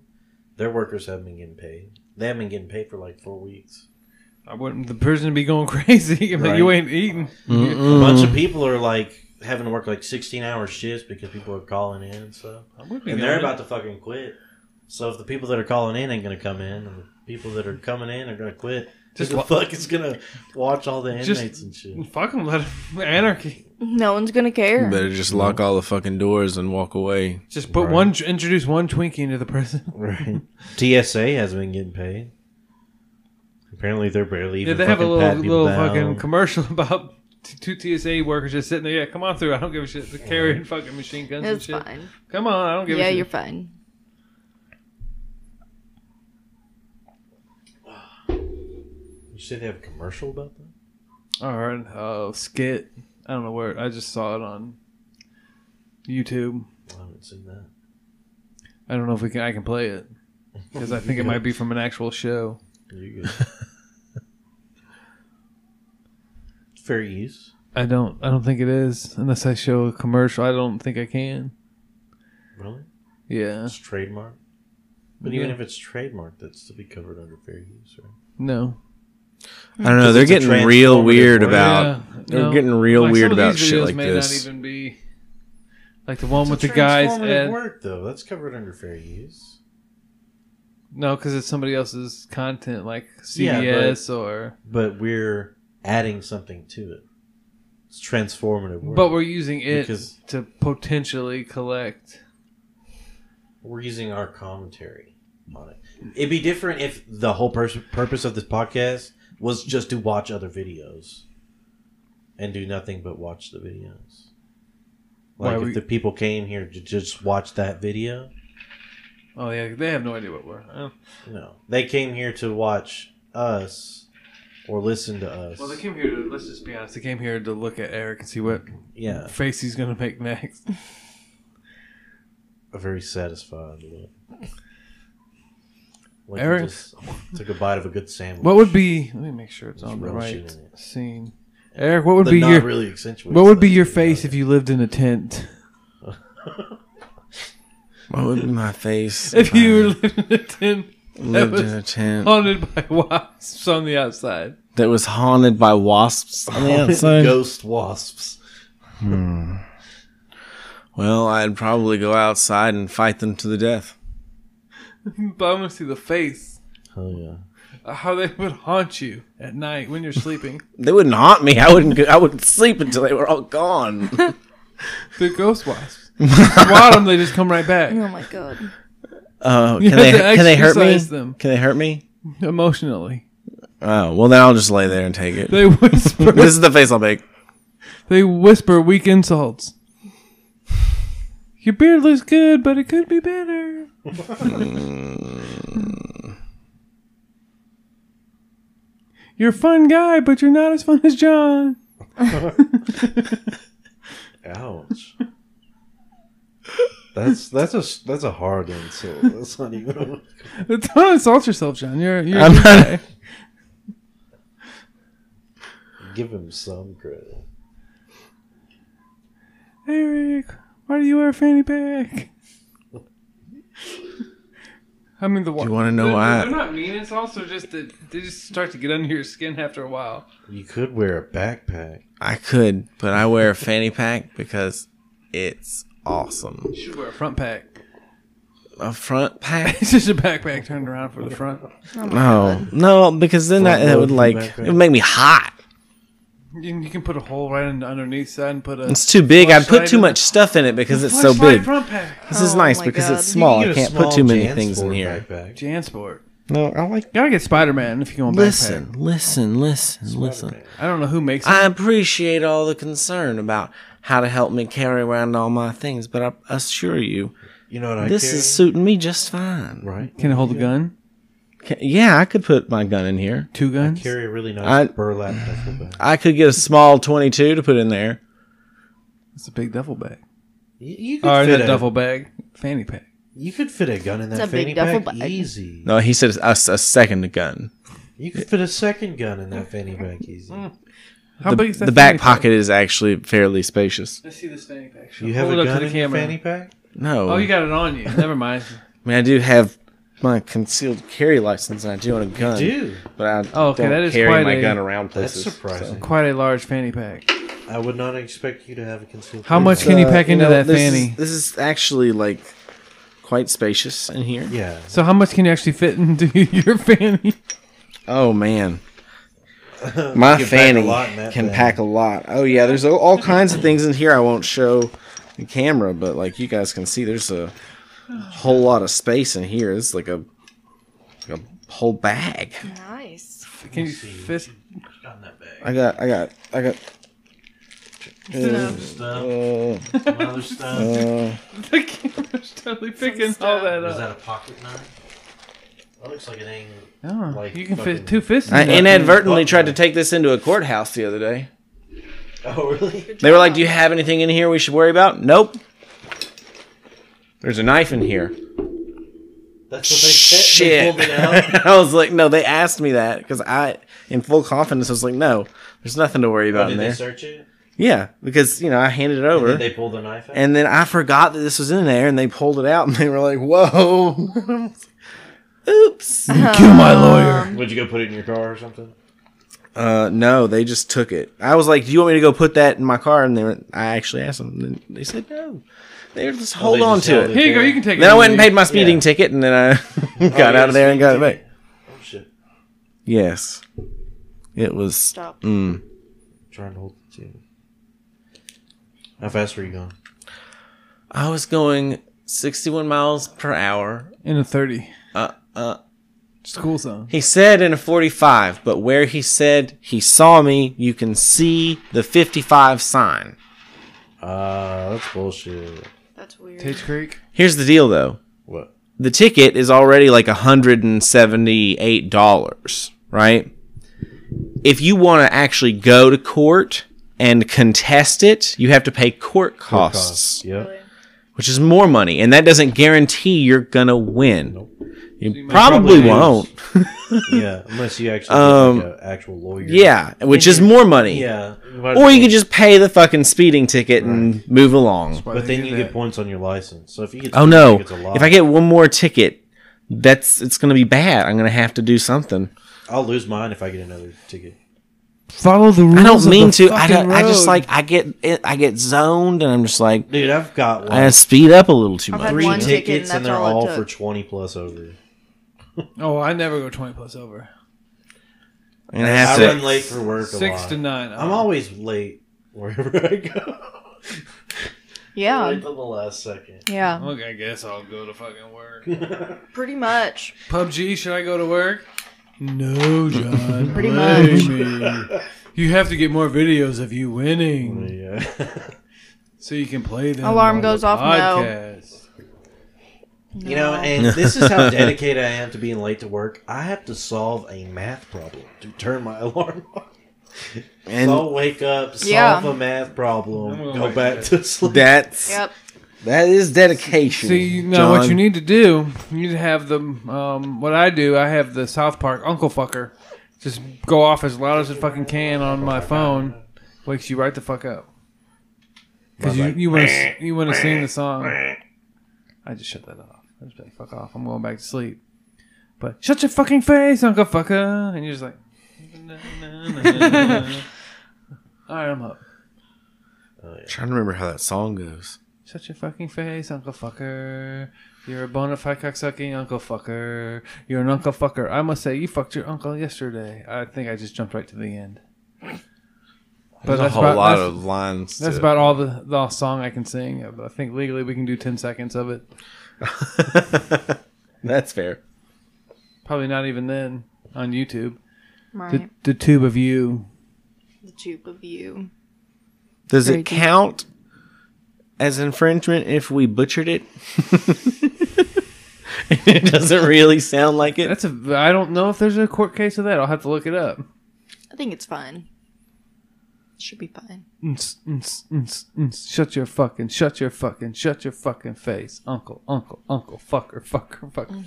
E: Their workers haven't been getting paid. They haven't been getting paid for like four weeks.
B: I wouldn't. The person would be going [LAUGHS] crazy. I mean, you
E: Right.
B: ain't eating.
E: A bunch of people are like having to work like sixteen hour shifts because people are calling in and stuff.
B: I would be
E: And they're
B: going.
E: about to fucking quit. So if the people that are calling in ain't gonna come in, and the people that are coming in are gonna quit,
B: Just
E: just the
B: wa-
E: fuck is gonna watch all the
B: Just-
E: inmates and shit.
B: [LAUGHS] Fuck them. Let 'em- Anarchy.
C: No one's gonna care.
A: Better just lock all the fucking doors and walk away.
B: Just put one. Introduce one Twinkie into the prison.
E: Right. TSA hasn't been getting paid. Apparently, they're barely
B: Yeah,
E: even.
B: they have a
E: fucking
B: little
E: patting people
B: little
E: down.
B: fucking commercial [LAUGHS] about t- two TSA workers just sitting there. Yeah, come on through. I don't give a shit. They're carrying fucking machine guns and
C: It's
B: shit.
C: fine.
B: Come on, I don't give
C: Yeah,
B: a
C: you're
B: shit.
C: fine.
E: You say they have a commercial about that?
B: All right, oh skit. I don't know where. I just saw it on YouTube.
E: I haven't seen that.
B: I don't know if we can. I can play it because I think it might be from an actual show.
E: You [LAUGHS] good? Fair use.
B: I don't. I don't think it is unless I show a commercial. I don't think I can.
E: Really?
B: Yeah.
E: It's trademark. But even
B: Yeah.
E: if it's trademark, that's to be covered under fair use, right?
B: No.
A: I don't know. They're
E: Hmm. it's a
A: getting real
E: transformative
A: weird
E: word.
A: about.
B: Yeah,
A: They're
B: no.
A: getting real
B: Like,
A: weird
B: some of
A: about
B: these
A: shit
B: videos
A: like
B: may
A: this.
B: Not even be like the one with
E: It's a
B: the guys.
E: transformative
B: And,
E: work though. That's covered under fair use.
B: no, because it's somebody else's content, like
E: Yeah, but-
B: CBS or.
E: But we're adding something to it. It's transformative work.
B: But we're using it
E: Because-
B: to potentially collect.
E: we're using our commentary on it. It'd be different if the whole pers- purpose of this podcast was just to watch other videos and do nothing but watch the videos.
B: Why
E: Like if
B: we-
E: the people came here to just watch that video,
B: Oh yeah, they have no idea what we're. oh.
E: no, they came here to watch us or listen to us.
B: Well, they came here to. Let's just be honest. They came here to look at Eric and see what
E: yeah,
B: face he's gonna make [LAUGHS] next.
E: a very satisfied look. Like
B: Eric-
E: Eric just took a bite of a good sandwich.
B: What would be? Let me make sure it's on the
E: relishing
B: right
E: in it.
B: scene. Eric, what would
E: But
B: be
E: not
B: your
E: really accentuates
B: what would be
E: that.
B: your
E: [LAUGHS]
B: face if you lived in a tent?
A: What would be
B: [LAUGHS]
A: my face
B: [LAUGHS] If you were living in a tent that
A: lived in
B: was
A: a tent
B: haunted by [LAUGHS] wasps on the outside,
A: that was haunted by wasps on the outside?
E: ghost wasps?
A: Well, I'd probably go outside and fight them to the death.
B: but I want to see the face uh,
E: Oh yeah.
B: how they would haunt you at night when you're [LAUGHS] sleeping.
A: They wouldn't haunt me. I wouldn't. Go, I wouldn't sleep until they were
B: [LAUGHS]
A: all gone.
B: They're ghost wasps. If you swat them, they just come right back
C: Oh my god.
A: Oh,
B: You
A: can they?
B: have to
A: Can they hurt me?
B: exercise them.
A: Can they hurt me?
B: emotionally.
A: Oh, well then I'll just lay there and take it.
B: They [LAUGHS] whisper.
A: [LAUGHS] this is the face I'll make.
B: They whisper weak insults. Your beard looks good, but it could be better. you're a fun guy, but you're not as fun as John.
E: Ouch. [LAUGHS] that's that's a that's a hard insult. That's not even.
B: Don't insult yourself, John. You're you're a
A: I'm
B: good
A: not-
B: guy.
E: Give him some credit.
B: Eric, why do you wear a fanny pack? I mean the.
A: You want to know why?
B: not mean. It's also just that they just start to get under your skin after a while.
E: You could wear a backpack.
A: I could, but I wear a fanny pack because it's awesome.
B: You should wear a front pack. [LAUGHS]
A: A front pack?
B: It's just a backpack turned around for the front.
A: No, no, because then that, that would like it would make me hot.
B: You, you can put a hole right in underneath that and put a
A: It's too big. I'd put
B: Flashlight
A: too
B: in-
A: much stuff in it because it's so
B: Flashlight
A: big.
B: front pack.
A: This is
C: Oh
A: nice
C: my
A: because
C: God.
A: it's small. I
E: You
A: can't
E: get a
A: put
E: small
A: too many
E: Jansport
A: things in here.
E: backpack.
B: Jansport.
A: No, I like.
B: You gotta get Spider Man if you're going
A: Listen,
B: backpack.
A: listen, listen, listen.
B: I don't know who makes it.
A: I appreciate all the concern about how to help me carry around all my things, but I assure you,
E: You know what I
A: this
E: carry?
A: is suiting me just fine.
E: right.
B: Can it hold a gun?
A: Ca- Yeah, I could put my gun in here.
B: Two guns?
E: Carry a really nice
A: I-
E: burlap duffel bag.
A: I could get a small 22 to put in there.
B: It's a big duffel bag.
E: You, you could
B: Or
E: fit
B: that
E: a,
B: duffel bag. Fanny pack.
E: You could fit a gun in that
C: It's a
E: fanny
C: big duffel
E: pack
C: bag.
E: easy.
A: No, he said a, a second gun.
E: You could fit a second gun in that fanny pack
B: Mm.
E: easy.
B: How big is that?
A: The back
B: fanny pack?
A: pocket is actually fairly spacious.
B: Let's see this fanny pack. Show.
E: You have
B: Hold
E: a
B: it up
E: gun
B: to
E: in
B: the
E: your
B: camera.
E: fanny pack?
A: No,
B: Oh, you got it on you. Never mind.
A: I mean, I do have my concealed carry license, and I do own a gun.
E: Dude,
A: But I
B: Oh, okay,
A: don't
B: that is
A: carry
B: quite
A: my
B: a-
A: gun around
E: that's
A: places.
E: surprising.
B: [LAUGHS] Quite a large fanny pack.
E: I would not expect you to have a concealed.
B: How
E: carry
B: much
E: gun.
B: can you pack
A: you
B: into
A: know,
B: that
A: this
B: fanny?
A: Is, this is actually like quite spacious in here.
E: Yeah,
B: So how much can you actually fit [LAUGHS] into your fanny?
A: Oh
E: [LAUGHS]
A: man, my
E: You can pack a
A: fanny
E: lot in that
A: can
E: thing.
A: pack a lot. Oh yeah, there's all, all kinds of things in here I won't show the camera, but like you guys can see, there's a whole lot of space in here. It's like a, like a whole bag.
C: Nice.
B: Can you fit?
E: on that bag.
A: I got, I got, I got.
C: No.
E: Stuff,
A: Uh,
E: some other stuff.
A: uh,
B: The camera's totally picking all that
E: Is
B: up.
E: that a pocket knife? That looks like it ain't.
B: Oh,
E: like
B: you can
E: fucking-
B: fit two fists. In
A: I
B: that
A: inadvertently tried to take this into a courthouse the other day.
E: [LAUGHS] Oh really?
A: They were like, "Do you have anything in here we should worry about?" Nope. There's a knife in here.
E: That's what they said.
A: Shit.
E: They pulled
A: [LAUGHS]
E: it
B: [LAUGHS]
E: out.
A: I was like, "No." They asked me that because I, in full confidence, was like, "No, there's nothing to worry about in
E: Oh, Did they
A: there."
E: search it?
A: Yeah, because you know I handed it over,
E: Did
A: and,
E: they pull the knife out?
A: then I forgot that this was in there, and they pulled it out, and they were like, "Whoa." [LAUGHS] Oops.
G: Kill my lawyer.
E: Would you go put it in your car or something?
A: Uh, no, they just took it. I was like, "Do you want me to go put that in my car?" And they were, I actually asked them. And they said, "No." They were just hold
E: Oh, they
A: on
E: just
A: to
E: held
A: it.
E: it.
B: Here you go. You can take.
A: Then
B: it
A: I went and
B: with you.
A: paid my speeding
E: Yeah. Oh,
A: ticket, and then I [LAUGHS] got
E: yeah,
A: out of there and got it back.
E: speeding Oh shit!
A: Yes, it was.
C: Stop.
A: Mm.
E: trying to hold the table. How fast were you going?
A: I was going sixty-one miles per hour.
B: in a thirty
A: Uh, uh.
B: school zone.
A: He said in a forty-five, but where he said he saw me, you can see the fifty-five sign.
E: Ah, that's bullshit.
C: That's
B: Pitch
C: weird.
B: Creek.
A: Here's the deal, though.
E: What?
A: The ticket is already like hundred and seventy-eight dollars, right? If you want to actually go to court and contest it, you have to pay court costs.
E: Yep.
A: which is more money, and that doesn't guarantee you're gonna win. You,
B: might probably
A: probably,
B: lose.
A: won't.
E: yeah, unless you actually
A: Um,
E: get like an actual lawyer.
A: Yeah, which is more money.
E: Yeah.
A: Or you could just pay the fucking speeding ticket and move along.
B: Why
E: But
B: they
E: then
B: did
E: you
B: that.
E: get points on your license. So if you get
A: Oh no!
E: it's a lot.
A: If I get one more ticket, that's it's gonna be bad. I'm gonna have to do something.
E: I'll lose mine if I get another ticket.
B: follow the rules.
A: I don't mean
B: of the
A: to. I
B: fucking
A: don't, I just
B: road.
A: like I get I get zoned, and I'm just like
E: Dude, I've got like
A: I speed up a little too
C: I've had
A: much.
E: three
C: one
E: tickets
C: ticket and that's
E: and they're
C: all it
E: all,
C: took.
E: for twenty plus over.
B: Oh, I never go twenty plus over.
A: I'm gonna have
E: I run
A: to.
E: late for work. A
B: Six
E: lot.
B: to nine.
E: I'm always late wherever [LAUGHS] I go.
C: Yeah.
E: Right to the last second.
C: Yeah.
B: Oh, Okay, I guess I'll go to fucking
E: [LAUGHS]
B: work.
C: Pretty much.
B: PUBG, should I go to work? No,
E: [LAUGHS]
B: John.
C: Pretty
B: play
C: much.
B: me. You have to get more videos of you winning
E: Yeah.
B: so you can play them.
C: Alarm
B: on the
C: goes off, no.
B: podcast.
E: You know, and this is how dedicated I am to being late to work. I have to solve a math problem to turn my [LAUGHS] alarm on.
A: And-
E: so I'll wake up, solve
C: Yeah.
E: a math problem,
B: I'm gonna
E: go
B: wake
E: back
B: up.
E: to sleep.
A: That's
C: Yep.
A: that is dedication.
B: See, now what
A: John.
B: you need to do, you need to have the um, what I do. I have the South Park Uncle Fucker just go off as loud as it fucking can on my phone, wakes you right the fuck up. Because you you want to you want to sing the song. I just shut that off. I just be like, fuck off. I'm going back to sleep. But shut your fucking face, Uncle Fucker, and you're just like. [LAUGHS] All right, I'm up.
A: trying to remember how that song goes.
B: Shut your fucking face, Uncle Fucker. You're a bona fide cocksucking Uncle Fucker. You're an Uncle Fucker. I must say, you fucked your uncle yesterday. I think I just jumped right to the end. But
A: There's a
B: that's
A: whole
B: about,
A: lot
B: that's,
A: of lines.
B: that's
A: to-
B: about all the, the song I can sing. But I think legally we can do 10 seconds of it.
A: That's fair.
B: Probably not even then on YouTube. The,
C: Right.
B: the tube of you.
C: The tube of you.
A: Does
C: Very
A: it
C: deep.
A: count as infringement if we butchered it? [LAUGHS] it doesn't really sound like it.
B: That's a. I don't know if there's a court case of that. I'll have to look it up.
C: I think it's fine. Should be fine.
B: Ns, ns, ns, ns. Shut your fucking, shut your fucking, shut your fucking face. Uncle, uncle, uncle, fucker, fucker, fucker.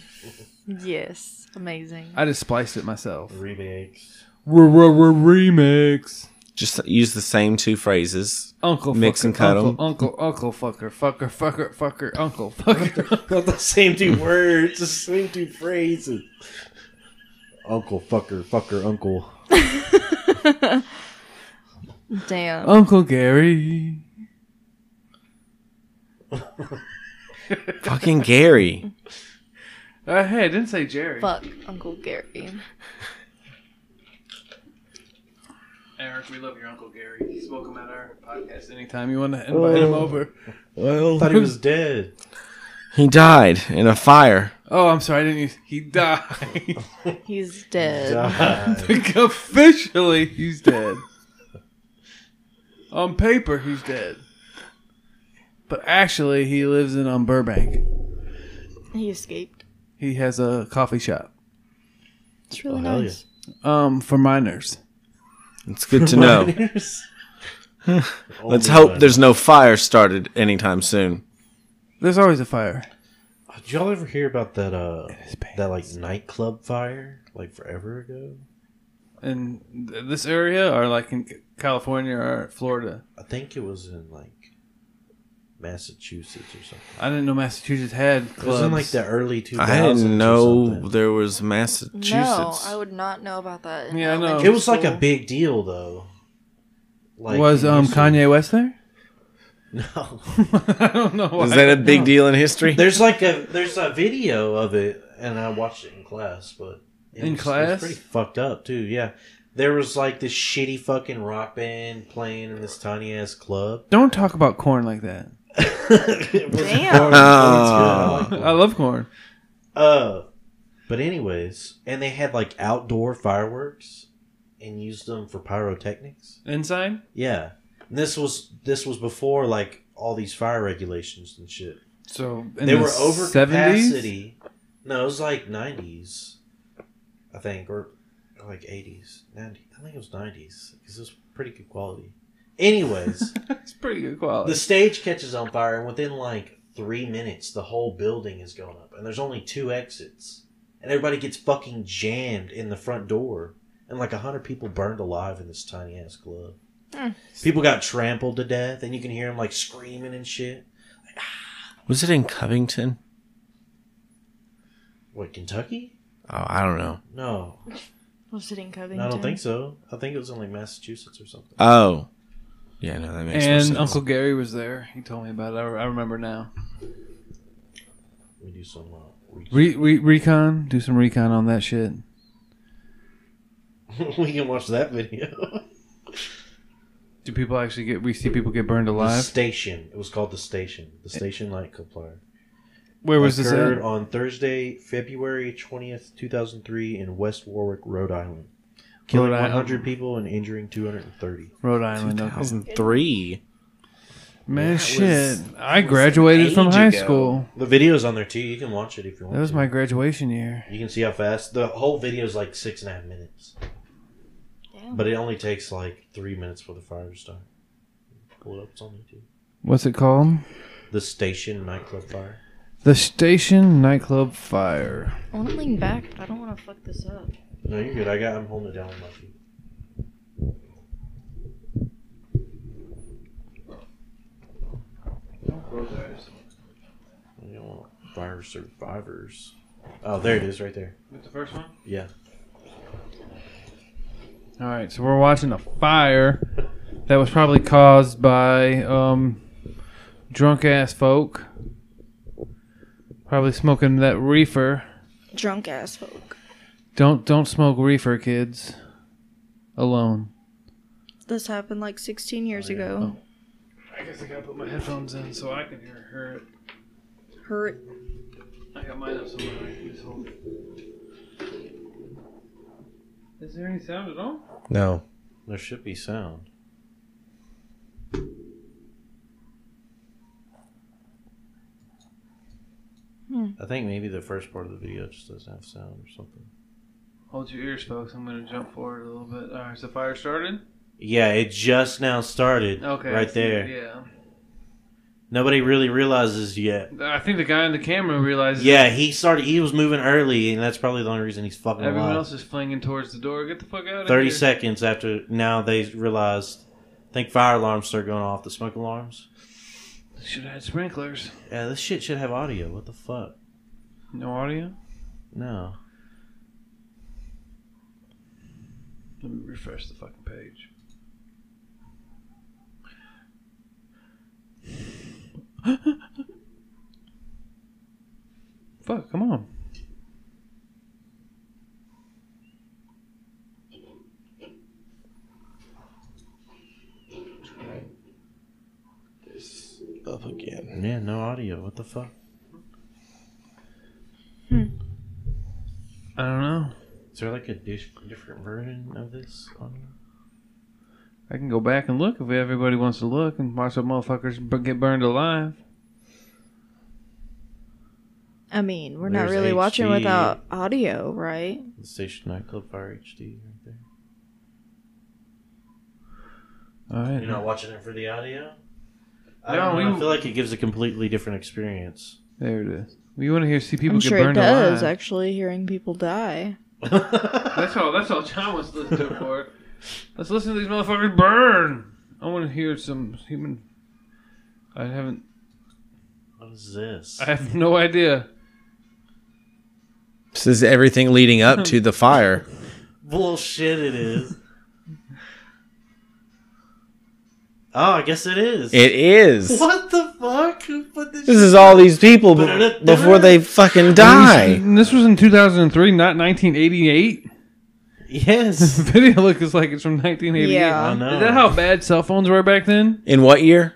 C: Yes, amazing.
B: I just spliced it myself.
E: Remakes.
B: Remix.
F: Just use the same two phrases.
B: Uncle
F: Mix
B: fucker,
F: and cut 'em.
B: uncle, uncle, uncle, fucker, fucker, fucker, fucker, uncle, fucker.
E: [LAUGHS] Not the same two words, the same two phrases. Uncle fucker, fucker, uncle.
C: Damn.
G: Oh.
B: uncle Gary.
F: Fucking Gary.
B: Uh, hey, I didn't say Jerry.
C: Fuck Uncle Gary.
B: Eric, we love your Uncle Gary. He's welcome at our podcast anytime you want to invite him over.
E: Well, thought he was dead.
F: He died in a fire.
B: Oh, I'm sorry, I didn't use. He died.
C: He's dead.
E: God.
B: Like, [LAUGHS] officially, he's dead. on paper, he's dead. But actually, he lives in um, Burbank.
C: He escaped.
B: He has a coffee shop
C: It's really
E: Oh, hell
C: nice.
B: um, for minors.
F: It's good
A: [LAUGHS]
F: to know. Let's hope there's no fire started anytime soon.
B: There's always a fire.
E: Did y'all ever hear about that? Uh, that like nightclub fire, like forever ago.
B: In th- this area, or like in C- California or Florida.
E: I think it was in like Massachusetts or something.
B: I didn't know Massachusetts had
E: It was
B: clubs.
E: in like the early 2000s.
F: I didn't
E: or
F: know
E: something.
F: there was Massachusetts.
C: No, I would not know about that. in
B: Yeah, I know.
E: It
C: elementary
E: was like a
C: school.
E: big deal though. Like,
B: Was
E: it
B: um,
E: used to-
B: Kanye West there?
E: [LAUGHS] No.
B: I don't know why.
F: Is that a big deal in history?
E: There's like a there's a video of it, and I watched it in class, but it
B: In
E: was,
B: class?
E: it was pretty fucked up too. Yeah, there was like this shitty fucking rock band playing in this tiny ass club. [LAUGHS]
B: Don't talk about corn like that.
E: It was
C: Damn.
E: horrible. It's good. I like
B: I
E: it.
B: love corn.
E: Uh, but anyways, and they had like outdoor fireworks and used them for pyrotechnics.
B: Inside?
E: Yeah, and this was this was before like all these fire regulations and shit.
B: So in
E: they
B: the
E: were over
B: 70s?
E: capacity. No, it was like nineties, I think, or, or like eighties, ninety. I think it was nineties because it was pretty good quality. Anyways,
B: It's pretty good quality.
E: the stage catches on fire, and within like three minutes, the whole building is going up, and there's only two exits, and everybody gets fucking jammed in the front door, and like a hundred people burned alive in this tiny ass club. People got trampled to death, and you can hear them like screaming and shit.
F: Was it in Covington?
E: What Kentucky?
F: Oh, I don't know.
E: No,
C: Was it in Covington?
E: No, I don't think so. I think it was in like Massachusetts or something.
F: Oh. Yeah, no, that makes more
B: and
F: sense.
B: Uncle Gary was there. He told me about it. I, I remember now.
E: We do some. Uh, we,
B: Re, re, recon, do some recon on that shit.
E: [LAUGHS] we can watch that video.
B: Do people actually get? We see people get burned
E: the
B: alive.
E: station. It was called the station. The station nightclub fire.
B: Where was this?
E: Occurred
B: At?
E: on Thursday, February twentieth, two thousand three, in West Warwick, Rhode Island, killing
B: Rhode
E: one
B: Island.
E: hundred people and injuring two hundred and thirty.
B: Rhode Island. Okay.
F: 2003.
B: Man, shit. I graduated from
F: age
B: high
F: ago.
B: school.
E: The video's on there too. You can watch it if you want.
B: That was
E: to.
B: my graduation year.
E: You can see how fast the whole video is like six and a half minutes,
C: Damn.
E: but it only takes like three minutes for the fire to start. Pull it up. It's on YouTube.
B: What's it called?
E: The station nightclub fire.
B: The Station Nightclub Fire.
C: I want to lean back. I don't want to fuck this up.
E: No, you're good. I got. I'm holding it down with my feet. You don't want fire survivors. Oh, there it is, right there.
B: With the first one.
E: Yeah.
B: All right, so we're watching a fire that was probably caused by um, drunk ass folk, probably smoking that reefer.
C: Drunk ass folk.
B: Don't don't smoke reefer, kids. Alone.
C: This happened like 16 years
E: Oh,
C: ago.
B: I guess I gotta put my headphones in so I can hear her.
C: Hurt.
B: I got mine up somewhere. I can just hold it. Is there any sound at all?
F: No.
E: There should be sound. I think maybe the first part of the video just doesn't have sound or something.
B: Hold your ears, folks. I'm gonna jump forward a little bit. All right, so fire started.
E: Yeah, it just now started.
B: Okay.
E: Right there.
B: Yeah.
E: Nobody really realizes yet.
B: I think the guy in the camera realizes.
E: Yeah, he started. He was moving early, and that's probably the only reason he's fucking
B: Everyone
E: alive.
B: else is flinging towards the door. Get the fuck out of
E: Thirty
B: here.
E: seconds after now, they realized. I think fire alarms start going off. The smoke alarms.
B: Should have had sprinklers.
E: Yeah, this shit should have audio. What the fuck?
B: No audio.
E: No.
B: Let me refresh the fucking page. [LAUGHS] Fuck, come on.
A: Up again.
E: Yeah, no audio. What the fuck?
B: I don't know.
E: Is there like a dish, different version of this? On?
B: I can go back and look if everybody wants to look and watch the motherfuckers b- get burned alive.
C: I mean, we're not
E: There's
C: really watching
E: HD.
C: without audio, right?
E: The station nightclub fire HD right there.
B: All right.
E: You're not watching it for the audio. I
B: No,
E: don't know.
B: we-
E: I feel like it gives a completely different experience.
B: There it is. We want to hear see people
C: I'm
B: get
C: sure it
B: burned
C: does,
B: alive.
C: actually, hearing people die.
B: That's all. That's all John wants to listen to for. Let's listen to these motherfuckers burn. I want to hear some human. I haven't.
E: What is this?
B: I have no idea.
A: This is everything leading up to the fire.
E: Bullshit! It is. oh, I guess it
A: [LAUGHS]
E: is.
A: It is.
E: What the fuck? Who put this?
A: This is all these people b-
C: [LAUGHS]
A: before they fucking die.
B: And This was in 2003, not [LAUGHS] 1988.
E: Yes.
B: Video look is like it's from 1988.
E: I
C: Yeah.
E: know.
B: Is that how bad cell phones were back then?
A: In what year?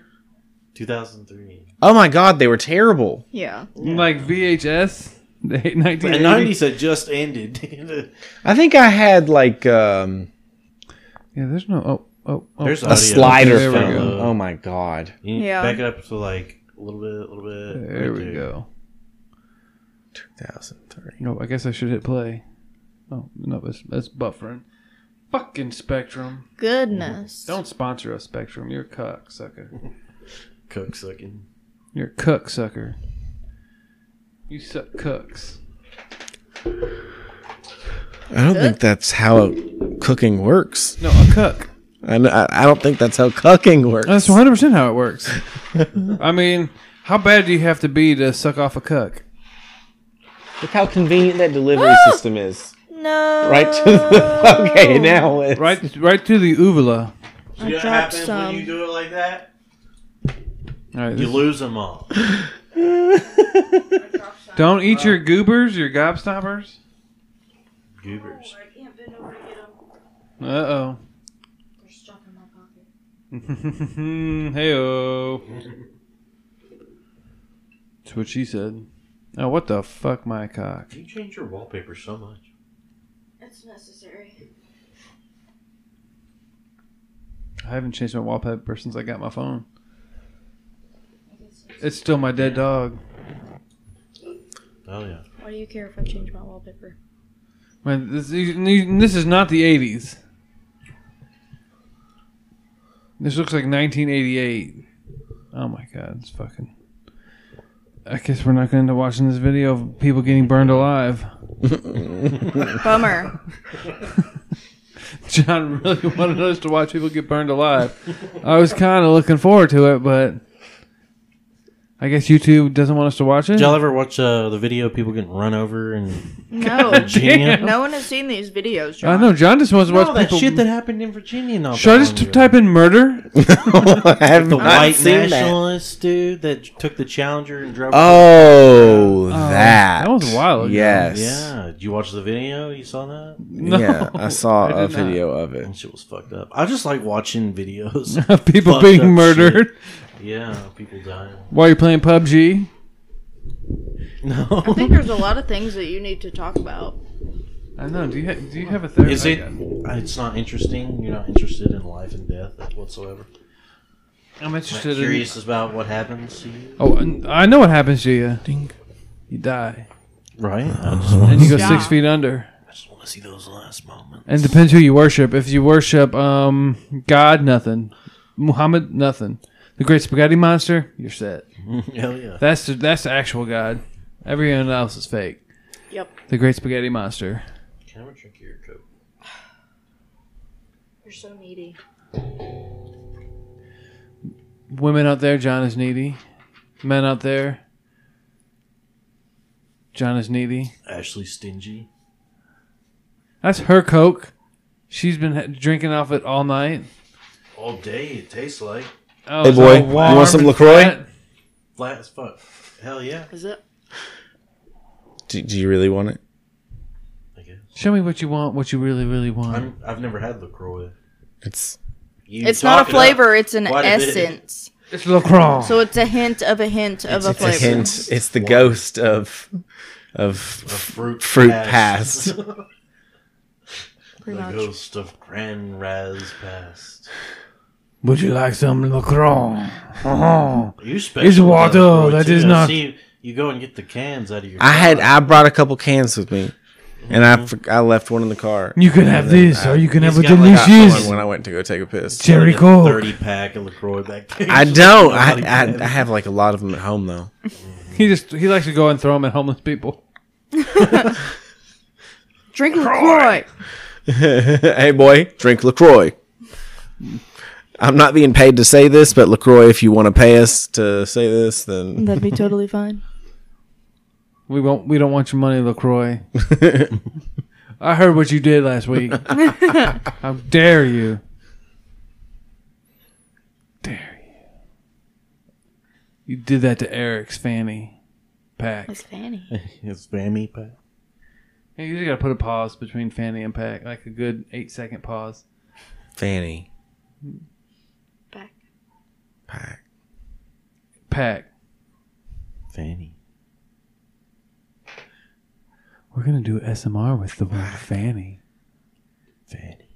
E: 2003.
A: Oh my god, they were terrible.
C: Yeah.
B: Like VHS, [LAUGHS] the 1980.
E: The 90s had just ended. [LAUGHS]
A: I think I had like um,
B: Yeah, there's no. Oh, oh, oh.
E: There's
A: a slider
B: There we
A: phone.
B: go.
A: Oh my god.
E: Um, You need
C: Yeah.
E: Back it up to like a little bit, a little bit.
B: there
E: right
B: we go.
A: 2003.
B: No, I guess I should hit play. Oh no, that's that's buffering. Fucking Spectrum.
C: Goodness.
B: Don't sponsor us, Spectrum. You're a cocksucker.
E: Cook sucking.
B: You're a cook sucker. You suck cooks.
A: I don't think that's how cooking works.
B: No, a cook.
A: And I, I don't think that's how cooking works.
B: That's 100 percent how it works. I mean, how bad do you have to be to suck off a cook?
A: Look how convenient that delivery system is.
C: No.
A: Right to the [LAUGHS] okay now. It's, [LAUGHS]
B: Right, right to the uvula.
E: You know what
C: dropped
E: happens
C: some.
E: when you do it like that?
B: All right,
E: You
B: this-
E: lose them all.
B: don't eat your goobers, your gobstoppers.
E: Goobers.
B: Uh oh. [LAUGHS] Heyo. That's what she said. Oh, what the fuck, my cock?
E: You change your wallpaper so much.
C: It's necessary.
B: I haven't changed my wallpaper since I got my phone. It's still my dead dog.
E: Oh yeah.
C: Why do you care if I change my wallpaper?
B: Man, this, this is not the 80s. This looks like 1988. Oh my god, it's fucking. I guess we're not going to end up watching this video of people getting burned alive. [LAUGHS]
E: [LAUGHS]
C: Bummer.
B: John really wanted us to watch people get burned alive. I was kind of looking forward to it, but I guess YouTube doesn't want us to watch it.
E: Did y'all ever watch uh, the video of people getting run over and
C: No.
A: [LAUGHS]
E: Virginia?
C: No one has seen these videos,
B: I
C: John.
B: know John just wants to
E: No,
B: watch
E: that
B: people.
E: shit that happened in Virginia. Not
B: Should I
E: that
B: just
E: long ago.
B: type in murder?
A: I have
E: the
A: not
E: white
A: seen that.
E: nationalist dude that took the Challenger and drove?
A: Oh, that.
B: that was a while ago.
A: Yes.
E: yeah. Did you watch the video? You saw that?
B: [LAUGHS] No.
A: Yeah, I saw
B: I
A: a
B: did not.
A: video of it.
E: That shit was fucked up. I just like watching videos.
B: of people
E: Fucked up
B: being murdered
E: shit. Yeah, people dying. [LAUGHS]
B: while you're playing PUBG.
C: I
E: No.
C: think there's a lot of things that you need to talk about.
B: I know. Do you ha- do you have a third?
E: Is it? It's not interesting. You're not interested in life and death whatsoever.
B: I'm
E: Not
B: interested. In,
E: curious about what happens to you.
B: oh, and I know what happens to you. You die,
E: Right. I just want,
B: and you go
C: Stop.
B: six feet under.
E: I just want to see those
B: [LAUGHS]
E: last moments.
B: And depends who you worship. If you worship um, God, nothing. Muhammad, nothing. The Great Spaghetti Monster, you're set.
E: Hell yeah.
B: That's the, that's the actual God. Everyone else is fake.
C: Yep.
B: The Great Spaghetti Monster.
E: Cameron, drink your coke.
C: You're so needy.
B: Women out there, John is needy. Men out there, John is needy.
E: Ashley Stingy.
B: That's her Coke. She's been ha- drinking off it all night.
E: All day, it tastes like.
B: Oh,
A: Hey,
B: it's
A: boy,
B: all
A: you want
B: warm
A: some
B: and
A: LaCroix?
B: flat.
E: Flat as fuck. Hell yeah.
C: Is it?
A: Do, do you really want it?
E: I guess.
B: Show me what you want, what you really, really want.
E: I'm, I've never had LaCroix.
A: It's
E: You
I: it's
E: talk
I: not a
E: it up.
I: flavor, it's an
E: Quite a bit.
I: essence.
B: it's LaCroix.
I: So it's a hint of a hint of a
A: it's a
I: flavor.
A: hint. It's the ghost of
E: A
A: of
E: fruit,
A: fruit
B: [LAUGHS]
A: past.
E: past. [LAUGHS] the
C: Pretty much.
E: ghost of Grand Raz past.
G: Would you like some LaCroix? Uh-huh.
E: You special
G: It's water,
E: LaCroix,
G: that
E: too.
G: is
E: I
G: not-
E: See, you go and get the cans out of your.
A: I had
E: car.
A: I brought a couple cans with me, and
B: Mm-hmm.
A: I for- I left one in the car.
G: You can have this, or you can
E: He's
G: have a
E: got, like,
A: I got one
G: delicious
A: when I went to go take a piss.
G: cherry
E: Like a
G: coke.
E: Thirty pack of Lacroix back there.
A: I don't. I,
E: Nobody
A: I
E: can.
A: I have like a lot of them at home though. [LAUGHS]
B: he just he likes to go and throw them at homeless people.
C: Drink LaCroix.
A: hey boy, drink Lacroix. I'm not being paid to say this, but Lacroix, if you want to pay us to say this, then
C: That'd be totally fine.
B: We won't. We don't want your money,
A: [LAUGHS]
B: Lacroix. I heard what you did last week. How dare you? Dare you? You did that to Eric's fanny pack.
I: It's Fanny.
E: [LAUGHS] It's Bammy pack.
B: Yeah, You just gotta put a pause between fanny and pack, like a good eight second pause.
A: Fanny
C: Back.
A: pack.
B: Pack.
E: Fanny.
B: We're gonna do SMR with the word fanny.
E: Fanny.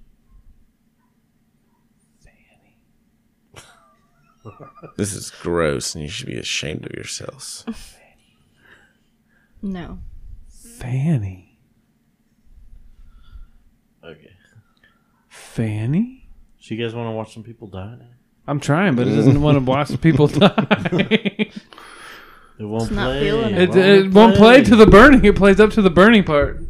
A: This is gross, and you should be ashamed of yourselves.
I: No.
B: Fanny.
E: Okay.
B: Fanny.
E: So you guys want to watch some people die? Now?
B: I'm trying, but it doesn't want to
A: [LAUGHS]
B: watch people die.
E: It won't
I: not
E: play.
I: feeling it.
B: It, it won't play to the burning. It plays up to the burning part.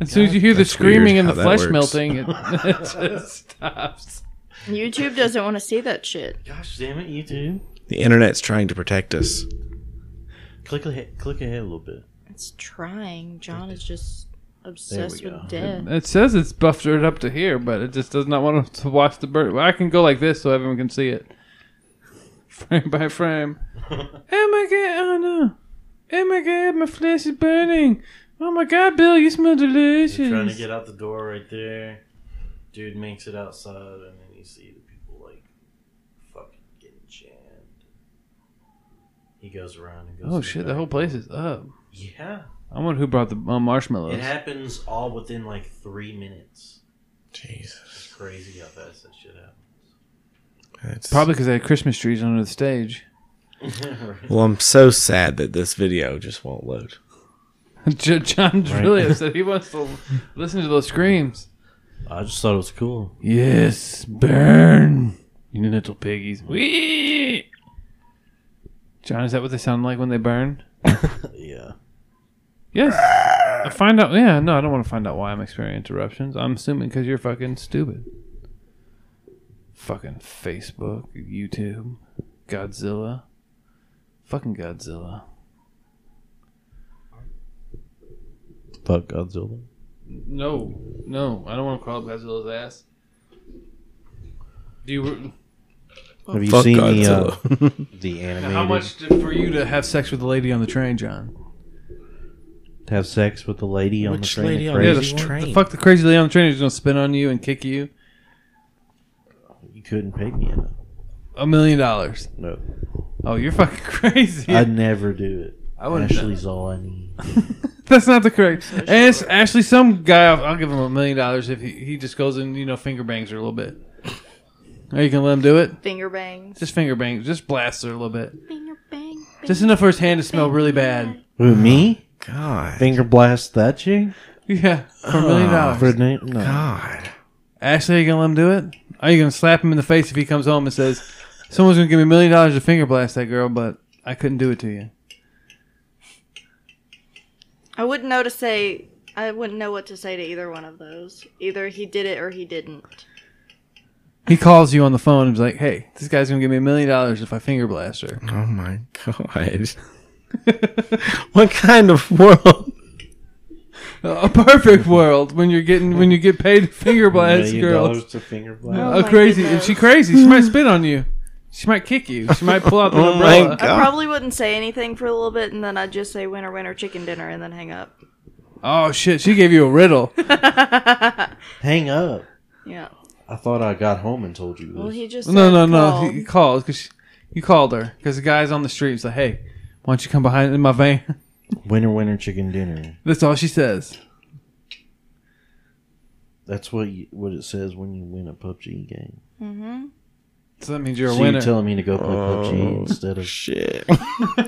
B: As soon as you hear the screaming
A: weird
B: and the
A: how that
B: flesh
A: works.
B: melting, it, [LAUGHS] it just stops.
I: YouTube doesn't want to see that shit.
E: Gosh damn it, you two.
A: [LAUGHS] The internet's trying to protect us.
E: Click ahead, click ahead a little bit.
I: It's trying. John is just obsessed
E: There we
I: with
E: go.
I: death.
B: It says it's buffered up to here, but it just does not want to watch the bird. Well, I can go like this so everyone can see it, frame by
E: [LAUGHS]
B: frame. oh my god! Oh no! Oh my god! My flesh is burning! Oh my god, Bill, you smell delicious.
E: They're trying to get out the door right there. Dude makes it outside, and then you see the people like fucking getting jammed. He goes around and goes.
B: oh
E: in
B: shit!
E: back.
B: The whole place is up.
E: Yeah,
B: I wonder who brought the uh, marshmallows.
E: it happens all within like three minutes.
A: Jeez,
E: It's crazy how fast that shit happens.
A: that's-
B: Probably because they had Christmas trees under the stage. [LAUGHS]
A: Well, I'm so sad that this video just won't load.
B: Jo- John's really upset. He wants to listen to those screams.
E: I just thought it was cool.
B: Yes, burn, you little piggies. Wee! John, is that what they sound like when they burn?
E: Yeah.
B: Yes. I find out. Yeah, no, I don't want to find out why I'm experiencing interruptions. I'm assuming because you're fucking stupid. Fucking Facebook, YouTube, Godzilla. Fucking Godzilla.
E: Fuck Godzilla.
B: No, no, I don't want to crawl up Godzilla's ass. Do you?
E: Have you
A: Fuck
E: seen
A: Godzilla.
E: the uh, [LAUGHS] the animated?
B: How much did, for you to have sex with the lady on the train, John?
E: Have sex with the lady on
A: Which
E: the train.
A: lady on
B: the,
E: Crazy one?
A: train?
B: the fuck the crazy lady on the train is gonna spin on you and kick you
E: You couldn't pay me enough.
B: a million dollars.
E: No,
B: Oh, you're fucking [LAUGHS] crazy.
E: I'd never do it.
B: I wouldn't-
E: Ashley's all I need.
B: That's not the correct. Ash, Ashley, some guy, I'll, I'll give him a million dollars if he, he just goes and you know finger bangs her a little bit. Or you can let him do it.
I: Finger bangs.
B: Just finger bangs, just blast her a little bit,
I: Finger bang. bang.
B: just enough for his hand to smell really bad.
E: Who me?
A: God,
E: Finger blast that chick?
B: Yeah, for a million dollars.
E: Ah, For a name? No.
A: God.
B: Ashley, are you gonna let him do it? Are you gonna slap him in the face if he comes home and says, "Someone's gonna give me a million dollars to finger blast that girl," but I couldn't do it to you.
C: I wouldn't know to say. I wouldn't know what to say to either one of those. Either he did it or he didn't.
B: He calls you on the phone and is like, "Hey, this guy's gonna give me a million dollars if I finger blast her."
A: Oh my god. what kind of world?
B: A perfect world when you're getting when you get paid to finger blast
E: Million
B: girls.
E: dollars to finger blast.
C: Oh
B: a
C: my
B: crazy.
C: goodness.
B: If she crazy, she might spit on you. She might kick you. She might pull out
E: [LAUGHS]
B: the
E: Oh
B: umbrella.
A: God.
C: I probably wouldn't say anything for a little bit, and then I'd just say "winner, winner, chicken dinner," and then hang up. [LAUGHS]
B: Oh shit! She gave you a riddle.
E: Hang up.
C: Yeah.
E: I thought I got home and told you this.
C: Well, he just
B: No, no,
C: said
B: no.
C: call.
B: He [LAUGHS] called because you called her because the guy's on the street. He's like, "Hey, why don't you come behind in my van?" [LAUGHS]
E: winner, winner, chicken dinner.
B: That's all she says.
E: That's what you, what it says when you win a PUBG game.
B: So that means you're a
E: so
B: winner.
E: you're telling me to go play PUBG instead of
A: Shit.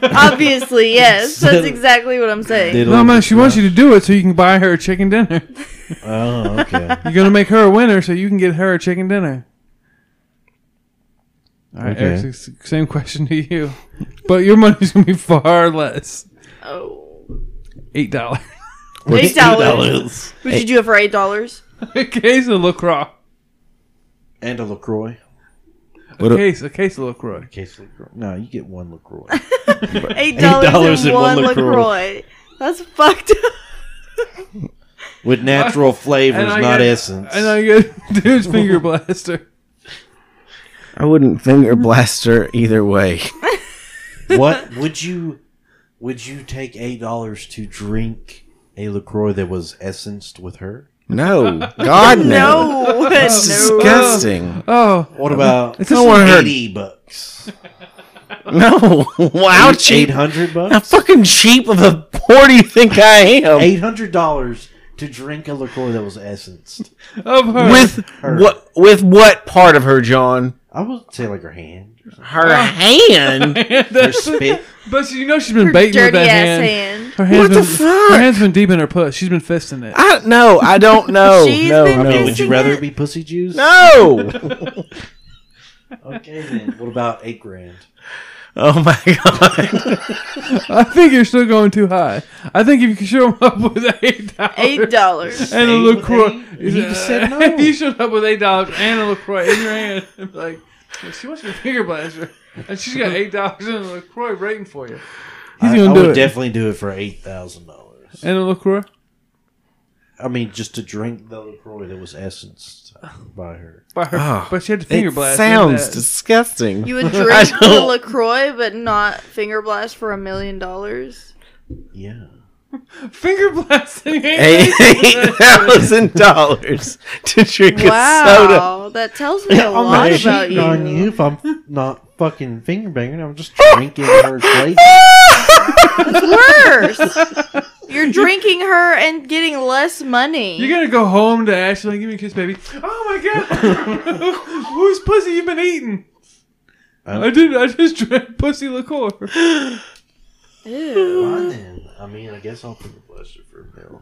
C: Obviously, yes. That's exactly what I'm saying.
E: diddle
B: no, man,
E: with
B: she wants
E: stuff?
B: you to do it so you can buy her a chicken dinner. [LAUGHS]
E: Oh, okay.
B: You're gonna make her a winner so you can get her a chicken dinner. All right,
E: Okay.
B: Eric, s- same question to you, but your money's gonna be far less.
C: Oh.
B: Eight dollars. [LAUGHS]
C: Eight dollars. What did you do it for eight dollars?
B: a case of Lacroix.
E: and a Lacroix.
B: A
E: Uh.
B: case, a case of Lacroix.
E: Case Lacroix. No, you get
B: [LAUGHS]
E: one Lacroix.
C: Eight dollars and one LaCroix. That's fucked up.
E: with natural flavors,
B: And I
E: not
B: get-
E: essence.
B: And I get [LAUGHS] dude's
E: [LAUGHS]
B: finger blaster.
A: I wouldn't finger blast her either way.
E: what would you would you take eight dollars to drink a Lacroix that was essenced with her?
A: No. God no.
C: No, no.
A: Disgusting.
B: Oh,
E: What about
B: it's just one
E: eighty bucks?
A: No. Wow,
E: Eight
A: cheap.
E: hundred
A: How
E: bucks?
A: fucking cheap of a whore do you think I am?
E: Eight hundred dollars to drink a Lacroix that was essenced.
B: of her.
A: With what? With what part of her, John?
E: I would say like
B: [LAUGHS]
E: her hand,
A: Her hand.
E: her spit.
B: but you know she's been
C: Dirty
B: baiting with that
C: ass
B: hand.
C: hand.
B: Her hand's
A: What
B: been,
A: the fuck?
B: Her hand's been deep in her puss. She's been fisting it.
A: I no. I don't know.
C: She's
A: no.
C: been
A: No.
E: Would you
C: Isn't
E: rather
C: it-
E: it be pussy juice?
A: no.
E: Okay, then. What about eight grand?
A: Oh my god.
B: I think you're still going too high. I think if you can show him up [LAUGHS] with eight dollars
C: Eight dollars.
B: and a
E: Eight with
B: LaCroix.
E: eight? He
B: [LAUGHS]
E: just said no.
B: If you showed up with eight dollars and a LaCroix in your hand, [LAUGHS] and be like, "Well, she wants me to finger blaster. [LAUGHS] And she's got eight dollars and a LaCroix waiting for you. He's
E: I,
B: gonna
E: I
B: do
E: would
B: it.
E: definitely do it for eight thousand dollars.
B: And a LaCroix?
E: I mean, just to drink the Lacroix that was essenced by her.
B: By her,
A: Oh,
B: but she had to finger
A: It
B: blast. in
A: sounds
B: that.
A: disgusting.
C: You would drink the LaCroix but not finger blast for a million dollars?
E: Yeah.
B: finger blasting.
A: Eight
B: [LAUGHS]
A: thousand dollars to drink a soda.
C: Wow. That tells me a lot about you.
E: on you if I'm not fucking finger banging.
C: [LAUGHS]
E: I'm just drinking her plate.
C: Worse. You're drinking her and getting less money.
B: You're gonna go home to Ashley and give me a kiss, baby. Oh my god, [LAUGHS] whose pussy you been eating? I did. I just drank pussy liqueur.
C: Ew.
E: Fine then. I mean, I guess I'll put the blaster for a bill.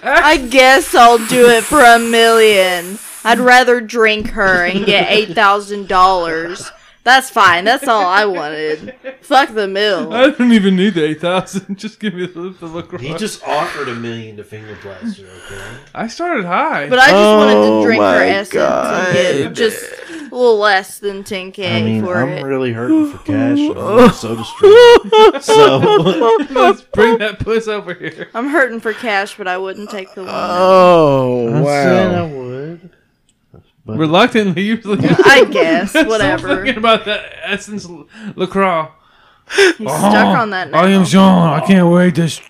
C: I guess I'll do it for a million. I'd rather drink her and get eight thousand dollars. That's fine. That's all I wanted. Fuck the mill.
B: I don't even need the eight thousand. [LAUGHS] Just give me the, the liqueur.
E: He just offered a million to finger blaster, okay?
B: I started high.
C: But I just wanted
A: Oh
C: to drink her
A: my
C: essence and get just a little less than ten k
E: I mean,
C: for
E: I'm
C: it.
E: really hurting for cash. and I'm
C: [LAUGHS]
E: so distraught. So,
B: Let's bring that puss over here.
C: I'm hurting for cash, but I wouldn't take the one.
A: Oh
E: I said I
A: wow.
E: would. But
B: Reluctantly, usually.
C: I
A: [LAUGHS]
C: guess
B: Still
C: whatever.
B: Thinking about that essence lacroix.
C: He's stuck on that
A: Oh,
C: now.
G: I am Jean. I can't wait to s-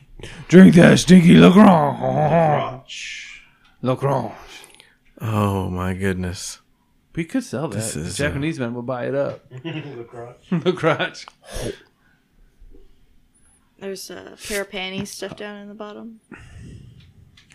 G: drink that stinky Lagrange.
B: Lacroix.
A: Oh my goodness.
B: We could sell that.
A: This
B: The
A: is, uh,
B: Japanese men will buy it up. [LAUGHS] lacroix.
C: There's a pair of panties stuffed down in the bottom.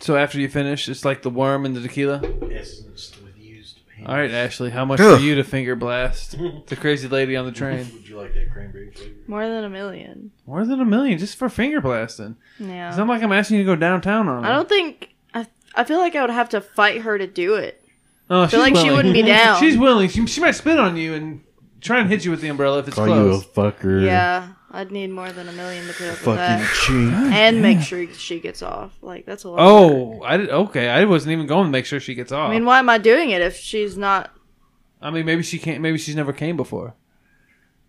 B: So after you finish, it's like the worm in the tequila.
E: Essenced with used pan.
B: All right, Ashley, how much for you to finger blast the crazy lady on the train?
E: Would you like that cranberry flavor?
C: More than a million.
B: More than a million just for finger blasting.
C: Yeah.
B: It's not like I'm asking you to go downtown on her.
C: I don't think. I, I feel like I would have to fight her to do it.
B: Oh, she's
C: feel like she
B: [LAUGHS]
C: wouldn't be down.
B: She's willing. She, she might spit on you and try and hit you with the umbrella if it's
E: Call you a
B: closed.
E: fucker.
C: Yeah, I'd need more than a million to put up with
E: Fucking
C: that,
E: chink.
C: and make sure she gets off. Like that's a lot. of work.
B: Oh, I did, okay. I wasn't even going to make sure she gets off.
C: I mean, why am I doing it if she's not?
B: maybe she can't. Maybe she's never came before,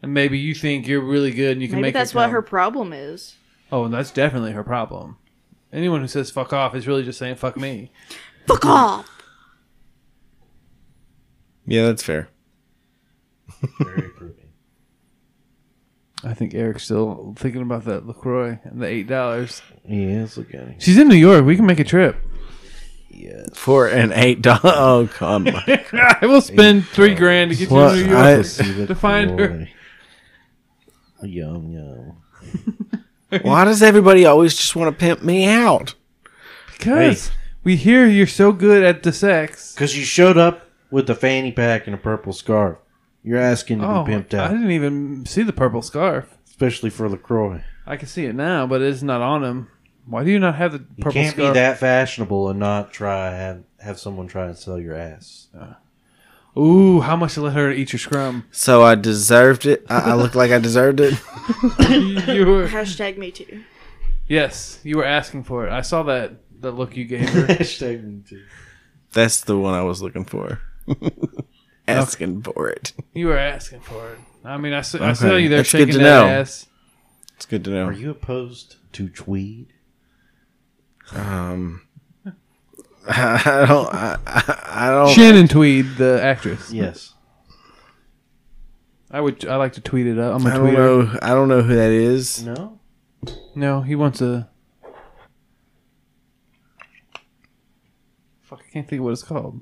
B: and maybe you think you're really good and you can
C: Maybe
B: make.
C: that's
B: her
C: what
B: come.
C: her problem is.
B: Oh, and that's definitely her problem. Anyone who says "fuck off" is really just saying "fuck me."
C: Fuck off.
J: Yeah, that's fair.
E: Very proving.
B: I think Eric's still thinking about that Lacroix and the eight dollars.
E: Yeah, it's looking.
B: She's in New York. We can make a trip. [LAUGHS]
A: for an eight dollar. Oh come on!
B: I will spend three grand to get
E: Well,
B: you to New
E: I
B: York.
E: [LAUGHS] see the
B: to find her.
E: glory. Yum yum.
A: Why does everybody always just want to pimp me out?
B: Because we hear you're so good at the sex.
E: Because you showed up with a fanny pack and a purple scarf. You're asking to
B: Oh,
E: be pimped
B: I
E: out,
B: didn't even see the purple scarf.
E: especially for Lacroix.
B: I can see it now, but it's not on him. Why do you not have the
E: You
B: purple
E: can't
B: scarf?
E: be that fashionable and not try have have someone try and sell your ass.
B: Ooh, how much to let her eat your scrum? [LAUGHS]
A: So I deserved it. I, I look like I deserved it.
B: you were
C: Hashtag me too.
B: yes, you were asking for it. I saw that that look you gave
C: [LAUGHS]
B: her.
E: [LAUGHS] Hashtag me too.
A: That's the one I was looking for. [LAUGHS] Asking for it.
B: You were asking for it. I mean, I, s- I
A: Okay,
B: saw you there
A: that's good
B: shaking that
A: to know.
B: ass.
A: It's good to
E: Are
A: know.
E: you opposed to tweed?
A: Um, [LAUGHS] I don't. I, I, I
C: Oh.
A: don't.
B: Shannon Tweed, the actress.
E: Yes.
B: I would. I like to tweet it up. I'm
A: I
B: a
A: don't
B: tweeter.
A: know. I don't know who that is.
E: No.
B: No, he wants a. Fuck, I can't think of what it's called.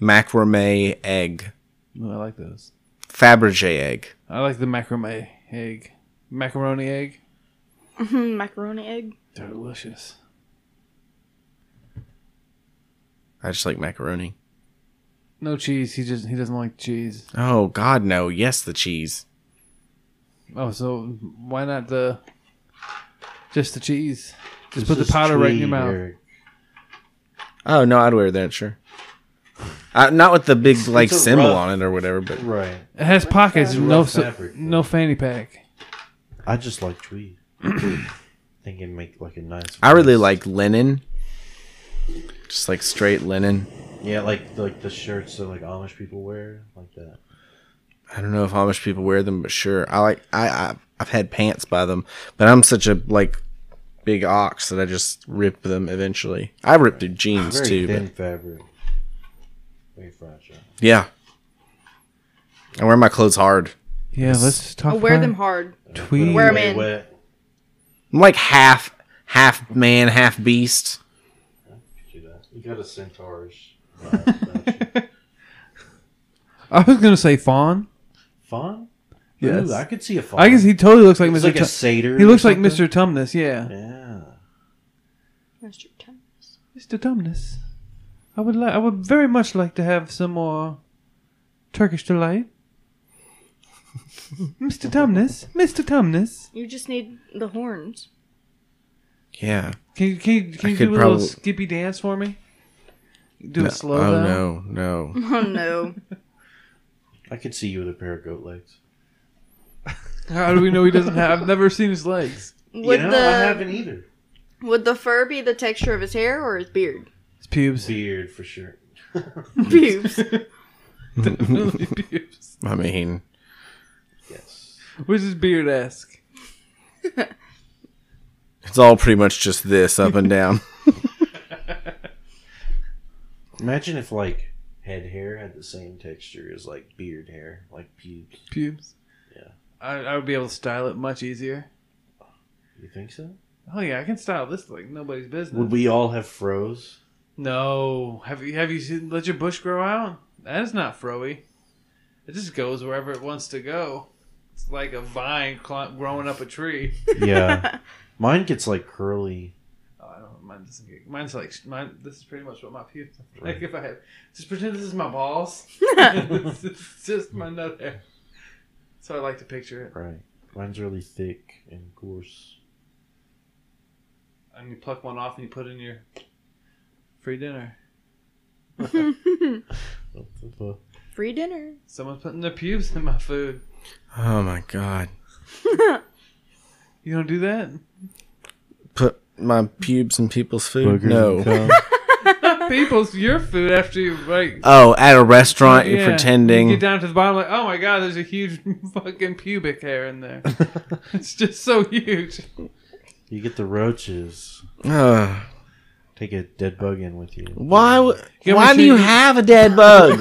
A: Macrame egg,
B: No, I like those.
A: Fabergé egg.
B: I like the macrame egg, macaroni egg.
C: Hmm, [LAUGHS] Macaroni egg.
B: They're delicious.
A: I just like macaroni.
B: No cheese. He just he doesn't like cheese.
A: Oh God, no! Yes, the cheese.
B: Oh, so why not the just the cheese? Just put
E: This
B: the
E: is
B: powder right in your
E: tweed,
B: mouth.
E: Eric.
A: Oh no, I'd wear that sure. Uh, not with the big like
E: it's a
A: symbol
E: rough-
A: on it or whatever, but
E: Right.
B: It has pockets.
E: that?
B: No
E: Rough
B: so,
E: fabric.
B: no fanny pack.
E: I just
B: [CLEARS THROAT]
E: like tweed. think it'd make like a nice.
A: I really
E: vest.
A: like linen. Just like straight linen.
E: Yeah, like like the shirts that like Amish people wear, like that.
A: I don't know if Amish people wear them, but sure. I like I, I I've had pants by them, but I'm such a like big ox that I just rip them eventually. I rip through jeans
E: Very
A: too.
E: thin
A: But
E: fabric. Very fragile.
A: yeah. I wear my clothes hard.
B: Yeah, let's talk.
C: I'll wear
B: about
C: them hard.
B: Tweed.
C: Wear 'em
E: Way
C: in.
E: wet.
A: I'm like half half man, half beast.
E: Do that. You got
B: [LAUGHS]
E: a centaurish.
B: I was gonna say fawn.
E: Fawn?
B: Yes.
E: Ooh, I could see a fawn.
B: I guess he totally looks like
E: He's
B: Mr.
E: like a
B: Tum-
E: satyr.
B: he
E: or
B: looks like
E: something.
B: Mr. Tumnus. Yeah,
E: Yeah.
C: That's your time.
B: Mr. Tumnus. I would like. I would very much like to have some more Turkish delight. [LAUGHS] Mr. Tumnus, Mr. Tumnus.
C: You just need the horns.
A: Yeah.
B: Can you can you,
A: I
B: can you
A: could
B: do a
A: probab-
B: little skippy dance for me? Do
A: No.
B: a slow
A: oh
B: down.
A: no, no.
C: Oh no.
E: I could see you with a pair of goat legs.
B: How do we know he doesn't have? I've never seen his legs.
C: Would
E: you know, I
C: the
E: haven't either.
C: would the fur be the texture of his hair or his beard?
B: His [LAUGHS] pubes.
E: Beard for sure.
C: Pubes.
B: Definitely pubes.
A: I mean,
E: Yes.
B: Where's his beard esque?
A: it's all pretty much just this up and down.
E: Imagine if like head hair had the same texture as like beard hair, like pubes.
B: Pubes.
E: Yeah.
B: I, I would be able to style it much easier.
E: You think so?
B: Oh yeah, I can style this like nobody's business.
E: Would we all have froze?
B: [LAUGHS] No. Have you have you seen let your bush grow out? That is not froey. It just goes wherever it wants to go. It's like a vine cl- growing up a tree.
E: Yeah. Mine gets like curly.
B: Oh, I don't. Mine mine doesn't get. Mine's like mine. This is pretty much what my pubes are like. If I had just pretend this is my balls. [LAUGHS] it's, it's just my nut hair. So I like to picture it.
E: Right. Mine's really thick and
B: [LAUGHS]
E: coarse.
B: And you pluck one off and you put it in your free dinner.
E: What the fuck?
I: Free dinner.
B: Someone's putting their pubes in my food.
A: Oh my god.
B: You don't do that.
A: Put my pubes in people's food?
G: Boogers and
A: No.
G: cum.
B: People's your food after you like
A: Oh, at a restaurant,
B: Yeah.
A: you're pretending.
B: You get down to the bottom, like, oh my god, there's a huge [LAUGHS] fucking pubic hair in there. it's just so huge.
E: You get the roaches.
A: Ugh.
E: Take a dead bug in with you.
A: why? w-
B: You want
A: Why
B: me
A: do you
B: to-
A: have a dead bug?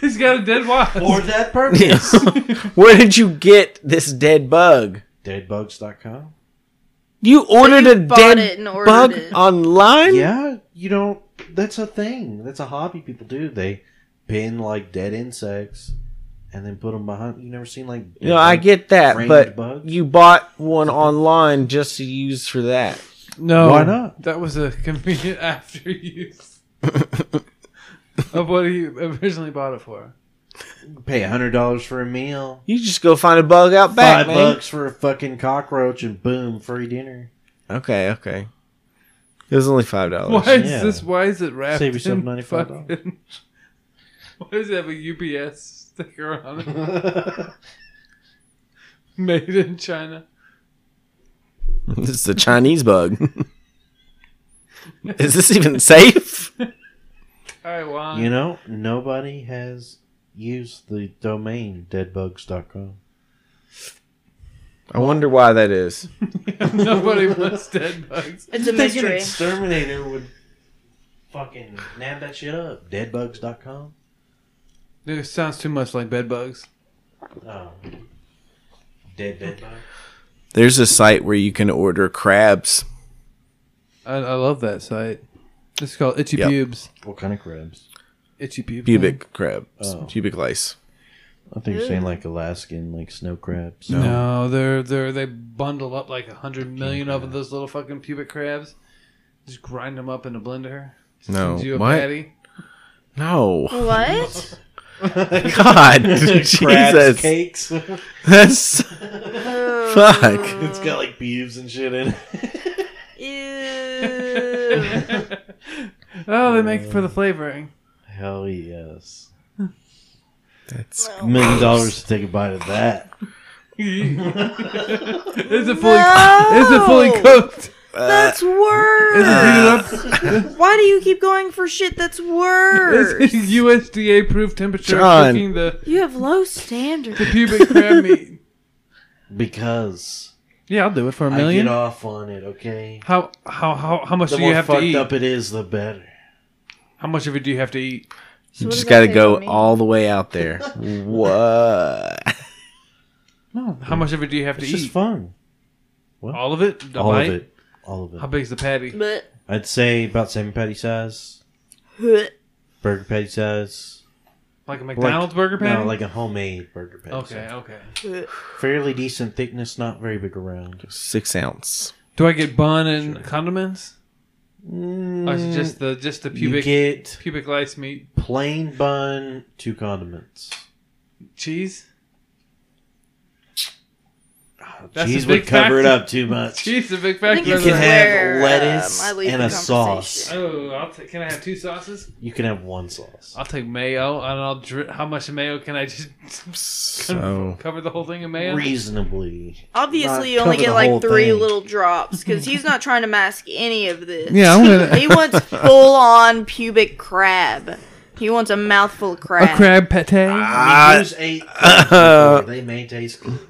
B: He's got a dead wife.
E: that purpose. [LAUGHS]
A: Where did you get this dead bug?
E: Deadbugs.com.
A: You ordered a
C: bought
A: dead
C: it and ordered
A: bug
C: it.
A: online?
E: Yeah, you don't. That's a thing. That's a hobby people do. They bin like dead insects and then put them behind. You never seen like.
A: No, I get that,
E: Framed
A: but
E: bugs?
A: you bought one online just to use for that.
B: No.
E: Why not?
B: That was a convenient [LAUGHS] after use of what he originally bought it for.
E: Pay hundred dollars for a meal.
A: You just go find a bug out back,
E: Five
A: man.
E: bucks for a fucking cockroach and boom, free [LAUGHS] dinner.
A: Okay, okay. It was only five dollars.
B: Why is
E: yeah.
B: this? Why is it wrapped?
E: Save yourself
B: in
E: $95.
B: fucking- [LAUGHS] Why does it have a UPS sticker on it? [LAUGHS] Made in China.
A: [LAUGHS] this is a Chinese bug. [LAUGHS] is this even safe?
B: Taiwan.
E: You know, nobody has used the domain deadbugs.com.
A: I wonder why that is.
B: Nobody wants dead bugs.
I: It's a
E: Think an
I: mystery.
E: exterminator would fucking nab that shit up. Deadbugs.com.
B: It sounds too much like bed bugs.
E: Oh. Dead deadbug.
A: There's a site where you can order crabs.
B: I, I love that site. It's called Itchy
A: Yep.
B: Pubes.
E: What kind of crabs?
B: Itchy Pubes.
A: Pubic crabs.
E: Oh.
A: Pubic lice.
E: I think you're saying like Alaskan, like snow crabs.
B: No.
E: [LAUGHS]
B: they're they're they bundle up like a hundred million of those little fucking pubic crabs. Just grind them up in a blender.
A: No.
B: Do a
A: What?
B: patty. [LAUGHS]
E: [LAUGHS]
A: No.
C: What?
A: [LAUGHS] God. Jesus.
E: cakes. [LAUGHS]
A: That's. Fuck.
E: it's got like beeves and shit in it. [LAUGHS]
C: Ew.
B: Oh, they make it for the
C: [LAUGHS]
B: flavoring.
E: Hell yes.
A: That's.
E: Million dollars to take a bite of that.
B: Is it fully? Is it fully
C: No!
B: cooked?
C: That's
B: Is
C: worse.
B: it heated up?
C: [LAUGHS] Why do you keep going for shit that's worse?
B: Is it USDA proof temperature
A: John.
B: cooking the
C: You have low standards.
B: pubic crab meat?
E: Because
B: [LAUGHS] Yeah, I'll do it for a
E: I
B: million.
E: get off on it, okay?
B: How how how how much
E: The
B: do
E: more
B: you have to
E: fucked
B: eat?
E: up it is, the better.
B: How much of it do you have to eat?
C: So
A: You
C: what does
A: just
C: that
A: got to
C: say
A: go
C: about me?
A: all the way
C: [LAUGHS]
A: out there. what?
B: How much of it do you have to
E: It's
B: eat?
E: just fun.
B: All of it? A
E: All
B: bite?
E: of it. All of
B: How
E: it.
B: big's the patty?
C: But [LAUGHS]
E: I'd say about salmon patty size, burger patty size.
B: Like a McDonald's burger patty?
E: No, like a homemade burger patty.
B: okay,
E: size.
B: okay.
E: Fairly decent thickness, not very big around.
A: Six ounce.
B: Do I get bun and condiments? Or is
E: Mm,
B: it just the just the
E: you
B: pubic
E: get
B: pubic lice meat
E: plain bun, two condiments.
B: cheese? That's a
E: Oh, Cheese
B: big
E: would cover it
B: factor.
E: up too much.
B: [LAUGHS] Cheese is a big
C: I think
B: factor.
E: You
B: of
C: it's
E: can
B: that.
E: have
C: where,
E: lettuce
C: um, I leave
E: and
C: the
E: a sauce.
C: conversation.
B: Oh, I'll t- can I have two sauces?
E: You can have one sauce.
B: I'll take mayo, and I'll dri- how much mayo can I just [LAUGHS]
A: So.
B: cover the whole thing in mayo?
E: Reasonably. Not
C: Obviously, you only
E: cover
C: get
E: the
C: like
E: whole
C: three
E: thing.
C: little drops because he's not trying to mask any of this.
B: Yeah, I'm gonna-
C: he wants full on pubic crab. He wants a mouthful of crab.
B: crab pate.
E: I
A: Ah. [LAUGHS]
E: mean, who's ate before? they may taste good.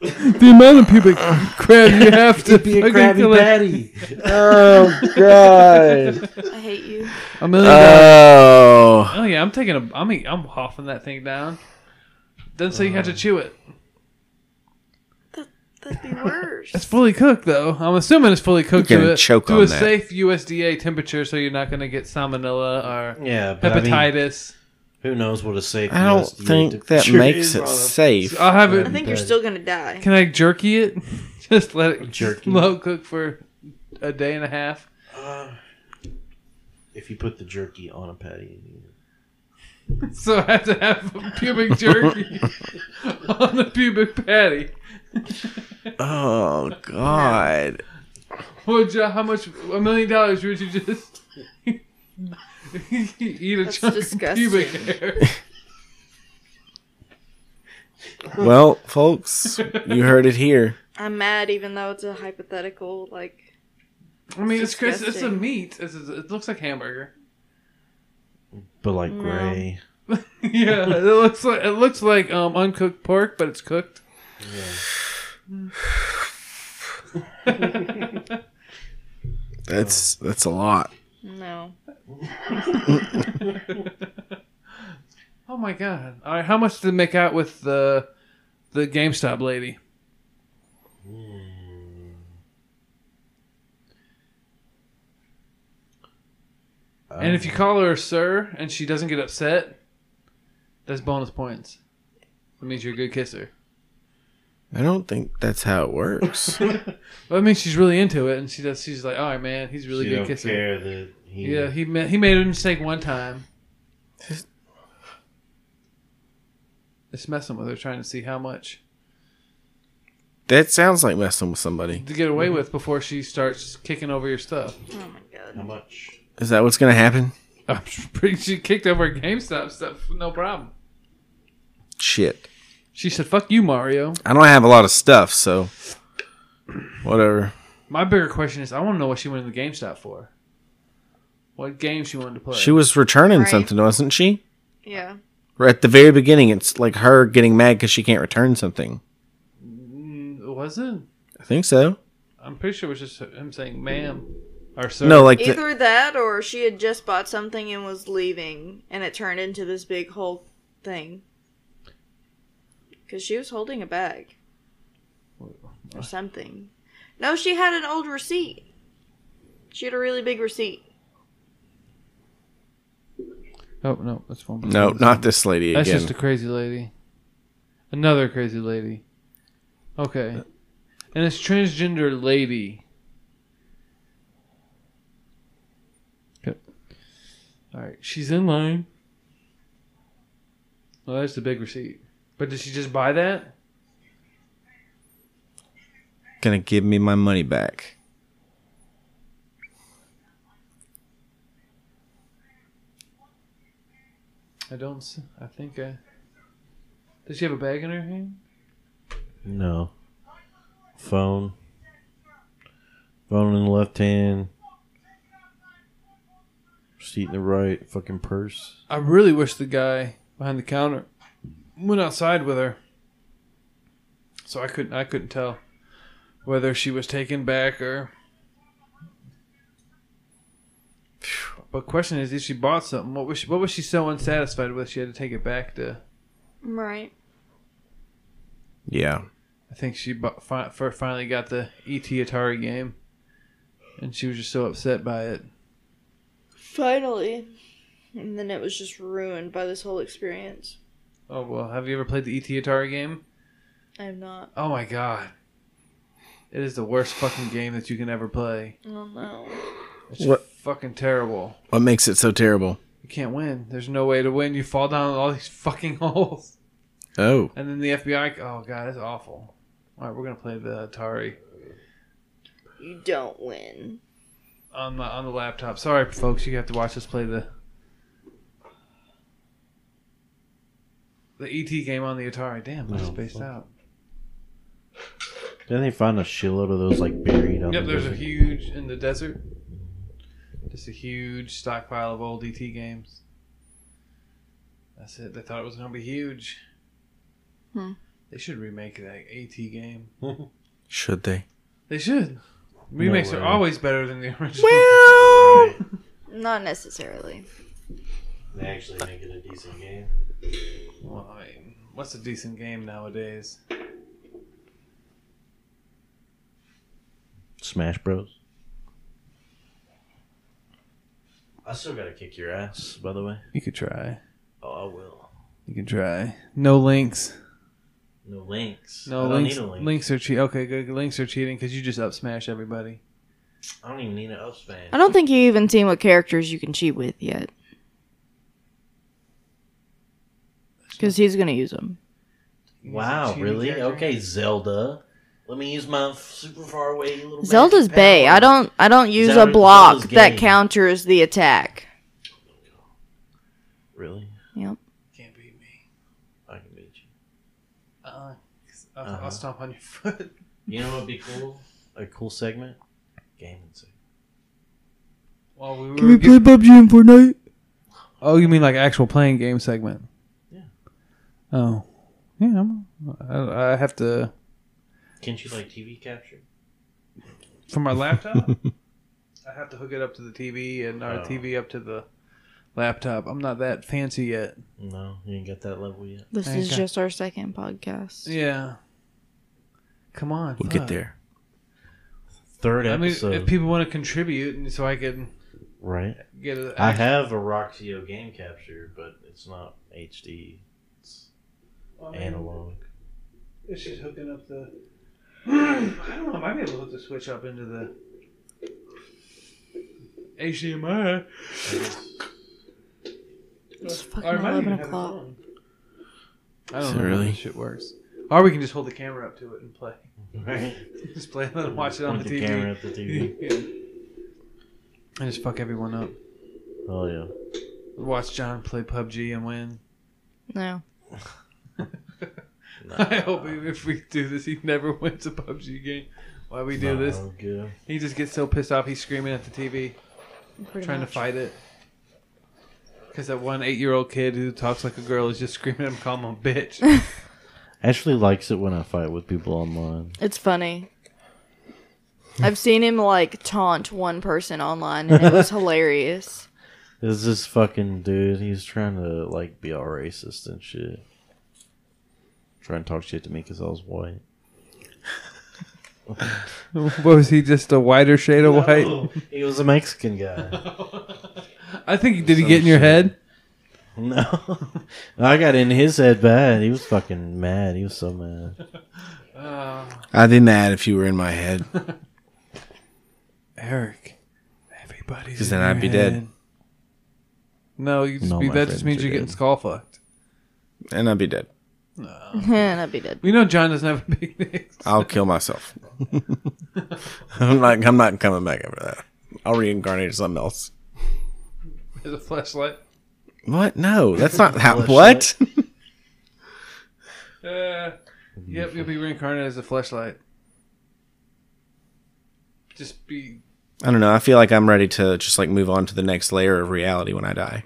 B: the amount of pubic crab you have to [LAUGHS]
E: [LAUGHS] Be a Krabby Patty.
A: Oh, God.
C: I hate you.
B: A million
A: Uh,
B: dollars.
A: [LAUGHS] Oh.
B: Oh yeah, I'm taking a. I'm eat- I'm huffing that thing down. Doesn't say you
A: Uh,
B: have to chew it.
C: That'd
E: [LAUGHS]
C: be worse.
B: It's fully cooked though. I'm assuming it's fully cooked
A: You're gonna
B: to a,
A: choke
B: to
A: on
B: a
A: that.
B: safe USDA temperature, so you're not going to get salmonella or
E: [LAUGHS] Yeah, but I mean,
B: hepatitis.
E: Who knows what a safe?
A: I don't
E: USDA
A: think
E: [LAUGHS]
A: that
E: picture
A: makes
E: is,
A: it
E: brother.
A: safe.
B: I'll have
E: I
B: it.
E: think
C: think you're
E: you're Bad.
C: still gonna die.
B: Can I jerky it? [LAUGHS] Just let it [LAUGHS]
E: Jerky.
B: slow cook for a day and a half.
E: If you put the jerky on a patty, and you-
B: So I have to have pubic jerky on the pubic patty.
A: Oh God!
B: Would you, how much a million dollars would you just [LAUGHS] eat a
C: That's
B: chunk
C: disgusting.
B: of pubic hair?
A: Well, folks, you heard it here.
C: I'm mad, even though it's a hypothetical. Like
B: I mean, it's Chris. It's a
C: Disgusting.
B: meat. It's, it's- it looks like hamburger. [LAUGHS]
E: but like gray.
B: yeah, it looks like it looks like um, uncooked pork, but it's cooked.
A: That's that's a lot.
C: no,
B: Oh my god! All right, how much did it make out with the the GameStop lady?
E: Hmm.
B: And
E: Um,
B: if you call her sir and she doesn't get upset, that's bonus points. That means you're a good kisser.
A: I don't think that's how it [LAUGHS] works.
B: Well, that means she's really into it, and she does. She's like, "All right, man, he's a really
E: She
B: good
E: don't
B: kisser."
E: care that he,
B: Yeah, he ma- he made a mistake one time. It's messing with her, trying to see how much
A: that sounds like messing with somebody.
B: to get away with before she starts kicking over your stuff.
C: oh my
E: how
C: god,
E: much.
A: Is that what's gonna happen?
B: [LAUGHS] I'm pretty. She kicked over GameStop stuff, no problem.
A: Shit.
B: She said, "Fuck you, Mario."
A: I don't have a lot of stuff, so whatever.
B: My bigger question is, I want to know what she went to GameStop for. What game she wanted to play?
A: She was returning
C: Right.
A: something, wasn't she?
C: yeah.
A: Or at the very beginning, it's like her getting mad because she can't return something.
B: was it?
A: I think so.
B: I'm pretty sure it was just him saying "ma'am" or "sir."
A: No, like the,
C: Either that, or she had just bought something and was leaving, and it turned into this big whole thing. Because she was holding a bag. Or something. No, she had an old receipt. She had a really big receipt.
B: Oh no, that's one.
A: no, not this lady
B: That's
A: again.
B: just a crazy lady. Another crazy lady. Okay. And it's transgender lady. Okay. Alright, she's in line. Well, that's the big receipt. But did she just buy that?
A: Gonna give me my money back.
B: I don't. s- I think I. Does she have a bag in her hand?
E: No. Phone. Phone in the left hand. Seat in the right. Fucking purse.
B: I really wish the guy behind the counter went outside with her, so I couldn't I couldn't tell whether she was taken back or. [SIGHS] But question is, if she bought something, what was she, what was she so unsatisfied with? She had to take it back to.
C: Right.
A: Yeah.
B: I think she bought, fi- fir- finally got the ET Atari game, and she was just so upset by it.
C: Finally. And then it was just ruined by this whole experience.
B: Oh well, have you ever played the ET Atari game?
C: I'm not.
B: Oh my god. It is the worst fucking game that you can ever play.
C: I don't know.
B: It's
A: What-
B: fucking terrible.
A: What makes it so terrible?
B: You can't win. There's no way to win. You fall down all these fucking [LAUGHS] holes.
A: Oh,
B: And then the FBI. Oh god, it's awful. All right, we're gonna play the Atari
C: You don't win.
B: on the on the laptop. Sorry, folks, you have to watch us play the the ET game on the Atari. Damn, I
E: No.
B: spaced out.
E: Then they found a shitload of those like buried on
B: Yep,
E: the
B: there's a
E: desert.
B: huge in the desert. Just a huge stockpile of old ET games. That's it. They thought it was gonna be huge.
K: Hmm.
B: They should remake that AT game.
E: [LAUGHS]
A: should they?
B: They should. Remakes
E: way.
B: are always better than the [LAUGHS] original.
C: Not necessarily.
E: They actually make it a decent game.
B: Well, I mean, what's a decent game nowadays?
E: Smash Bros. I still gotta kick your ass, by the way.
B: You could try.
E: Oh, I will.
B: You can try. No links.
E: No links.
B: No
E: I don't
B: links.
E: need a link.
B: Links are cheating. Okay, good. Links are cheating because you just up smash everybody.
E: I don't even need an up span.
C: I don't think you even seen what characters you can cheat with yet. Because he's gonna use them.
E: Wow,
B: Cheating
E: really?
B: character.
E: Okay, Zelda. Let me use my f- super far away little. magic
C: Zelda's
E: power.
C: Bay. I don't. I don't use
E: Zelda-
C: a block
E: Zelda's
C: that
E: game.
C: counters the attack.
E: Really?
C: Yep.
B: Can't beat me.
E: I can beat you.
B: Uh, I'll,
E: Uh-huh.
B: I'll stomp on your [LAUGHS] foot.
E: You know what'd be cool? A cool segment. Gaming segment.
B: While we were get-
G: PUBG and Fortnite?
B: oh, you mean like actual playing game segment?
E: Yeah.
B: Oh, yeah. I'm, I, I have to
E: Can't you like TV capture?
B: from my laptop. [LAUGHS] I have to hook it up to the TV and our
E: Oh.
B: TV up to the laptop. I'm not that fancy yet.
E: No, you ain't got that level yet.
C: This
B: is
C: is
B: Okay.
C: just our second podcast.
B: Yeah. Come on.
A: We'll
B: fuck.
A: get there.
E: Third
B: I mean,
E: episode,
B: if people want to contribute, and so I can
E: right?
B: get a
E: I have a Roxio game capture, but it's not HD. It's
B: [LAUGHS]
E: analog.
B: It's just hooking up the. [CLEARS THROAT] I don't know. I might be able to hook the switch up into the HDMI.
E: I guess.
C: It's fucking
B: Or it might
C: eleven
B: even have its
C: o'clock.
B: own. I don't
A: Is it
B: know how
A: really?
B: this shit works. Or we can just hold the camera up to it and play. [LAUGHS]
E: Right.
B: Just play and let 'em watch it on
E: Point
B: the, TV.
E: camera at
B: [LAUGHS]
E: the TV.
B: yeah. And just fuck everyone up.
E: oh yeah.
B: Watch John play PUBG and win. [LAUGHS]
C: No.
B: I hope even if we do this, he never [LAUGHS] wins a PUBG game. Why we do
E: Nah,
B: this?
E: I'm Oh, good.
B: He just gets so pissed off, he's screaming at the TV,
C: pretty
B: trying
C: much.
B: to fight it. Because that one eight-year-old kid who talks like a girl is just [LAUGHS] screaming at him, calling him a bitch.
E: Ashley likes it when I fight with people online.
C: It's funny. I've seen him like taunt one person online, and
A: [LAUGHS]
C: it was
I: [LAUGHS]
C: hilarious.
E: There's this fucking dude. He's trying to like be all racist and shit. Trying to talk shit to me because I was white.
B: [LAUGHS] what was he? Just a whiter shade of white?
E: he was a Mexican guy. [LAUGHS]
B: I think did he
E: Some
B: get in your
E: shit.
B: head?
E: no, I got in his head bad. He was fucking mad. He was so mad.
A: I didn't add if you were in my head.
B: Eric, everybody's.
A: 'Cause
B: in
A: then
B: your
A: I'd be dead. [LAUGHS]
B: head. No, you just
E: No,
B: be,
E: my
B: that just
E: friends
B: means
E: are
B: you're getting
E: dead.
B: skull fucked.
A: And I'd be dead.
C: and I'd be dead.
B: We know John doesn't have a [LAUGHS] big dick.
A: I'll kill myself. [LAUGHS] I'm not I'm not coming back after that. I'll reincarnate as something else.
B: There's a flashlight.
A: What? No, that's not how [LAUGHS] what?
B: Uh, yep, you'll be reincarnated as a flashlight. Just be
A: I don't know. I feel like I'm ready to just like move on to the next layer of reality when I die.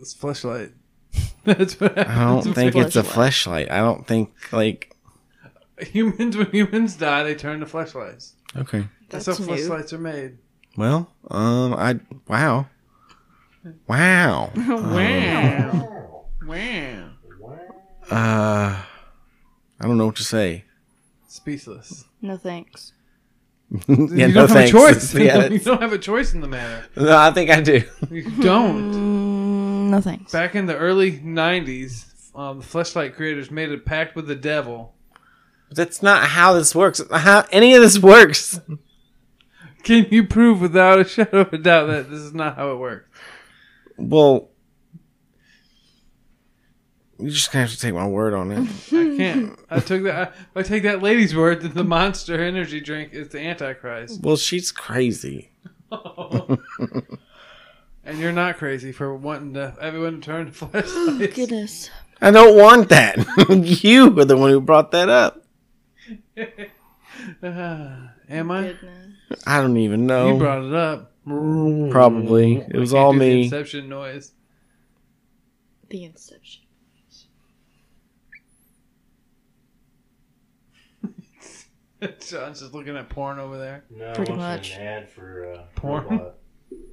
B: It's flashlight. [LAUGHS] That's what happens.
A: I don't think it's a
C: fleshlight.
A: flashlight. I don't think like
B: humans when humans die, they turn to flashlights.
A: okay.
B: That's,
C: That's
B: how
C: new.
B: flashlights are made.
A: Well, um, I wow, wow.
B: [LAUGHS]
A: Um,
B: Wow. Wow.
A: Uh, I don't know what to say.
B: Speechless.
C: No thanks.
A: yeah,
B: [LAUGHS] you
A: no
B: don't have
A: thanks.
B: a choice.
A: [LAUGHS]
B: [LAUGHS]
A: Yeah,
B: you
A: that's-
B: don't have a choice in the matter.
A: no, I think I do.
B: You don't.
C: Mm, no thanks.
B: Back in the early '90s, um, the flashlight creators made a pact with the devil.
A: That's not how this works. How any of this works?
B: Can you prove without a shadow of a doubt that this is not how it works?
A: Well, you just gonna have to take my word on
B: [LAUGHS]
A: it.
B: I can't. I took that. I, I take that lady's word that the monster energy drink is the antichrist,
A: Well, she's crazy.
B: and you're not crazy for wanting to everyone to turn
C: Oh,
B: to flashlights.
C: Goodness.
A: I don't want that. [LAUGHS] you are the one who brought that up.
B: Ah, [LAUGHS] am I?
C: Goodness.
A: I don't even
B: You
A: know.
B: brought it up.
A: Probably it was
B: Can't
A: all
B: do the
A: me.
B: inception noise. [LAUGHS]
C: The Inception.
B: John's just looking at porn over there.
E: No,
C: Pretty watching much. an
E: ad for uh,
B: Porn. robot.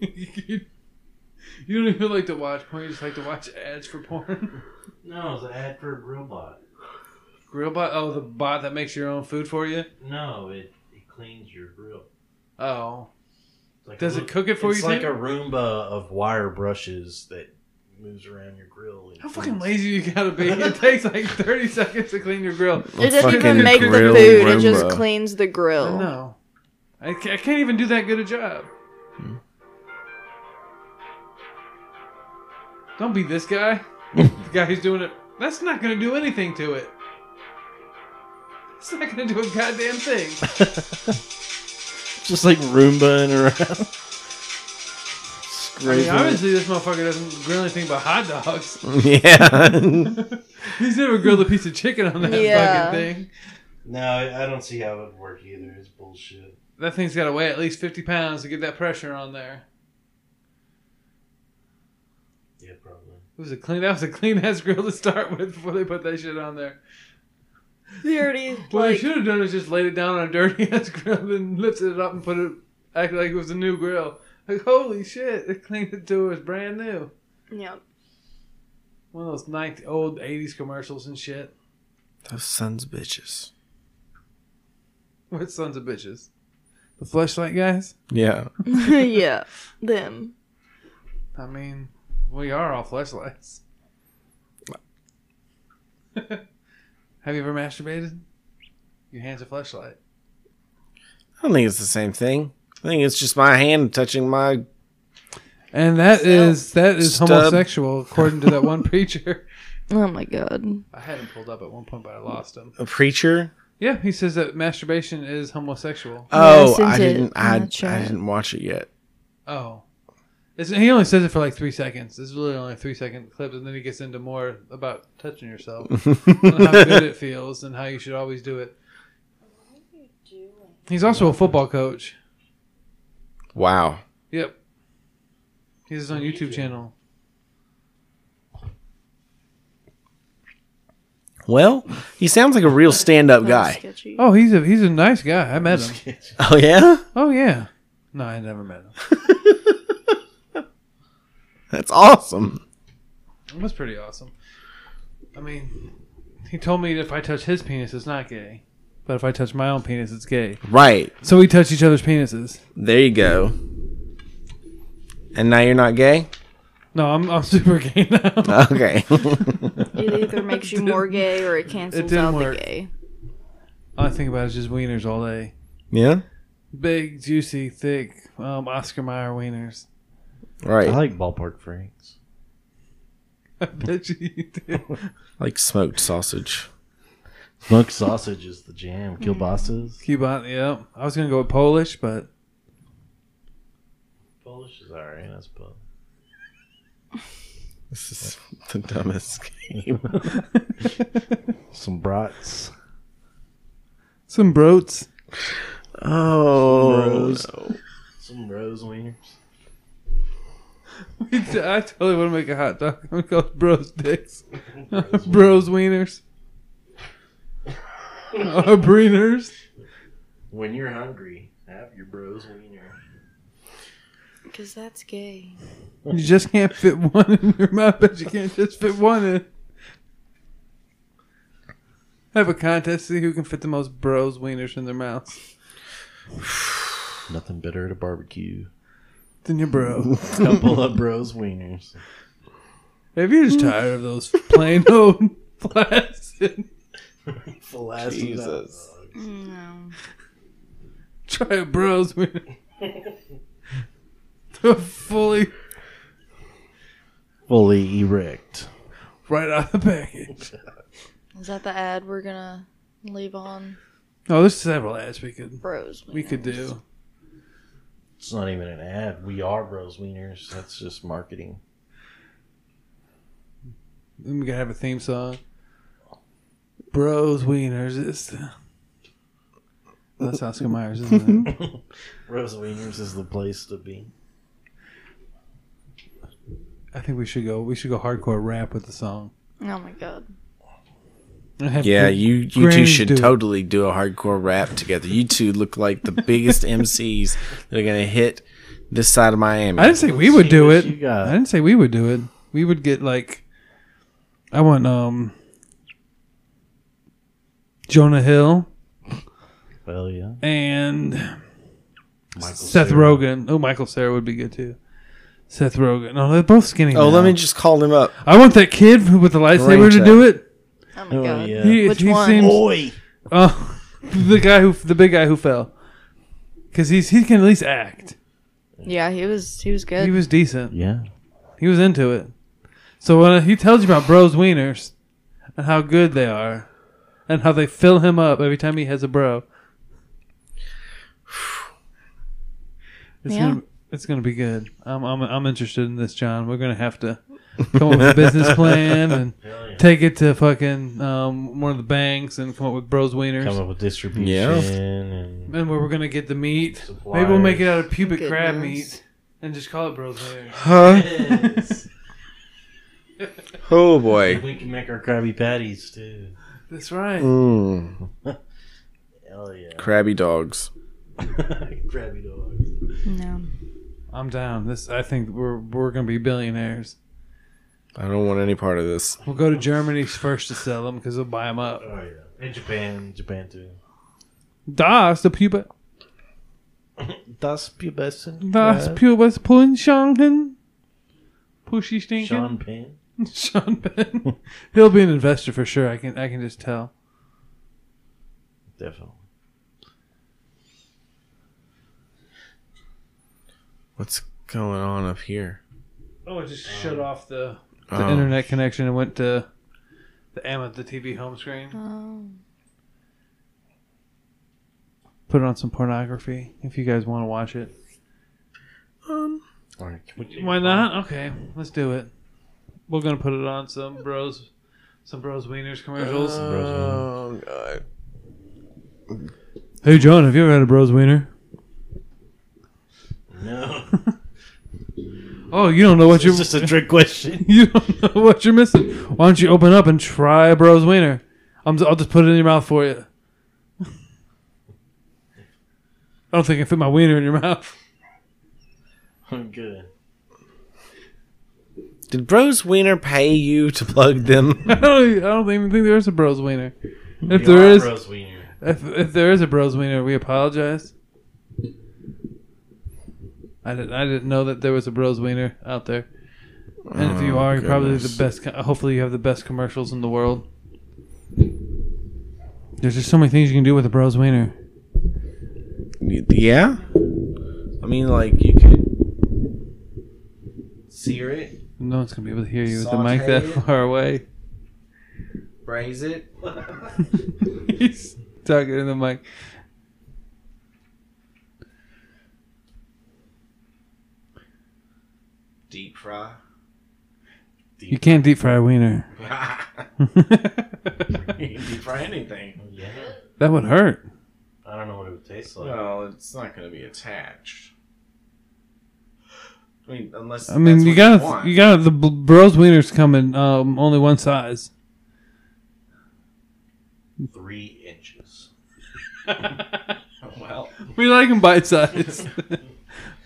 B: you [LAUGHS] don't even like to watch porn. You just like to watch ads for porn. [LAUGHS]
E: No, it's an ad for a robot.
B: Grill bot. Oh, the bot that makes your own food for you.
E: No, it, it cleans your grill.
B: Oh,
E: It's Like a
B: does
E: little-
B: it cook it for
E: it's
B: you?
E: like
B: too?
E: a Roomba of wire brushes that moves around your grill. and
B: How
E: things.
B: fucking lazy you gotta be. It takes like 30 [LAUGHS] seconds to clean your grill.
A: A
I: It doesn't
A: fucking
I: even make the
A: grill
I: food. It just
A: Roomba.
I: cleans the
C: Oh.
B: I
I: grill.
B: know. I, ca- I can't even do that good a job. Don't be this guy. the guy who's doing it. That's not gonna do anything to it. It's not gonna do a goddamn thing.
E: Just like Roombaing around.
B: I mean,
E: Scraping.
B: obviously, this motherfucker doesn't grill anything but hot dogs.
A: [LAUGHS]
F: yeah.
B: He's never grilled a piece of chicken on that
I: Yeah.
B: fucking thing.
E: no, I I don't see how it would work either. It's bullshit.
B: That thing's gotta weigh at least 50 pounds to get that pressure on there.
E: Yeah, probably.
B: It was a clean. That was a clean [LAUGHS] ass grill to start with before they put that shit on there.
I: They already
B: What they
I: like
B: should have done is just laid it down on a dirty [LAUGHS] ass grill and lifted it up and put it act like it was a new grill. Like holy shit, they cleaned it to it was brand new.
I: yeah.
B: One of those ninth old '80s commercials and shit. [LAUGHS]
A: Those sons of bitches.
B: What sons of bitches? The fleshlight guys.
A: Yeah.
I: [LAUGHS] yeah, them.
B: I mean, we are all fleshlights. [LAUGHS] have you ever masturbated? Your hands are fleshlight.
A: I don't think it's the same thing. I think it's just my hand touching my.
B: And that is that is
A: Stub.
B: homosexual, according to that one preacher.
I: Oh my god.
B: I had him pulled up at one point, but I lost him.
A: A preacher?
B: Yeah, he says that masturbation is homosexual.
A: Oh,
C: since
A: I
C: it-
A: didn't. I,
C: I'm not sure.
A: I didn't watch it yet.
B: Oh. It's, he only says it for like three seconds. It's really only a three second clip, and then he gets into more about touching yourself, and
A: [LAUGHS]
B: how good it feels, and how you should always do it. He's also a football coach.
A: Wow.
B: Yep. He has his own YouTube channel.
A: Well, he sounds like a real stand-up guy.
I: Sketchy.
B: Oh, he's a he's a nice guy. I met him.
A: [LAUGHS] Oh yeah,
B: Oh yeah. No, I never met him.
A: that's awesome.
B: It was pretty awesome. I mean, he told me that if I touch his penis, it's not gay, but if I touch my own penis, it's gay.
A: Right
B: So we touch each other's penises.
A: there you go. And now you're not [LAUGHS] gay.
B: No, I'm, [LAUGHS] I'm super gay now.
A: [LAUGHS] Okay.
I: It either makes you more gay or it cancels
B: didn't
I: out
B: work.
I: the gay.
B: All I think about is just wieners all day.
A: yeah.
B: Big, juicy, thick um, Oscar Mayer wieners. [LAUGHS]
E: I
A: Right.
E: like ballpark Franks.
B: I bet you do.
A: Like smoked sausage.
E: Smoked sausage is the jam.
B: Mm-hmm.
E: Kielbasa's.
B: Cuban, yeah. I was gonna go with Polish, but [LAUGHS]
E: Polish is alright, I suppose.
A: This is the dumbest
B: [LAUGHS]
A: game.
E: Some brats.
B: some broats.
A: Oh.
E: Rose. Some
B: [LAUGHS]
E: rose wieners.
B: I totally want to make a hot dog. [LAUGHS] I'm gonna call it bros dicks, bros wieners, or breeners.
E: When you're hungry, have your bros wiener.
I: Because that's gay.
B: You just can't fit one in your mouth, but you can't just fit one in. Have a contest see who can fit the most bros wieners in their mouths.
E: Nothing better at a barbecue.
B: Then your bro.
E: Couple of bros wieners.
B: If you're just tired of those plain old plastic,
E: Jesus.
I: No.
B: try a bros wiener. To fully
E: Fully erect.
B: right out of the package.
I: Is that the ad we're gonna leave on?
B: Oh, there's several ads we could
I: Bros.
B: we could do.
E: It's not even an ad. We are bros wieners. That's just marketing.
B: Then we could have a theme song. Bros wieners is the that's Oscar Myers, isn't it?
E: Bros wieners is the place to be.
B: I think we should go. We should go hardcore rap with the song.
I: Oh my god.
B: And have
A: Yeah,
B: Gr-
A: you you two
B: Grange
A: should
B: do it.
A: totally do a hardcore rap together. You two look like the
B: [LAUGHS]
A: biggest MCs that are gonna hit this side of Miami.
B: I didn't say we would
E: see
B: do
E: what
B: it.
E: you got.
B: I didn't say we would do it. We would get like, I want um, Jonah Hill
E: Well, yeah.
B: and
E: Michael
B: Seth
E: Cera.
B: Rogen. Oh, Michael Sarah would be good too. Seth Rogen. No, they're both skinny.
A: Oh,
B: now.
A: let me just call him up.
B: I want that kid who- with the lightsaber to
A: check.
B: do it.
C: Oh my god.
E: yeah.
B: He,
C: Which
B: he
C: one?
B: seems.
E: Boy,
B: Oh, the guy who the big guy who fell. Because he's he can at least act.
C: Yeah, he was he was good.
B: He was decent.
E: yeah.
B: He was into it. So when he tells you about bros wieners and how good they are and how they fill him up every time he has a bro. It's
C: Yeah.
B: gonna it's gonna be good. I'm I'm I'm interested in this, John. We're gonna have to come up with a business plan and take it to fucking um, one of the banks and come up with bros wieners.
E: Come up with distribution
A: Yeah.
E: and
B: And where we're gonna get the meat. Maybe we'll make it out of pubic crab
C: Goodness.
B: meat and just call it bros wieners.
A: [LAUGHS]
B: [LAUGHS]
A: Huh? Oh boy.
E: we can make our Krabby Patties too.
B: That's right.
A: Mm.
E: Hell yeah, [LAUGHS]
A: Crabby dogs.
E: Krabby Dog.
C: no.
B: I'm down. This I think we're we're gonna be billionaires.
A: I don't want any part of this.
B: We'll go to Germany first to sell them because they'll buy them up.
E: Oh yeah, in Japan, Japan too.
B: Das the pupa
E: Das Pubescent.
B: das pubis punschangen pushy stinking [LAUGHS]
E: Sean Penn.
B: Sean Penn. He'll be an investor for sure. I can I can just tell.
E: Definitely.
A: What's going on up here?
B: Oh, I just shut off the the
A: Oh.
B: internet connection and went to the Amma the TV home screen.
C: Um,
B: Put on some pornography if you guys want to watch it. Why not? Okay, let's do it. We're gonna put it on some bros, some bros wieners commercials.
E: Uh,
A: Oh god.
B: hey John, have you ever had a bros wiener? [LAUGHS]
E: No,
B: Oh, you don't know what you're
E: it's just a trick question.
B: [LAUGHS] you don't know what you're missing. Why don't you open up and try a bros wiener? I'm I'll just put it in your mouth for you. I don't think I can fit my wiener in your mouth. [LAUGHS]
E: I'm good.
A: Did Bros Wiener pay you to plug them?
B: I don't, I don't even think there is a bros wiener. If there is,
E: Bros Wiener.
B: If, if there is a bros wiener, we apologize. I didn't I didn't know that there was a bros wiener out there. And if you
A: Oh,
B: are, you're probably the
A: goodness.
B: best. co- Hopefully, you have the best commercials in the world. There's just so many things you can do with a bros wiener.
A: yeah. I mean, like you could.
F: Sear it,
B: No one's gonna be able to hear you with the
F: Saute
B: mic that
F: it.
B: far
F: [LAUGHS]
B: away.
F: braise it.
B: He's talking in the mic.
F: Deep fry. [LAUGHS]
B: You can't deep fry a wiener. [LAUGHS]
F: You can deep fry anything.
E: Yeah,
B: that would hurt.
E: I don't know what it would taste like.
F: Well, it's not going to be attached. I mean, unless
B: I mean,
F: that's
B: you
F: what
B: got
F: want.
B: you got the b- bros wieners coming. Um, only one size.
E: Three inches.
F: [LAUGHS] Well,
B: We like them bite size.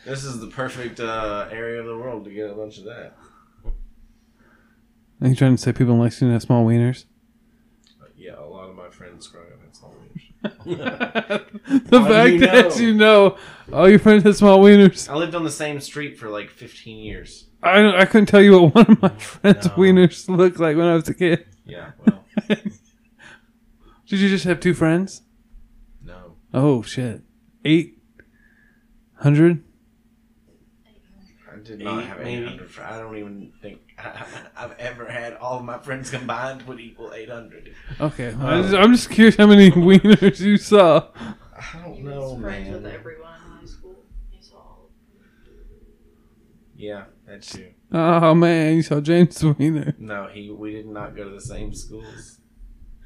F: this is the perfect uh, area of the world to get a bunch of that.
B: [LAUGHS] Are you trying to say people in Lexington have small wieners?
F: But yeah, a lot of my friends growing up had small wieners.
B: The fact
F: you
B: that
F: know?
B: you know all your friends have small wieners.
F: I lived on the same street for like 15 years.
B: I, I couldn't tell you what one of my [LAUGHS] friends' wieners looked like when I was a kid.
F: Yeah, well, [LAUGHS]
B: Did you just have two friends?
F: no.
B: Oh shit, eight hundred.
F: I did not have
E: maybe?
F: 800 fr- I don't even think [LAUGHS] I, I've ever had all of my friends combined would equal 800.
B: Okay, I just, I'm just curious how many [LAUGHS] wieners you saw.
F: I don't know,
I: friends with
F: man.
I: everyone in high school. He's all
F: Yeah, that's you.
B: Oh man, you saw James Wiener.
F: No, he. we did not go to the same schools.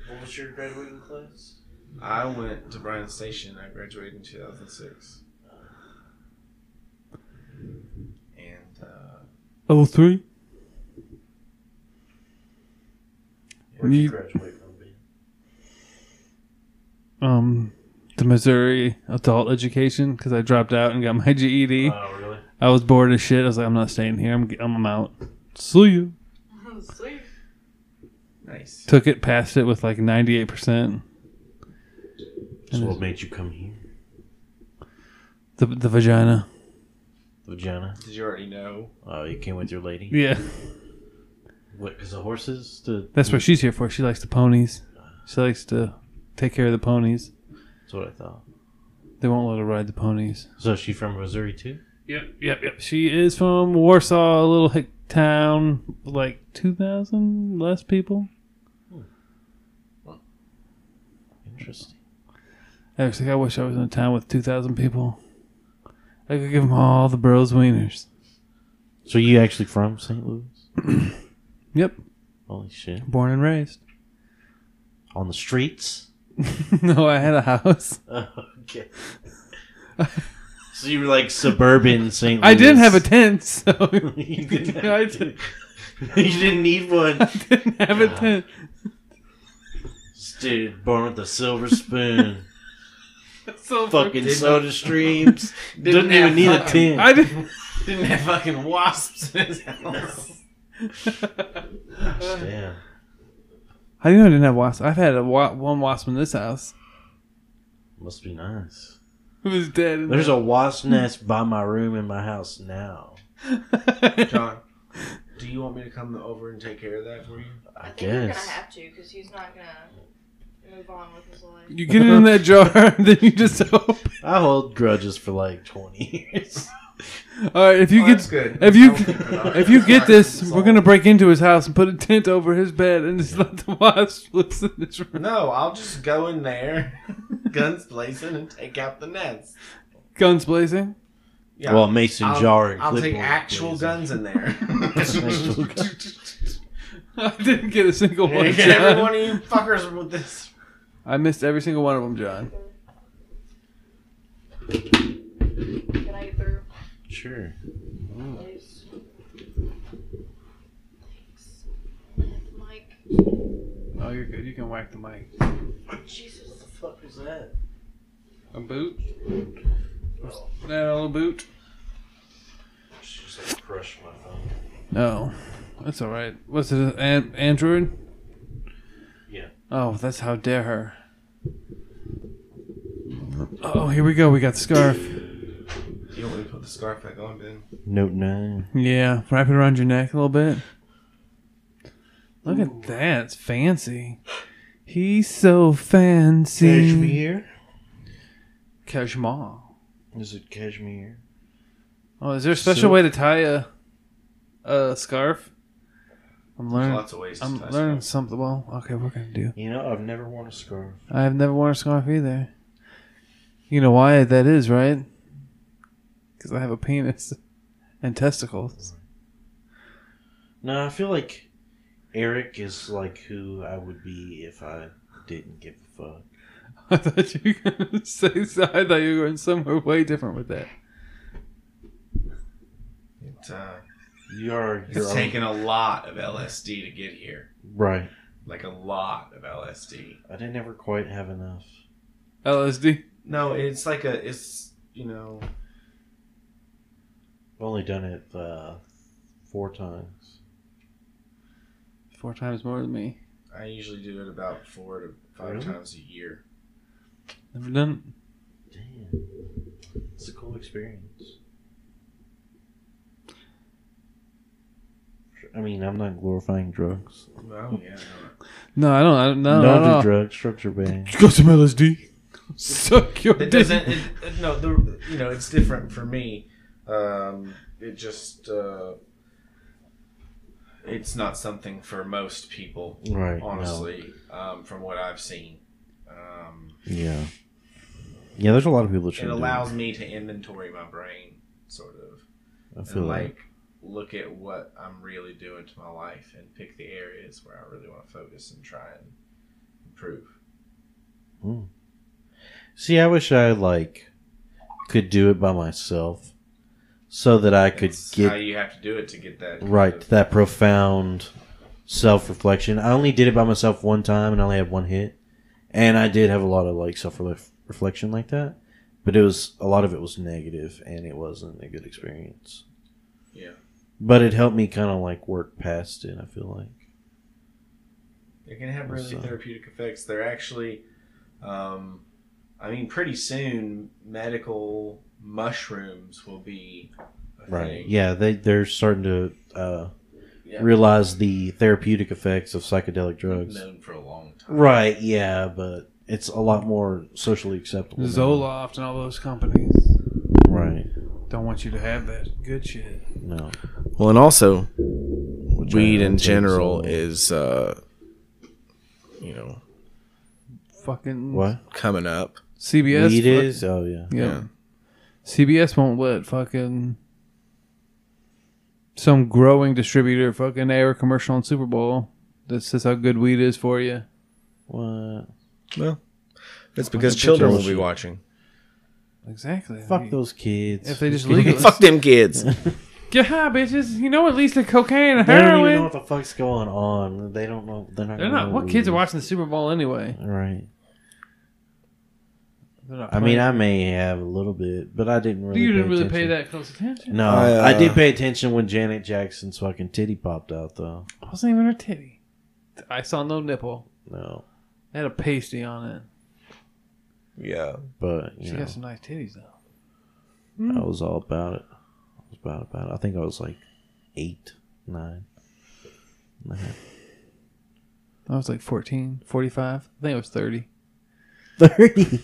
E: What was your graduating class?
F: I went to Bryan Station. I graduated in 2006. And, uh,
B: Oh three.
E: Where'd you
B: You-
E: graduate from? Ben?
B: Um, the Missouri adult education because I dropped out and got my [LAUGHS] GED.
E: Oh, really?
B: I was bored as shit. I was like, I'm not staying here. I'm I'm out. See you.
F: nice.
B: Took it, passed it with like 98 percent.
E: So what made you come here?
B: The the vagina.
E: vagina.
B: Did you already know?
E: Oh, you came with your lady.
B: Yeah, [LAUGHS]
E: What? Because the horses. The,
B: that's what she's here for. She likes the ponies. She likes to take care of the ponies.
E: That's what I thought.
B: They won't let her ride the ponies.
E: So is she from Missouri too?
B: Yep, yep, yep. She is from Warsaw, a little hick town, like two thousand less people.
E: Interesting.
B: I was like, I wish I was in a town with two thousand people. I could give them all the bros wieners.
E: So you actually from St. Louis?
B: Yep,
E: Holy shit!
B: born and raised.
E: On the streets.
B: [LAUGHS] no, I had a house.
E: okay. [LAUGHS] so you were like suburban St. Louis.
B: I didn't have a tent, [LAUGHS] so
E: [LAUGHS] you didn't. Have,
B: I
E: I
B: didn't-
E: didn't. [LAUGHS] you didn't need one,
B: [LAUGHS] didn't have a tent.
E: dude. Born with a silver spoon.
B: So
E: fucking soda streams. Didn't, even need a
B: [LAUGHS]
E: tin.
B: I didn't.
F: Didn't have fucking wasps in his house.
E: Damn.
B: How do you know I didn't have wasps? I've had a wa- one wasp in this house.
E: Must be nice.
B: It was dead. [LAUGHS] in
E: There's a wasp nest by my room in my house now.
F: [LAUGHS]
A: John, do you want me to come over and take care of that for you?
E: I,
I: I think we're gonna
E: guess.
I: have to because he's not gonna move on with his life.
B: You get it in that jar, [LAUGHS] then you just open.
E: I hold grudges for like 20 years.
B: All right, if you
A: Oh,
B: get
A: that's good.
B: if you
A: I'll keep it
B: [LAUGHS]
A: on.
B: if you get this,
A: It's
B: we're
A: all-
B: gonna break into his house and put a tent over his bed and just let the [LAUGHS] wasps loose in his room.
A: No, I'll just go in there, [LAUGHS] guns blazing, and take out the nets.
B: Guns blazing.
A: Yeah.
E: Well, mason
A: I'll-
E: jar and
A: I'll take
E: clipboard,
A: actual
E: please.
A: guns in there.
E: [LAUGHS]
A: [LAUGHS]
E: Actual guns.
B: [LAUGHS] I didn't get a single one.
A: Get every
B: John.
A: one of you fuckers with this.
B: I missed every single one of them, John.
I: Can I get through?
E: Sure.
I: Please. Thanks. I'm gonna hit the mic.
B: Oh, you're good. You can whack the mic.
I: Jesus.
E: What the fuck is that?
B: A boot. That little boot.
E: She just like, crushed my phone.
B: No, that's all right. What's it, an- Android?
E: Yeah.
B: Oh, that's how dare her. Oh, here we go. We got the scarf.
A: You want me to put the scarf back on, Ben?
E: Note 9.
B: Yeah, wrap it around your neck a little bit. Look at that. It's fancy. He's so fancy.
E: Cashmere?
B: Cashmere.
E: Is it cashmere?
B: Oh, is there a special
E: So-
B: way to tie a, a scarf? I'm learning.
A: Lots of ways. to
B: I'm
A: tie
B: learning
A: scarves.
B: something. Well, okay, we're gonna do.
E: You know, I've never worn a scarf.
B: I've never worn a scarf either. You know why that is, right? Because I have a penis [LAUGHS] and testicles. [LAUGHS]
E: No, I feel like Eric is like who I would be if I didn't give a fuck.
B: I thought you were gonna say. So. I thought you were going somewhere way different with that.
A: It, uh,
E: You are
A: it's
E: your own-
A: taken a lot of LSD to get here.
E: Right.
A: Like a lot of LSD.
E: I didn't ever quite have enough.
B: LSD.
A: No, it's like a. It's you know.
E: I've only done it uh, four times.
B: Four times more than me.
A: I usually do it about four to five
E: Really?
A: times a year.
B: Never done.
E: Damn. It's a cool experience. I mean, I'm not glorifying drugs.
A: Oh yeah.
B: No, I don't. I don't no,
E: No,
B: no,
E: Not
B: [LAUGHS] no.
E: drugs, drugs are banned.
G: Got some LSD.
B: Suck your
A: [LAUGHS] It
B: dick.
A: doesn't. It, it- no, the, you know it's different for me. Um, it just. Uh, it's not something for most people,
E: Right.
A: honestly. Um, from what I've seen, um,
E: No. Yeah. Yeah, there's a lot of people that should
A: it allows me to inventory my brain, sort of.
E: I feel
A: and
E: like
A: like look at what I'm really doing to my life and pick the areas where I really want to focus and try and improve.
E: See, I wish I like could do it by myself, so that I could
A: That's
E: get
A: how you have to do it to get that kind
E: right
A: of-
E: that profound self-reflection. I only did it by myself one time, and I only had one hit, and I did have a lot of like self-reflection like that, but it was a lot of it was negative, and it wasn't a good experience.
A: Yeah.
E: But it helped me kind of like work past it. I feel like
A: It can have really
E: So-
A: therapeutic effects. They're actually, um, I mean, pretty soon medical mushrooms will be a
E: Right. Yeah, they they're starting to uh, realize the therapeutic effects of psychedelic drugs.
L: known for a long time.
E: Right. Yeah, but it's a lot more socially acceptable. now.
B: Zoloft and all those companies
E: Right.
B: don't want you to have that good shit.
E: No.
A: Well, and also, weed in
E: and take
A: general
E: some-
A: is, uh, you know,
B: Fucking
E: What?
A: coming up.
B: CBS.
E: Weed
B: fuck-
E: is. Oh yeah.
B: Yeah.
A: Yeah.
B: CBS won't let fucking some growing distributor fucking air a commercial on Super Bowl that says how good weed is for you.
E: What?
A: It's because children will
E: bullshit.
A: be watching.
B: Exactly.
E: Fuck those kids.
B: If they just
E: Those kids-
B: legalize-
A: [LAUGHS] Fuck them kids.
B: Get [LAUGHS] high, bitches. You know at least the cocaine and
E: They don't even know
B: heroin.
E: what the fuck's going on. They don't know. They're not.
B: They're
E: gonna
B: not.
E: know
B: What kids are
E: weed.
B: watching the Super Bowl anyway?
E: Right.
B: They're not
E: I mean,
B: playing.
E: I may have a little bit, but I didn't really.
B: you didn't
E: pay
B: really
E: attention.
B: pay that close attention.
E: No,
A: I, uh,
E: I did pay attention when Janet Jackson's fucking titty popped out, though.
B: It wasn't even her titty. I saw no nipple.
E: No,
B: It had a pasty on it.
A: Yeah.
E: but you
B: She
E: know,
B: got some nice titties though.
E: I was all about it. I was about about it. I think I was like eight, nine.
B: I was like 14, 45. I think I was 30.
E: 30.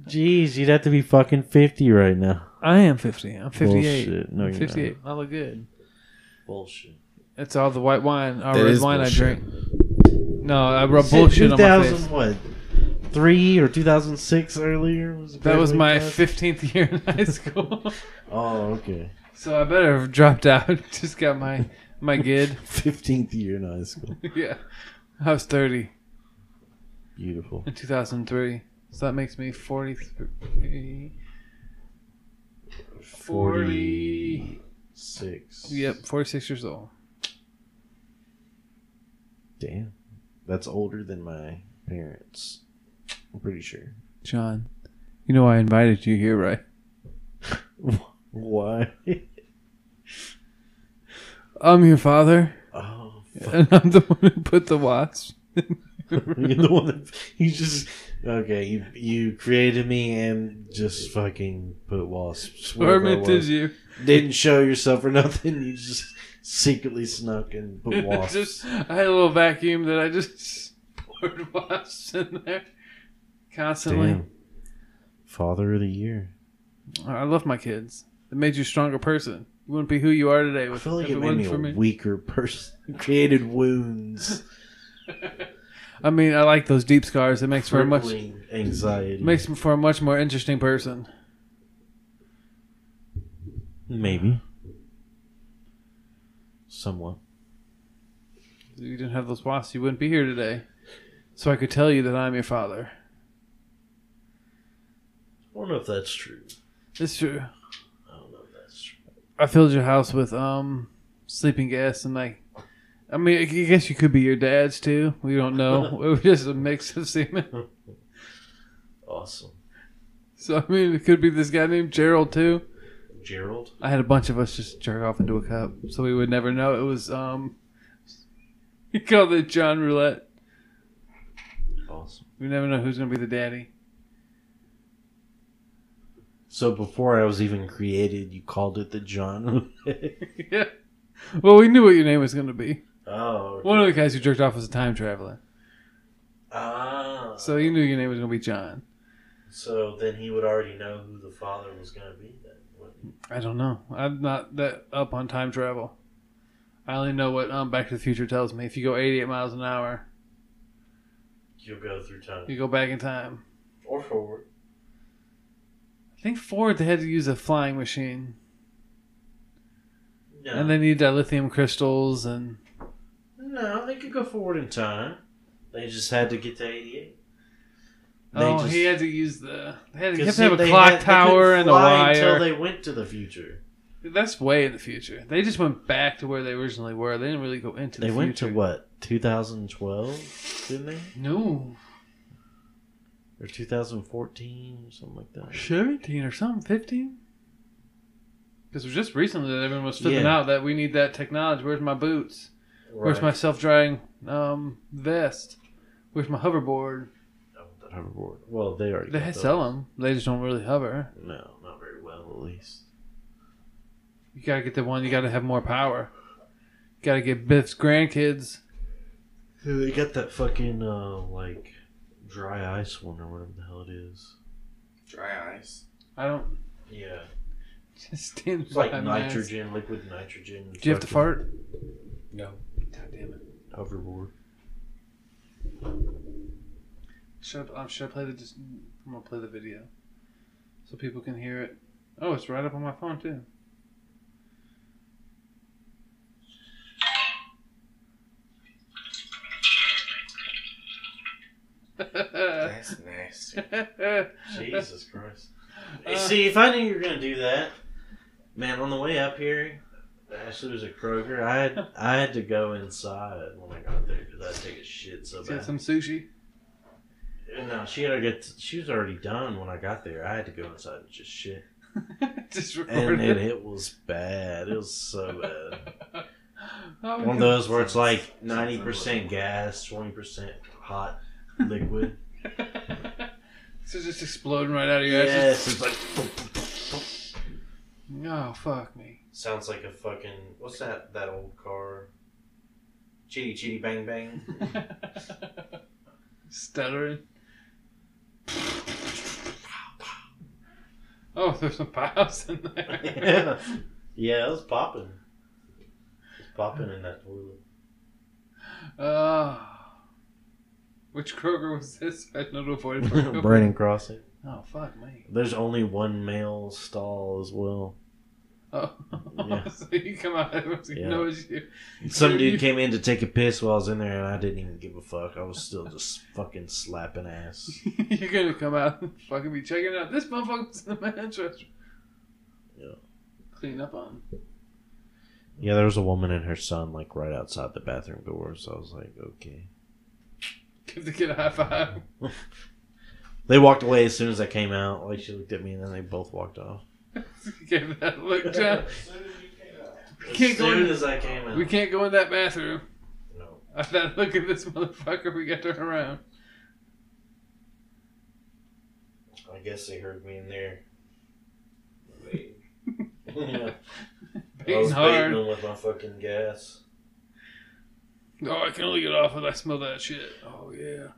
E: [LAUGHS] Jeez, you'd have to be fucking 50 right now.
B: I am 50. I'm 58.
E: Bullshit. No,
B: I'm
E: you're not.
B: 58. I look good.
E: Bullshit.
B: That's all the white wine, all
A: That
B: red
A: is
B: wine I
A: bullshit.
B: drink. No, I rub bullshit on my
E: 2000,
B: face.
E: what? Three or 2006 earlier? Was
B: That was
E: apparently
B: my
E: passed?
B: 15th year in high school. [LAUGHS]
E: Oh, okay.
B: so I better have dropped out. [LAUGHS] Just got my, my gid. [LAUGHS]
E: 15th year in high school.
B: yeah. I was 30
E: Beautiful.
B: in 2003. So that makes me 43. 40.
E: Six.
B: Yep, 46 years old.
E: Damn. That's older than my parents. I'm pretty sure.
B: John, you know I invited you here, right?
E: Why? [LAUGHS]
B: I'm your father,
E: Oh,
B: and [LAUGHS] I'm the one who put the wasp.
E: you're the one that you just okay. You you created me and just fucking put wasps.
B: Or
E: wherever I
B: minted
E: was.
B: you.
E: Didn't show yourself or [LAUGHS] nothing. You just secretly snuck and put
B: [LAUGHS]
E: wasps.
B: just, I had a little vacuum that I just [LAUGHS] poured wasps in there constantly.
E: Damn. Father of the year.
B: I love my kids. It made you a stronger person. You wouldn't be who you are today
E: I
B: with,
E: feel like
B: if
E: it
B: it
E: made
B: wasn't
E: me a
B: for me.
E: weaker person. [LAUGHS] Created wounds.
B: I mean, I like those deep scars. It makes for a much
E: crippling anxiety.
B: makes for a much more interesting person.
E: Maybe. Somewhat.
B: If you didn't have those wasps, you wouldn't be here today. So I could tell you that I'm your father.
E: I don't know if that's true.
B: It's true.
E: I don't know if that's true.
B: I filled your house with um sleeping gas and like I mean I guess you could be your dad's too. We don't
E: [LAUGHS]
B: know. it was just a mix of semen.
E: Awesome.
B: So I mean it could be this guy named Gerald too.
E: Gerald?
B: I had a bunch of us just jerk off into a cup so we would never know. It was um [LAUGHS] he called it John Roulette.
E: Awesome.
B: We never know who's gonna be the daddy.
E: So before I was even created, you called it the John.
B: yeah. Well we knew what your name was gonna be.
E: [LAUGHS] oh.
B: One of the guys who jerked off was a time traveler.
E: Ah.
B: So you knew your name was gonna be John.
E: So then he would already know who the father was going to be then. wouldn't he?
B: I don't know. I'm not that up on time travel. I only know what um, Back to the Future tells me. If you go 88 miles an hour,
E: You'll go through time.
B: you go back in time.
E: Or forward.
B: I think Ford they had to use a flying machine,
E: No.
B: and they need dilithium crystals, and
E: no, they could go forward in time. They just had to get to 88. They
B: oh,
E: just-
B: he had to use the they had to, you
E: 'Cause
B: have to have
E: they-
B: a
E: they
B: clock
E: had- they
B: tower
E: couldn't
B: and a
E: fly Until
B: wire.
E: they went to the future.
B: That's way in the future. They just went back to where they originally were. They didn't really go into.
E: They
B: the
E: went to
B: future.
E: what? 2012, didn't they?
B: No,
E: Or 2014, something like that.
B: 17 or something, 15. Because it was just recently that everyone was flipping
E: Yeah.
B: out that we need that technology. Where's my boots? Where's my self drying um, vest? Where's my hoverboard?
E: That hoverboard. Well, they already
B: They
E: got
B: sell them. They just don't really hover.
E: those. No, not very well, at least.
B: You gotta get the one. You gotta have more power. Gotta get Biff's grandkids.
E: They got that fucking uh, like dry ice one or whatever the hell it is.
A: Dry ice.
B: I don't. [LAUGHS]
E: Yeah,
B: Just stand
E: it's like
B: behind my ass.
E: nitrogen, liquid nitrogen.
B: Do you have to
E: fucking
B: fart? No. God damn it.
E: Hoverboard.
B: Should I, um, should I play the? dis- I'm gonna play the video, so people can hear it. Oh, it's right up on my phone too. [LAUGHS]
A: That's nasty.
E: Jesus Christ. Hey, see, if I knew you were gonna do that, man, on the way up here, Ashley was a Kroger. I had I had to go inside when I got there because I take a shit so
B: Is that
E: bad.
B: some sushi? [LAUGHS]
E: No, she had to get. she was already done when I got there. I had to go inside and
B: [LAUGHS]
E: just shit,
B: Just
E: and
B: record
E: it,
B: it.
E: it was bad. It was so bad.
B: Oh,
E: One of those where it's like ninety percent gas, twenty percent hot liquid.
B: [LAUGHS] So it's just exploding right out of your ass.
E: yes, it's like
B: Just- Oh fuck me.
E: sounds like a fucking what's that that old car? Chitty chitty bang
B: [LAUGHS]
E: bang.
B: Stuttering. Oh, there's some piles in there.
E: [LAUGHS] yeah, [LAUGHS] yeah, it was popping. It's popping in that toilet.
B: [LAUGHS] Oh. Which Kroger was this? I don't know if I
E: [LAUGHS]
B: avoided
E: Brandon Crossing.
B: Oh, fuck me.
E: There's only one male stall as
B: [LAUGHS]
E: well.
B: Oh. [LAUGHS]
E: Yeah.
B: so you come out, everyone's going
E: Yeah.
B: to know it's you.
E: Some
B: You-
E: dude came in to take a piss while I was in there, and I didn't even give a fuck. I was still just fucking
B: [LAUGHS]
E: slapping ass.
B: [LAUGHS] You're going to come out and fucking be checking out. This motherfucker's in the man's restroom.
E: Yeah.
B: Clean up on.
E: Yeah, there was a woman and her son like right outside the bathroom door, so I was like, okay.
B: Give the kid a high five. [LAUGHS]
E: They walked away as soon as I came out. Like she looked at me, and then they both walked off.
B: Give that a look, John.
E: As
B: Can't go
E: soon
B: in-
E: as I came out,
B: We can't go in that bathroom.
E: No.
B: [LAUGHS] I thought, look at this motherfucker. We got to turn around.
E: I guess they heard me in there. [LAUGHS] yeah. I was
B: Beating
E: baiting
B: hard.
E: them with my fucking gas.
B: Oh, I can only get off when I smell that shit. Oh, yeah.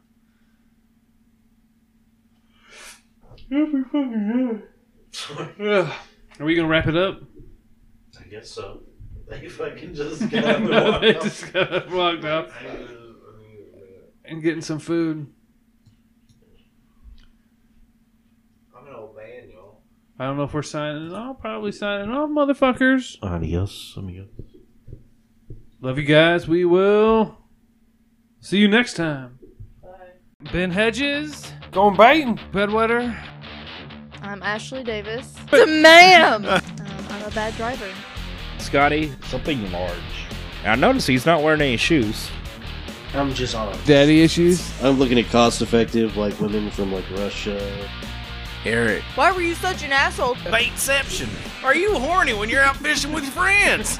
B: Ugh. Are we going to wrap it up?
E: I guess so. They [LAUGHS] fucking just got up and
B: [LAUGHS]
E: walked
B: they
E: off.
B: just got vlogged up
E: uh,
B: and getting some food.
E: I'm an old man, y'all.
B: I don't know if we're signing off. Probably signing off, motherfuckers.
E: Adios, amigos.
B: Love you guys. We will see you next time. Bye. Ben Hedges. Going biting. Bedwetter.
C: I'm
B: [LAUGHS]
C: Ashley Davis. The ma'am. um, I'm a bad driver.
D: Scotty, something large. I notice he's not wearing any shoes.
E: I'm just on.
B: Daddy issues.
E: I'm looking at cost effective, like women from like Russia.
A: Eric.
I: Why were you such an asshole?
F: Baitception. Are you horny when you're out fishing with friends?